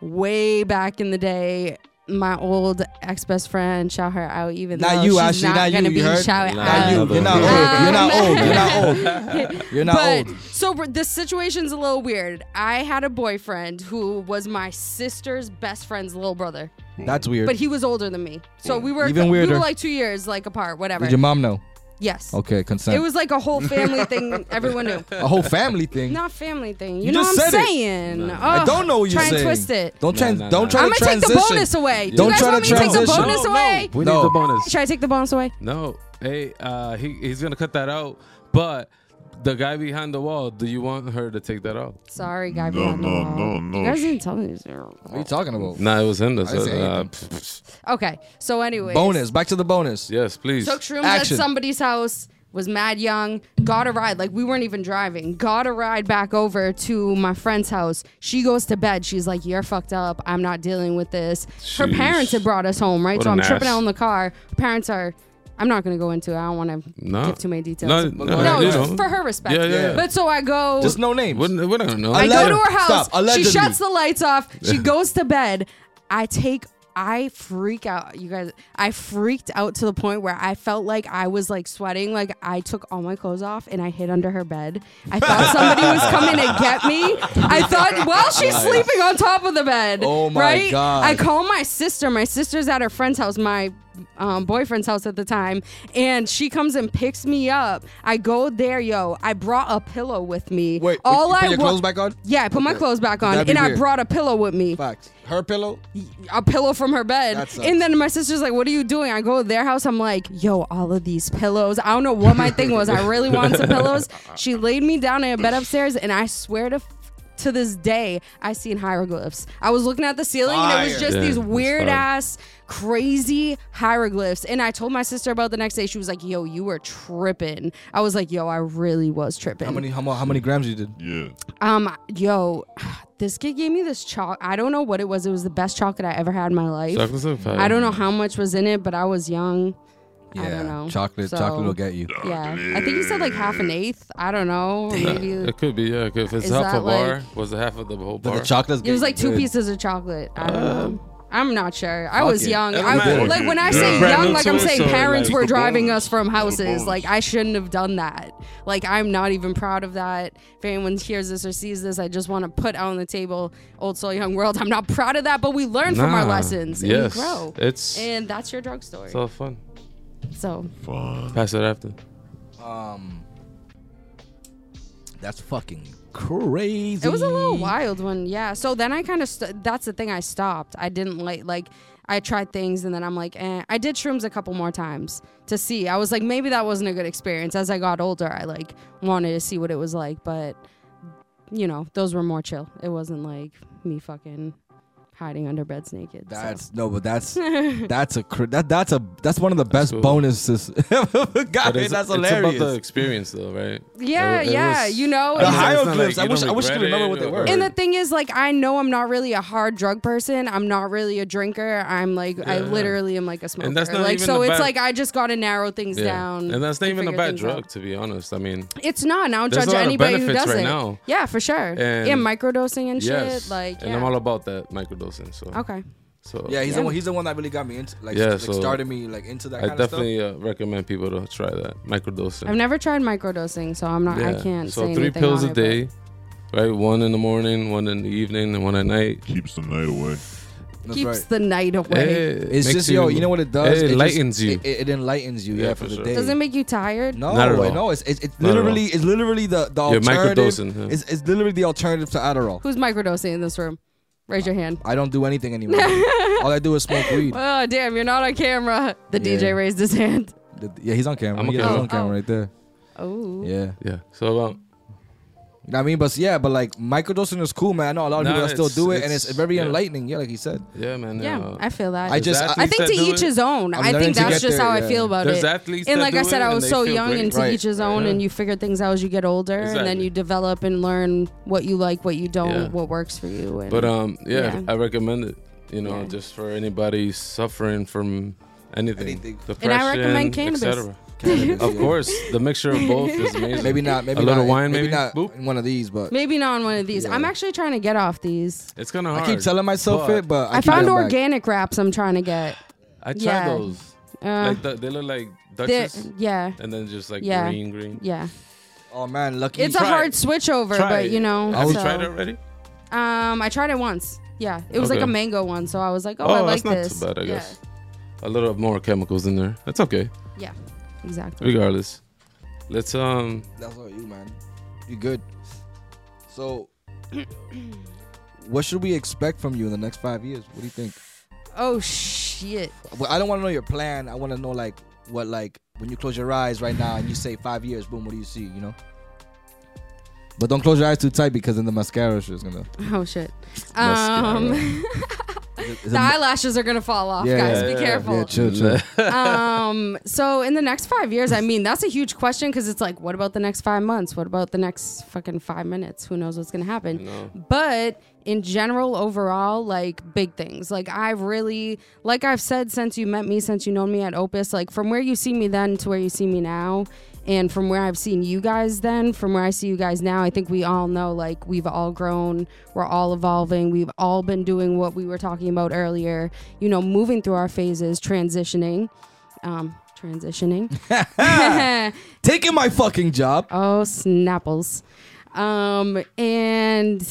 Speaker 2: way back in the day. My old ex best friend, shout her out, even
Speaker 6: Not
Speaker 2: though
Speaker 6: you,
Speaker 2: she's
Speaker 6: Ashley,
Speaker 2: not,
Speaker 6: not you,
Speaker 2: gonna
Speaker 6: you
Speaker 2: be
Speaker 6: heard?
Speaker 2: shouted
Speaker 3: Not
Speaker 6: Not
Speaker 2: out.
Speaker 6: you.
Speaker 3: Um,
Speaker 6: You're not old. You're not old. You're not old. You're not
Speaker 2: but
Speaker 6: old.
Speaker 2: so we're- the situation's a little weird. I had a boyfriend who was my sister's best friend's little brother,
Speaker 6: That's weird.
Speaker 2: but he was older than me. So we were
Speaker 6: Even
Speaker 2: we
Speaker 6: weirder.
Speaker 2: were like two years like apart, whatever.
Speaker 6: Did your mom know?
Speaker 2: yes,
Speaker 6: Okay, consent.
Speaker 2: it was like a whole family thing. Everyone knew.
Speaker 6: a whole family thing.
Speaker 2: Not family thing. You,
Speaker 6: You
Speaker 2: know
Speaker 6: just
Speaker 2: what I'm
Speaker 6: said it.
Speaker 2: saying?
Speaker 3: No.
Speaker 6: I don't know what you're
Speaker 2: try
Speaker 6: saying.
Speaker 2: and twist it.
Speaker 6: Don't trans.
Speaker 3: no,
Speaker 6: don't
Speaker 3: no.
Speaker 6: try
Speaker 2: I'm
Speaker 6: to
Speaker 2: gonna
Speaker 6: transition.
Speaker 2: take the bonus away. Do
Speaker 6: Don't
Speaker 2: you guys
Speaker 6: try
Speaker 2: want me
Speaker 6: to
Speaker 2: to take the
Speaker 6: transition.
Speaker 2: bonus
Speaker 3: No,
Speaker 2: away?
Speaker 3: No, we
Speaker 6: No.
Speaker 3: need the bonus.
Speaker 2: Should I take the bonus away?
Speaker 3: No, hey, uh, he, he's gonna cut that out. But the guy behind the wall, do you want her to take that out?
Speaker 2: Sorry, guy.
Speaker 4: No,
Speaker 2: behind the
Speaker 4: no,
Speaker 2: wall.
Speaker 4: no, no.
Speaker 2: You guys didn't tell me. this.
Speaker 6: What are you talking about?
Speaker 3: Nah, it was in this.
Speaker 6: I didn't say
Speaker 3: uh,
Speaker 6: anything.
Speaker 3: pff, pff.
Speaker 2: Okay. So anyway,
Speaker 6: Bonus. Back to the bonus.
Speaker 3: yes, please.
Speaker 2: Took shrooms
Speaker 6: Action.
Speaker 2: at somebody's house. Was mad young. Got a ride. Like we weren't even driving. Got a ride back over to my friend's house. She goes to bed. She's like, "You're fucked up. I'm not dealing with this." Her
Speaker 3: Jeez.
Speaker 2: parents had brought us home, right?
Speaker 3: What
Speaker 2: so
Speaker 3: an
Speaker 2: I'm tripping
Speaker 3: ass.
Speaker 2: out in the car. Her parents are. I'm not gonna go into it. I don't want to
Speaker 3: No.
Speaker 2: give too many details.
Speaker 3: No,
Speaker 2: no,
Speaker 3: no,
Speaker 6: you
Speaker 2: it's
Speaker 3: know.
Speaker 2: for her respect.
Speaker 3: Yeah, yeah, yeah.
Speaker 2: But so I go.
Speaker 6: Just no names.
Speaker 3: We're, we're not gonna know.
Speaker 2: I
Speaker 6: Alleg-
Speaker 2: go to her house.
Speaker 6: Stop. Allegedly.
Speaker 2: She shuts the lights off. She goes to bed. I take. I freak out, you guys. I freaked out to the point where I felt like I was like sweating. Like I took all my clothes off and I hid under her bed. I thought somebody was coming to get me. I thought while she's sleeping on top of the bed.
Speaker 6: Oh my
Speaker 2: right?
Speaker 6: God.
Speaker 2: I call my sister. My sister's at her friend's house. My um, boyfriend's house at the time, and she comes and picks me up. I go there, yo. I brought a pillow with me.
Speaker 6: Wait.
Speaker 2: all
Speaker 6: you
Speaker 2: I
Speaker 6: put your
Speaker 2: wa-
Speaker 6: clothes back on.
Speaker 2: yeah, I put my clothes back on,
Speaker 6: That'd be
Speaker 2: and I
Speaker 6: weird.
Speaker 2: brought a pillow with me,
Speaker 6: Facts. Her pillow.
Speaker 2: a pillow from her bed.
Speaker 6: That sucks.
Speaker 2: And then my sister's like, "What are you doing?" I go to their house. I'm like, "Yo, all of these pillows. I don't know what my thing was. I really wanted some pillows." She laid me down in a bed upstairs, and I swear to. f- To this day, I seen hieroglyphs. I was looking at the ceiling and it was
Speaker 6: Fire.
Speaker 2: just
Speaker 3: Yeah,
Speaker 2: these
Speaker 3: that's
Speaker 2: weird
Speaker 3: fire.
Speaker 2: ass, crazy hieroglyphs. And I told my sister about the next day. She was like, "Yo, you were tripping." I was like, "Yo, I really was tripping."
Speaker 6: How many? How, mu- how many grams you did?
Speaker 4: Yeah.
Speaker 2: Um, yo, this kid gave me this chalk. I don't know what it was. It was the best chocolate I ever had in my life.
Speaker 3: Chocolate's on fire.
Speaker 2: I don't know how much was in it, but I was young. I don't know.
Speaker 6: Chocolate.
Speaker 2: So,
Speaker 6: Chocolate will get you.
Speaker 2: Yeah, I think he said like half an eighth. I don't know. Maybe
Speaker 3: It could be, yeah. 'cause If it's
Speaker 2: Is
Speaker 3: half a
Speaker 2: that like-
Speaker 3: bar, was it half of the whole
Speaker 6: But
Speaker 3: bar?
Speaker 6: the chocolate's
Speaker 2: it was
Speaker 6: getting
Speaker 2: like two
Speaker 6: good.
Speaker 2: pieces of chocolate. I don't
Speaker 3: Um,
Speaker 2: know. I'm not sure. I was
Speaker 6: it.
Speaker 2: young.
Speaker 3: Doesn't
Speaker 2: I,
Speaker 3: matter.
Speaker 2: like when I
Speaker 4: Yeah.
Speaker 2: say
Speaker 3: Brand
Speaker 2: young,
Speaker 3: new
Speaker 2: like I'm
Speaker 3: too,
Speaker 2: saying
Speaker 3: so,
Speaker 2: parents
Speaker 3: like,
Speaker 2: were
Speaker 4: the
Speaker 2: driving
Speaker 4: bonus.
Speaker 2: us from houses.
Speaker 4: bonus.
Speaker 2: Like I shouldn't have done that. Like I'm not even proud of that. If anyone hears this or sees this, I just want to put out on the table, old soul, young world. I'm not proud of that, but we learn from our
Speaker 3: Nah,
Speaker 2: lessons and
Speaker 3: Yes.
Speaker 2: we grow.
Speaker 3: It's
Speaker 2: and that's your drug story.
Speaker 3: it's all fun.
Speaker 2: So
Speaker 4: Fine.
Speaker 3: Pass it after.
Speaker 6: Um. That's fucking crazy.
Speaker 2: It was a little wild one, yeah. So then I kind of st- that's the thing I stopped. I didn't like like I tried things and then I'm like, eh. I did shrooms a couple more times to see. I was like, maybe that wasn't a good experience. As I got older, I like wanted to see what it was like, but you know, those were more chill. It wasn't like me fucking hiding under beds naked. so.
Speaker 1: That's no, but that's that's a cr- that that's a that's one of the best
Speaker 3: cool.
Speaker 1: bonuses. God,
Speaker 3: But it's,
Speaker 1: that's
Speaker 3: it's about the
Speaker 1: hilarious.
Speaker 3: experience, though, right?
Speaker 2: Yeah,
Speaker 3: It- it
Speaker 2: yeah,
Speaker 3: was-
Speaker 2: you know, The
Speaker 3: I mean, it's not
Speaker 8: hieroglyphs, I
Speaker 3: you
Speaker 8: wish-
Speaker 3: don't
Speaker 8: I wish I could
Speaker 3: regret
Speaker 8: remember
Speaker 3: it
Speaker 8: what they
Speaker 3: or-
Speaker 8: were.
Speaker 2: And the thing is, like, I know I'm not really a hard drug person. I'm not really a drinker. I'm like, I
Speaker 3: Yeah.
Speaker 2: literally am like a smoker.
Speaker 3: And that's not
Speaker 2: like,
Speaker 3: even
Speaker 2: so
Speaker 3: a
Speaker 2: it's
Speaker 3: bad-
Speaker 2: like I just got to narrow things
Speaker 3: Yeah.
Speaker 2: down.
Speaker 3: And that's not
Speaker 2: and
Speaker 3: even a
Speaker 2: figure
Speaker 3: bad
Speaker 2: things
Speaker 3: drug,
Speaker 2: out.
Speaker 3: to be honest. I mean,
Speaker 2: It's not. And I don't
Speaker 3: There's
Speaker 2: judge
Speaker 3: a lot of
Speaker 2: anybody who
Speaker 3: benefits
Speaker 2: does
Speaker 3: right
Speaker 2: it.
Speaker 3: now.
Speaker 2: Yeah, for sure.
Speaker 3: And-
Speaker 2: yeah, microdosing and
Speaker 3: yes.
Speaker 2: shit. Like, yeah.
Speaker 3: And I'm all about that microdosing. So,
Speaker 2: okay.
Speaker 3: so
Speaker 1: yeah, he's the
Speaker 2: Yeah.
Speaker 1: one. He's the one that really got me into like,
Speaker 3: Yeah,
Speaker 1: like
Speaker 3: so
Speaker 1: started me like into that.
Speaker 3: I
Speaker 1: kind of stuff.
Speaker 3: definitely uh, recommend people to try that microdosing.
Speaker 2: I've never tried microdosing, so I'm not. I
Speaker 3: Yeah.
Speaker 2: can't.
Speaker 3: So
Speaker 2: say
Speaker 3: three
Speaker 2: anything
Speaker 3: pills
Speaker 2: on
Speaker 3: a
Speaker 2: it, but-
Speaker 3: day, right? One in the morning, one in the evening, and one at night.
Speaker 4: Keeps the night away.
Speaker 1: That's
Speaker 2: Keeps
Speaker 1: right.
Speaker 2: the night away.
Speaker 3: Eh,
Speaker 1: It's
Speaker 3: makes
Speaker 1: just yo, you know what it does?
Speaker 3: eh, It,
Speaker 1: just-
Speaker 3: lightens you.
Speaker 1: It, it enlightens you, yeah,
Speaker 3: Yeah,
Speaker 1: for,
Speaker 3: for
Speaker 1: the
Speaker 3: sure.
Speaker 1: day.
Speaker 2: Does it make you tired?
Speaker 1: no,
Speaker 3: Not at all.
Speaker 1: no, it's it's, it's
Speaker 3: Not at all.
Speaker 1: literally it's literally the the
Speaker 3: You're
Speaker 1: alternative.
Speaker 3: microdosing, huh?
Speaker 1: It's, it's literally the alternative to Adderall.
Speaker 2: Who's microdosing in this room? Raise your hand.
Speaker 1: I don't do anything anymore. all I do is smoke weed.
Speaker 2: Oh damn, you're not on camera. The
Speaker 1: Yeah.
Speaker 2: DJ raised his hand.
Speaker 1: The- Yeah, he's on camera.
Speaker 3: I'm on
Speaker 1: yeah,
Speaker 3: camera.
Speaker 1: he's on camera
Speaker 2: Oh.
Speaker 1: right there.
Speaker 2: Oh.
Speaker 1: Yeah.
Speaker 3: yeah. So um, about
Speaker 1: You know what I mean? But yeah, but like microdosing is cool, man. I know a lot of
Speaker 3: Nah,
Speaker 1: people that still
Speaker 3: it's-
Speaker 1: do it, and
Speaker 3: it's-
Speaker 1: it's very
Speaker 3: yeah.
Speaker 1: enlightening. Yeah, like he said.
Speaker 3: yeah, man.
Speaker 2: Yeah,
Speaker 3: uh,
Speaker 2: I feel that.
Speaker 1: I just-
Speaker 3: there's
Speaker 2: I
Speaker 3: athletes
Speaker 2: think to
Speaker 3: that do
Speaker 2: each
Speaker 3: it.
Speaker 2: his own.
Speaker 1: I'm
Speaker 2: I
Speaker 1: learning
Speaker 2: think
Speaker 1: to
Speaker 2: that's
Speaker 1: get
Speaker 2: just
Speaker 1: there,
Speaker 2: how I
Speaker 1: yeah.
Speaker 2: feel about
Speaker 3: There's
Speaker 2: it.
Speaker 3: athletes
Speaker 2: and
Speaker 3: that
Speaker 2: like
Speaker 3: do
Speaker 2: I said,
Speaker 3: it
Speaker 2: I
Speaker 3: and
Speaker 2: was
Speaker 3: they
Speaker 2: so
Speaker 3: feel
Speaker 2: young,
Speaker 3: great.
Speaker 2: and to
Speaker 1: Right.
Speaker 2: each his own. And
Speaker 3: Yeah.
Speaker 2: you figure things out as you get older, and then
Speaker 3: Exactly.
Speaker 2: you develop and learn what you like, what you don't,
Speaker 3: Yeah.
Speaker 2: what works for you. And
Speaker 1: uh,
Speaker 3: But um, yeah,
Speaker 2: Yeah.
Speaker 3: I recommend it. You know,
Speaker 2: Yeah.
Speaker 3: just for anybody suffering from anything,
Speaker 1: Anything.
Speaker 3: depression,
Speaker 2: And I recommend
Speaker 3: et
Speaker 2: cannabis.
Speaker 3: cetera.
Speaker 1: Cannabis,
Speaker 3: Of
Speaker 1: yeah.
Speaker 3: course, the mixture of both is amazing.
Speaker 1: Maybe not. Maybe
Speaker 3: a little
Speaker 1: not,
Speaker 3: wine,
Speaker 1: Maybe,
Speaker 3: maybe,
Speaker 1: not
Speaker 3: Boop.
Speaker 1: in one of these, but
Speaker 2: maybe not on one of these. I'm actually trying to get off these.
Speaker 3: It's kind of
Speaker 1: I
Speaker 3: hard.
Speaker 1: keep telling myself
Speaker 3: but
Speaker 1: it. But I,
Speaker 2: I,
Speaker 1: keep
Speaker 2: found
Speaker 1: going back.
Speaker 2: organic wraps. I'm trying to get.
Speaker 3: I tried
Speaker 2: yeah.
Speaker 3: those.
Speaker 2: Uh,
Speaker 3: Like th- they look like
Speaker 2: they're-
Speaker 3: Dutchess,
Speaker 2: yeah,
Speaker 3: and then just like
Speaker 2: Yeah.
Speaker 3: green, green.
Speaker 2: yeah.
Speaker 1: Oh man, lucky.
Speaker 2: It's a
Speaker 3: Try
Speaker 2: hard
Speaker 3: it.
Speaker 2: switchover,
Speaker 3: Try
Speaker 2: but
Speaker 3: it.
Speaker 2: you know.
Speaker 3: Have you
Speaker 2: so-
Speaker 1: Oh.
Speaker 3: tried it already?
Speaker 2: Um, I tried it once. Yeah, it was like
Speaker 3: Okay.
Speaker 2: a mango one, so I was like, oh, I
Speaker 3: Oh,
Speaker 2: like
Speaker 3: that's not
Speaker 2: this.
Speaker 3: so bad, I
Speaker 2: Yeah.
Speaker 3: guess. A little more chemicals in there. That's okay.
Speaker 2: Yeah, exactly.
Speaker 3: Regardless, let's um.
Speaker 1: That's all you, man. You good? So, what should we expect from you in the next five years? What do you think?
Speaker 2: Oh shit.
Speaker 1: Well, I don't want to know your plan. I want to know like what like when you close your eyes right now and you say five years, boom, what do you see? You know. But don't close your eyes too tight because then the mascara is just gonna.
Speaker 2: Oh shit.
Speaker 3: Mascara.
Speaker 2: Um,
Speaker 1: Is it- is it
Speaker 2: the
Speaker 1: ma-
Speaker 2: eyelashes are gonna fall off,
Speaker 1: Yeah,
Speaker 2: guys.
Speaker 1: yeah,
Speaker 2: Be
Speaker 3: yeah,
Speaker 2: careful.
Speaker 1: yeah, chill, chill.
Speaker 2: um, so in the next five years, I mean, that's a huge question because it's like, what about the next five months? What about the next fucking five minutes? Who knows what's gonna happen?
Speaker 3: No.
Speaker 2: But in general, overall, like big things. Like I've really, like I've said since you met me, since you know me at Opus, like from where you see me then to where you see me now, and from where I've seen you guys then, from where I see you guys now, I think we all know like we've all grown, we're all evolving, we've all been doing what we were talking about earlier. You know, moving through our phases, transitioning um, transitioning.
Speaker 1: Taking my fucking job.
Speaker 2: oh, snapples. Um, and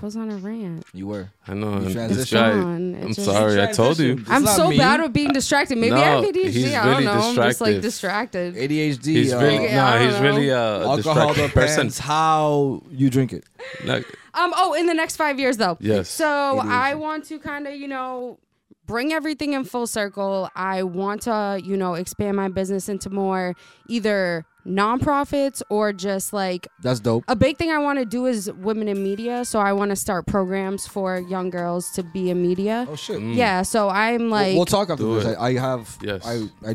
Speaker 2: I was on a rant.
Speaker 1: You were.
Speaker 3: I know.
Speaker 1: You
Speaker 3: and
Speaker 1: transitioned.
Speaker 3: this guy,
Speaker 2: It's gone. It
Speaker 3: I'm
Speaker 2: just-
Speaker 3: sorry. I told you.
Speaker 1: It's
Speaker 2: I'm
Speaker 1: not
Speaker 2: so
Speaker 1: me.
Speaker 2: bad with being distracted. Maybe I
Speaker 3: No,
Speaker 2: have ADHD.
Speaker 3: he's
Speaker 2: I don't
Speaker 3: really
Speaker 2: know. I'm just like
Speaker 3: distracted.
Speaker 2: distracted.
Speaker 1: ADHD.
Speaker 3: He's
Speaker 1: uh,
Speaker 3: really
Speaker 2: Yeah, I
Speaker 3: no.
Speaker 2: don't
Speaker 3: He's
Speaker 2: know.
Speaker 3: really uh, a
Speaker 1: alcohol
Speaker 3: distracted person.
Speaker 1: depends how you drink it.
Speaker 3: Like,
Speaker 2: Um. Oh, in the next five years, though.
Speaker 3: Yes.
Speaker 2: So I want to kind of, you know, bring everything in full circle. I want to, you know, expand my business into more either nonprofits or just like
Speaker 1: That's dope.
Speaker 2: a big thing I want to do is women in media. So I want to start programs for young girls to be in media.
Speaker 1: Oh shit.
Speaker 3: Mm,
Speaker 2: Yeah. So I'm
Speaker 1: We'll-
Speaker 2: like,
Speaker 1: we'll talk after
Speaker 3: Do
Speaker 1: this.
Speaker 3: it.
Speaker 1: I, I have.
Speaker 3: Yes.
Speaker 1: I. I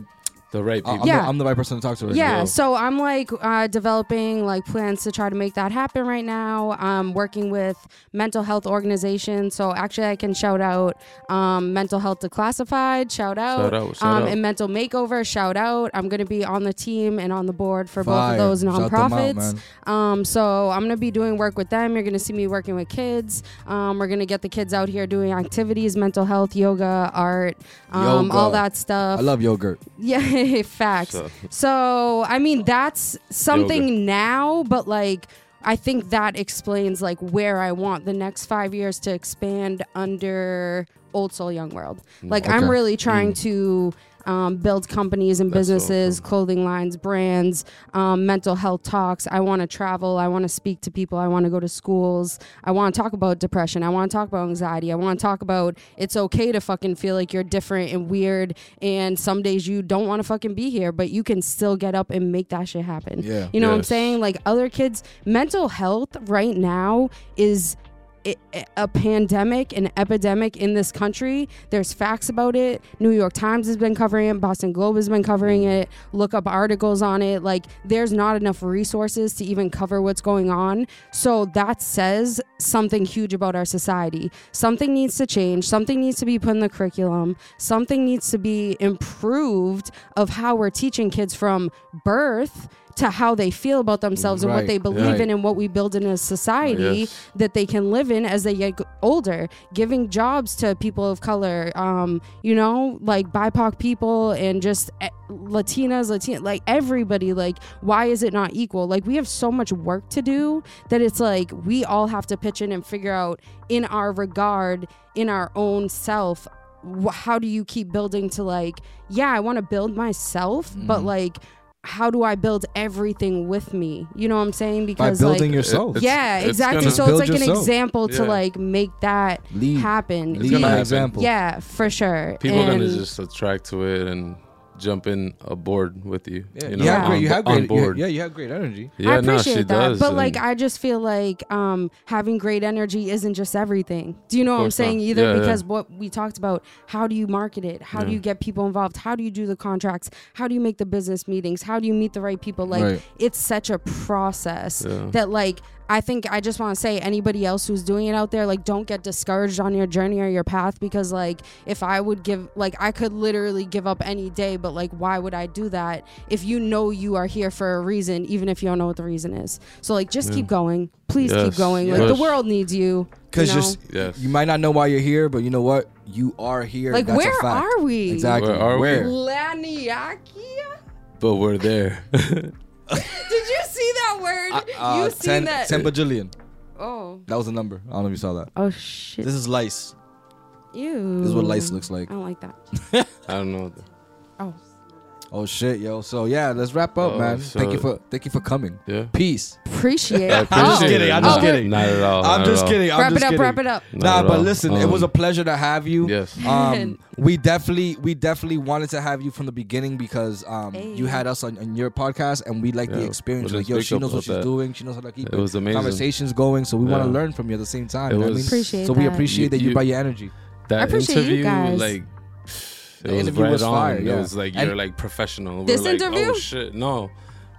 Speaker 3: the right
Speaker 1: I'm,
Speaker 3: people.
Speaker 1: the,
Speaker 2: Yeah.
Speaker 1: I'm the right person to talk to. Right
Speaker 2: yeah.
Speaker 3: well.
Speaker 2: So I'm like uh, developing like plans to try to make that happen right now. I'm working with mental health organizations. So actually, I can shout out um, Mental Health Declassified. Shout out.
Speaker 3: Shout out, shout
Speaker 2: um,
Speaker 3: out.
Speaker 2: And Mental Makeover. Shout out. I'm gonna be on the team and on the board for
Speaker 1: Fire.
Speaker 2: both of those
Speaker 1: Shout them out,
Speaker 2: nonprofits.
Speaker 1: man.
Speaker 2: Um, so I'm gonna be doing work with them. You're gonna see me working with kids. Um, we're gonna get the kids out here doing activities, mental health, yoga, art, um,
Speaker 1: Yoga.
Speaker 2: all that stuff.
Speaker 1: I love yogurt.
Speaker 2: yeah, facts.
Speaker 3: So-
Speaker 2: So. I mean that's something now, but like I think that explains like where I want the next five years to expand under Old Soul Young World. Like
Speaker 1: Mm,
Speaker 2: I'm
Speaker 1: Okay. Mm.
Speaker 2: really trying to. um, build companies and businesses, clothing lines, brands, um, mental health talks. I want to travel. I want to speak to people. I want to go to schools. I want to talk about depression. I want to talk about anxiety. I want to talk about it's okay to fucking feel like you're different and weird. And some days you don't want to fucking be here, but you can still get up and make that shit happen.
Speaker 1: Yeah.
Speaker 2: You know what I'm
Speaker 3: Yes.
Speaker 2: saying? Like other kids, mental health right now is i- i- a pandemic, an epidemic in this country. There's facts about it. New York Times has been covering it. Boston Globe has been covering it. Look up articles on it. Like, there's not enough resources to even cover what's going on. So, that says something huge about our society. Something needs to change. Something needs to be put in the curriculum. Something needs to be improved of how we're teaching kids from birth to how they feel about themselves and what
Speaker 1: Right,
Speaker 2: they believe
Speaker 3: right.
Speaker 2: in and what we build in a society
Speaker 3: Yes.
Speaker 2: that they can live in as they get older, giving jobs to people of color, um, you know, like BIPOC people and just eh, Latinas, Latina, like everybody. Like, why is it not equal? Like, we have so much work to do that it's like we all have to pitch in and figure out in our regard, in our own self. wh- How do you keep building to like, yeah, I want to build myself, but like, how do I build everything with me? You know what I'm saying?
Speaker 1: by
Speaker 2: Because
Speaker 1: building
Speaker 2: like,
Speaker 1: yourself.
Speaker 3: It's-
Speaker 2: yeah,
Speaker 3: it's
Speaker 2: exactly.
Speaker 3: gonna-
Speaker 2: so
Speaker 1: Build
Speaker 2: it's like an
Speaker 1: yourself.
Speaker 2: example to
Speaker 3: Yeah.
Speaker 2: like make that
Speaker 1: Lead.
Speaker 2: happen.
Speaker 1: Lead
Speaker 3: gonna
Speaker 1: by
Speaker 3: happen.
Speaker 1: example.
Speaker 2: Yeah, for sure.
Speaker 3: People are
Speaker 2: and
Speaker 3: gonna just attract to it and jump in aboard with you.
Speaker 1: Yeah,
Speaker 3: you
Speaker 1: you,
Speaker 3: know,
Speaker 1: had great,
Speaker 3: on,
Speaker 1: you had
Speaker 3: on
Speaker 1: great, you had,
Speaker 3: board.
Speaker 1: yeah, you had great energy.
Speaker 3: Yeah,
Speaker 2: I
Speaker 3: no,
Speaker 2: appreciate
Speaker 3: she
Speaker 2: that,
Speaker 3: does.
Speaker 2: but like
Speaker 3: and-
Speaker 2: I just feel like um, having great energy isn't just everything. Do you know what I'm
Speaker 3: course not.
Speaker 2: saying? Either
Speaker 3: Yeah, yeah.
Speaker 2: because what we talked about, how do you market it? How do you get people involved? How do you do the contracts? How do you make the business meetings? How do you meet the right people? Like
Speaker 1: Right.
Speaker 2: it's such a process that like I think I just want to say anybody else who's doing it out there, like don't get discouraged on your journey or your path because like if I would give like I could literally give up any day, but like why would I do that if you know you are here for a reason, even if you don't know what the reason is. So like just keep going. Please keep
Speaker 3: Yes.
Speaker 2: going. Like
Speaker 3: Yes.
Speaker 2: the world needs you.
Speaker 1: Because
Speaker 2: you
Speaker 1: you
Speaker 2: know?
Speaker 3: Yes.
Speaker 1: you might not know why you're here, but you know what? You are here.
Speaker 2: Like,
Speaker 1: That's a
Speaker 2: where
Speaker 1: fact.
Speaker 2: are we?
Speaker 1: Exactly.
Speaker 3: Where are we?
Speaker 2: Laniakia?
Speaker 3: but we're there.
Speaker 2: Did you see that word?
Speaker 1: Uh,
Speaker 2: you seen
Speaker 1: 10,
Speaker 2: that?
Speaker 1: 10 bajillion.
Speaker 2: oh.
Speaker 1: That was the number. I don't know if you saw that.
Speaker 2: Oh shit.
Speaker 9: This is lice.
Speaker 2: Ew.
Speaker 1: This is what lice looks like.
Speaker 2: I don't like that.
Speaker 3: I don't know.
Speaker 2: Oh.
Speaker 1: Oh shit, yo. So yeah, let's wrap up,
Speaker 3: Oh,
Speaker 1: man.
Speaker 3: so-
Speaker 1: thank you for thank you for coming.
Speaker 3: Yeah.
Speaker 1: Peace.
Speaker 2: Appreciate it. Oh.
Speaker 3: I
Speaker 9: just
Speaker 3: appreciate
Speaker 9: kidding,
Speaker 3: it.
Speaker 9: I'm just
Speaker 3: Nah,
Speaker 9: kidding.
Speaker 3: Not at all.
Speaker 9: I'm
Speaker 3: Oh, not
Speaker 9: just
Speaker 3: at all.
Speaker 9: kidding. I'm
Speaker 2: wrap it
Speaker 9: just
Speaker 2: up,
Speaker 9: kidding.
Speaker 2: wrap it up.
Speaker 3: Not
Speaker 1: Nah,
Speaker 3: at
Speaker 1: but
Speaker 3: all.
Speaker 1: listen, it was a
Speaker 3: Um,
Speaker 1: pleasure to have you.
Speaker 3: Yes.
Speaker 1: Um, we definitely, we definitely wanted to have you from the beginning because um,
Speaker 2: Hey.
Speaker 1: you had us on, on your podcast, and we like the
Speaker 3: Yeah,
Speaker 1: experience.
Speaker 3: we
Speaker 1: Like,
Speaker 3: didn't
Speaker 1: yo,
Speaker 3: speak
Speaker 1: she
Speaker 3: up
Speaker 1: knows what
Speaker 3: about
Speaker 1: she's
Speaker 3: that.
Speaker 1: doing. She knows how to keep
Speaker 3: It was
Speaker 1: the
Speaker 3: amazing.
Speaker 1: conversations going. So we want to
Speaker 3: Yeah.
Speaker 1: learn from you at the same time.
Speaker 3: It
Speaker 1: you know what I
Speaker 3: was-
Speaker 1: mean?
Speaker 2: Appreciate
Speaker 1: So we
Speaker 2: that.
Speaker 1: appreciate
Speaker 3: You-
Speaker 1: that you,
Speaker 3: you-
Speaker 1: brought your energy.
Speaker 3: that
Speaker 2: I appreciate you
Speaker 3: interview,
Speaker 2: guys.
Speaker 3: like it
Speaker 1: The
Speaker 3: was
Speaker 1: interview
Speaker 3: right
Speaker 1: was
Speaker 3: on.
Speaker 1: fire, yeah.
Speaker 3: It was like
Speaker 1: And-
Speaker 3: you're like professional. We're
Speaker 2: This
Speaker 3: like,
Speaker 2: interview?
Speaker 3: Oh shit! No,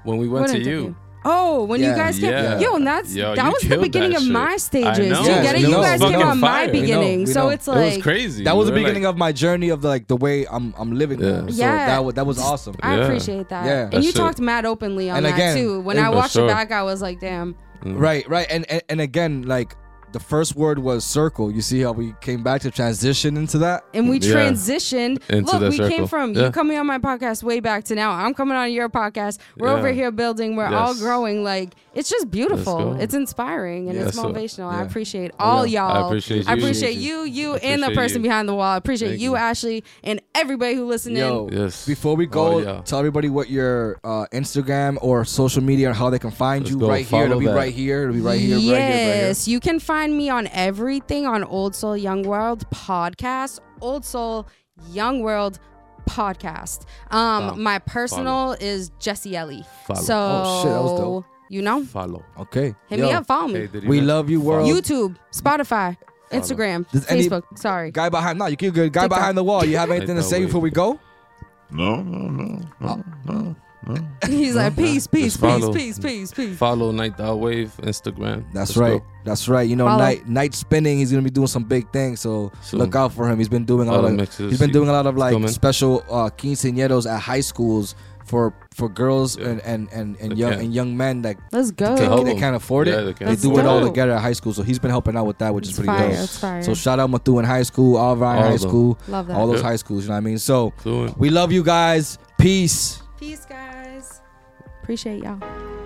Speaker 3: when we went
Speaker 2: What
Speaker 3: to
Speaker 2: interview?
Speaker 3: you.
Speaker 2: Oh, when you
Speaker 1: Yeah.
Speaker 2: guys came,
Speaker 3: Yeah.
Speaker 2: yo, and that's
Speaker 3: Yo,
Speaker 2: that
Speaker 3: you
Speaker 2: was the
Speaker 3: killed
Speaker 2: beginning
Speaker 3: that
Speaker 2: of
Speaker 3: shit.
Speaker 2: my
Speaker 3: I
Speaker 2: stages.
Speaker 3: know.
Speaker 2: You
Speaker 1: Yes,
Speaker 2: get it?
Speaker 1: we
Speaker 2: You
Speaker 1: know.
Speaker 2: guys
Speaker 1: Fucking
Speaker 2: came on my
Speaker 3: fire. We know,
Speaker 2: beginning,
Speaker 1: we
Speaker 2: so
Speaker 1: know.
Speaker 2: it's
Speaker 1: It
Speaker 3: It
Speaker 2: like
Speaker 3: was crazy.
Speaker 1: That was the
Speaker 3: We were,
Speaker 1: beginning
Speaker 3: like,
Speaker 1: of my journey of like the way I'm I'm living.
Speaker 3: Yeah.
Speaker 1: now. So
Speaker 2: Yeah.
Speaker 1: that was that was awesome.
Speaker 2: I
Speaker 3: Yeah.
Speaker 2: appreciate that.
Speaker 1: Yeah.
Speaker 2: and
Speaker 3: That's
Speaker 2: you
Speaker 3: it.
Speaker 2: talked mad openly on
Speaker 1: And
Speaker 2: that
Speaker 1: again,
Speaker 2: too. When
Speaker 1: it-
Speaker 2: I
Speaker 3: For
Speaker 2: watched it
Speaker 3: sure.
Speaker 2: back, I was like, damn.
Speaker 3: Mm.
Speaker 1: Right, right, and, and and again, like the first word was circle. You see how we came back to transition into that.
Speaker 2: And we
Speaker 3: Yeah.
Speaker 2: transitioned.
Speaker 3: Into
Speaker 2: Look,
Speaker 3: the
Speaker 2: we came
Speaker 3: circle.
Speaker 2: from
Speaker 3: Yeah.
Speaker 2: you coming on my podcast way back to now. I'm coming on your podcast. We're
Speaker 3: Yeah.
Speaker 2: over here building. We're all
Speaker 3: Yes.
Speaker 2: growing. Like it's just beautiful.
Speaker 3: go.
Speaker 2: It's inspiring and
Speaker 3: Yeah.
Speaker 2: it's
Speaker 3: That's what-
Speaker 2: motivational. I
Speaker 1: yeah.
Speaker 2: appreciate all y'all.
Speaker 3: I appreciate
Speaker 2: I
Speaker 3: you.
Speaker 2: appreciate you, you, and the
Speaker 3: appreciate
Speaker 2: person
Speaker 3: you.
Speaker 2: behind the wall. I appreciate
Speaker 3: Thank
Speaker 2: you,
Speaker 3: you.
Speaker 2: Ashley, and everybody who listened
Speaker 1: Yo,
Speaker 2: in.
Speaker 3: Yes.
Speaker 1: before we go,
Speaker 3: Oh, yeah.
Speaker 1: tell everybody what your uh, Instagram or social media or how they can find
Speaker 3: Let's
Speaker 1: you
Speaker 3: go.
Speaker 1: right here. It'll
Speaker 3: Follow
Speaker 1: be
Speaker 3: that.
Speaker 1: right here. It'll be right here.
Speaker 2: Yes, you can find me on everything on Old Soul Young World podcast. Old Soul Young World podcast. Um,
Speaker 3: Follow.
Speaker 2: my personal is Jesse Ellie.
Speaker 3: Follow.
Speaker 2: So
Speaker 1: Oh, shit, that was dope.
Speaker 2: you know,
Speaker 3: follow.
Speaker 1: Right here. Okay.
Speaker 2: hit
Speaker 1: Yo,
Speaker 2: me up, follow me.
Speaker 3: Hey, did you
Speaker 1: We
Speaker 3: know-
Speaker 1: love you,
Speaker 3: Follow.
Speaker 1: world.
Speaker 2: YouTube, Spotify, Instagram,
Speaker 1: Does any-
Speaker 2: Facebook. Sorry.
Speaker 1: Guy behind, no, you keep good. Guy
Speaker 2: TikTok.
Speaker 1: behind the wall. You have anything to
Speaker 3: know,
Speaker 1: say
Speaker 3: wait.
Speaker 1: before we go?
Speaker 4: No, no, no, no, no.
Speaker 2: He's like, peace, peace,
Speaker 3: Just
Speaker 2: peace,
Speaker 3: follow.
Speaker 2: peace, peace, peace.
Speaker 3: Follow Night Thought Wave Instagram.
Speaker 1: That's
Speaker 3: Let's
Speaker 1: right.
Speaker 3: go.
Speaker 1: That's right. You know,
Speaker 2: Follow.
Speaker 1: night night spinning. He's gonna be doing some big things. So
Speaker 3: Soon.
Speaker 1: look out for him. He's been doing a lot
Speaker 3: All the
Speaker 1: of
Speaker 3: mixes.
Speaker 1: he's been doing a lot of like
Speaker 3: coming.
Speaker 1: special uh, quinceañeros at high schools for for girls and and and, and young
Speaker 3: can.
Speaker 1: and young men that
Speaker 2: Let's go.
Speaker 3: To help
Speaker 1: they
Speaker 3: them.
Speaker 1: can't afford
Speaker 3: Yeah,
Speaker 1: it.
Speaker 3: they
Speaker 1: They,
Speaker 3: can't
Speaker 1: do
Speaker 2: afford
Speaker 1: it all
Speaker 2: it.
Speaker 1: together at high school. So he's been helping out with that, which is
Speaker 2: It's
Speaker 1: pretty
Speaker 2: fire,
Speaker 1: dope.
Speaker 2: it's fire.
Speaker 1: So shout out Methuen High School, Alvine
Speaker 3: All
Speaker 1: High
Speaker 3: of them.
Speaker 1: School,
Speaker 2: Love that.
Speaker 1: all those
Speaker 3: Yeah.
Speaker 1: high schools. You know what I mean? So
Speaker 3: Fluent.
Speaker 1: we love you guys. Peace.
Speaker 2: Peace, guys. Appreciate y'all.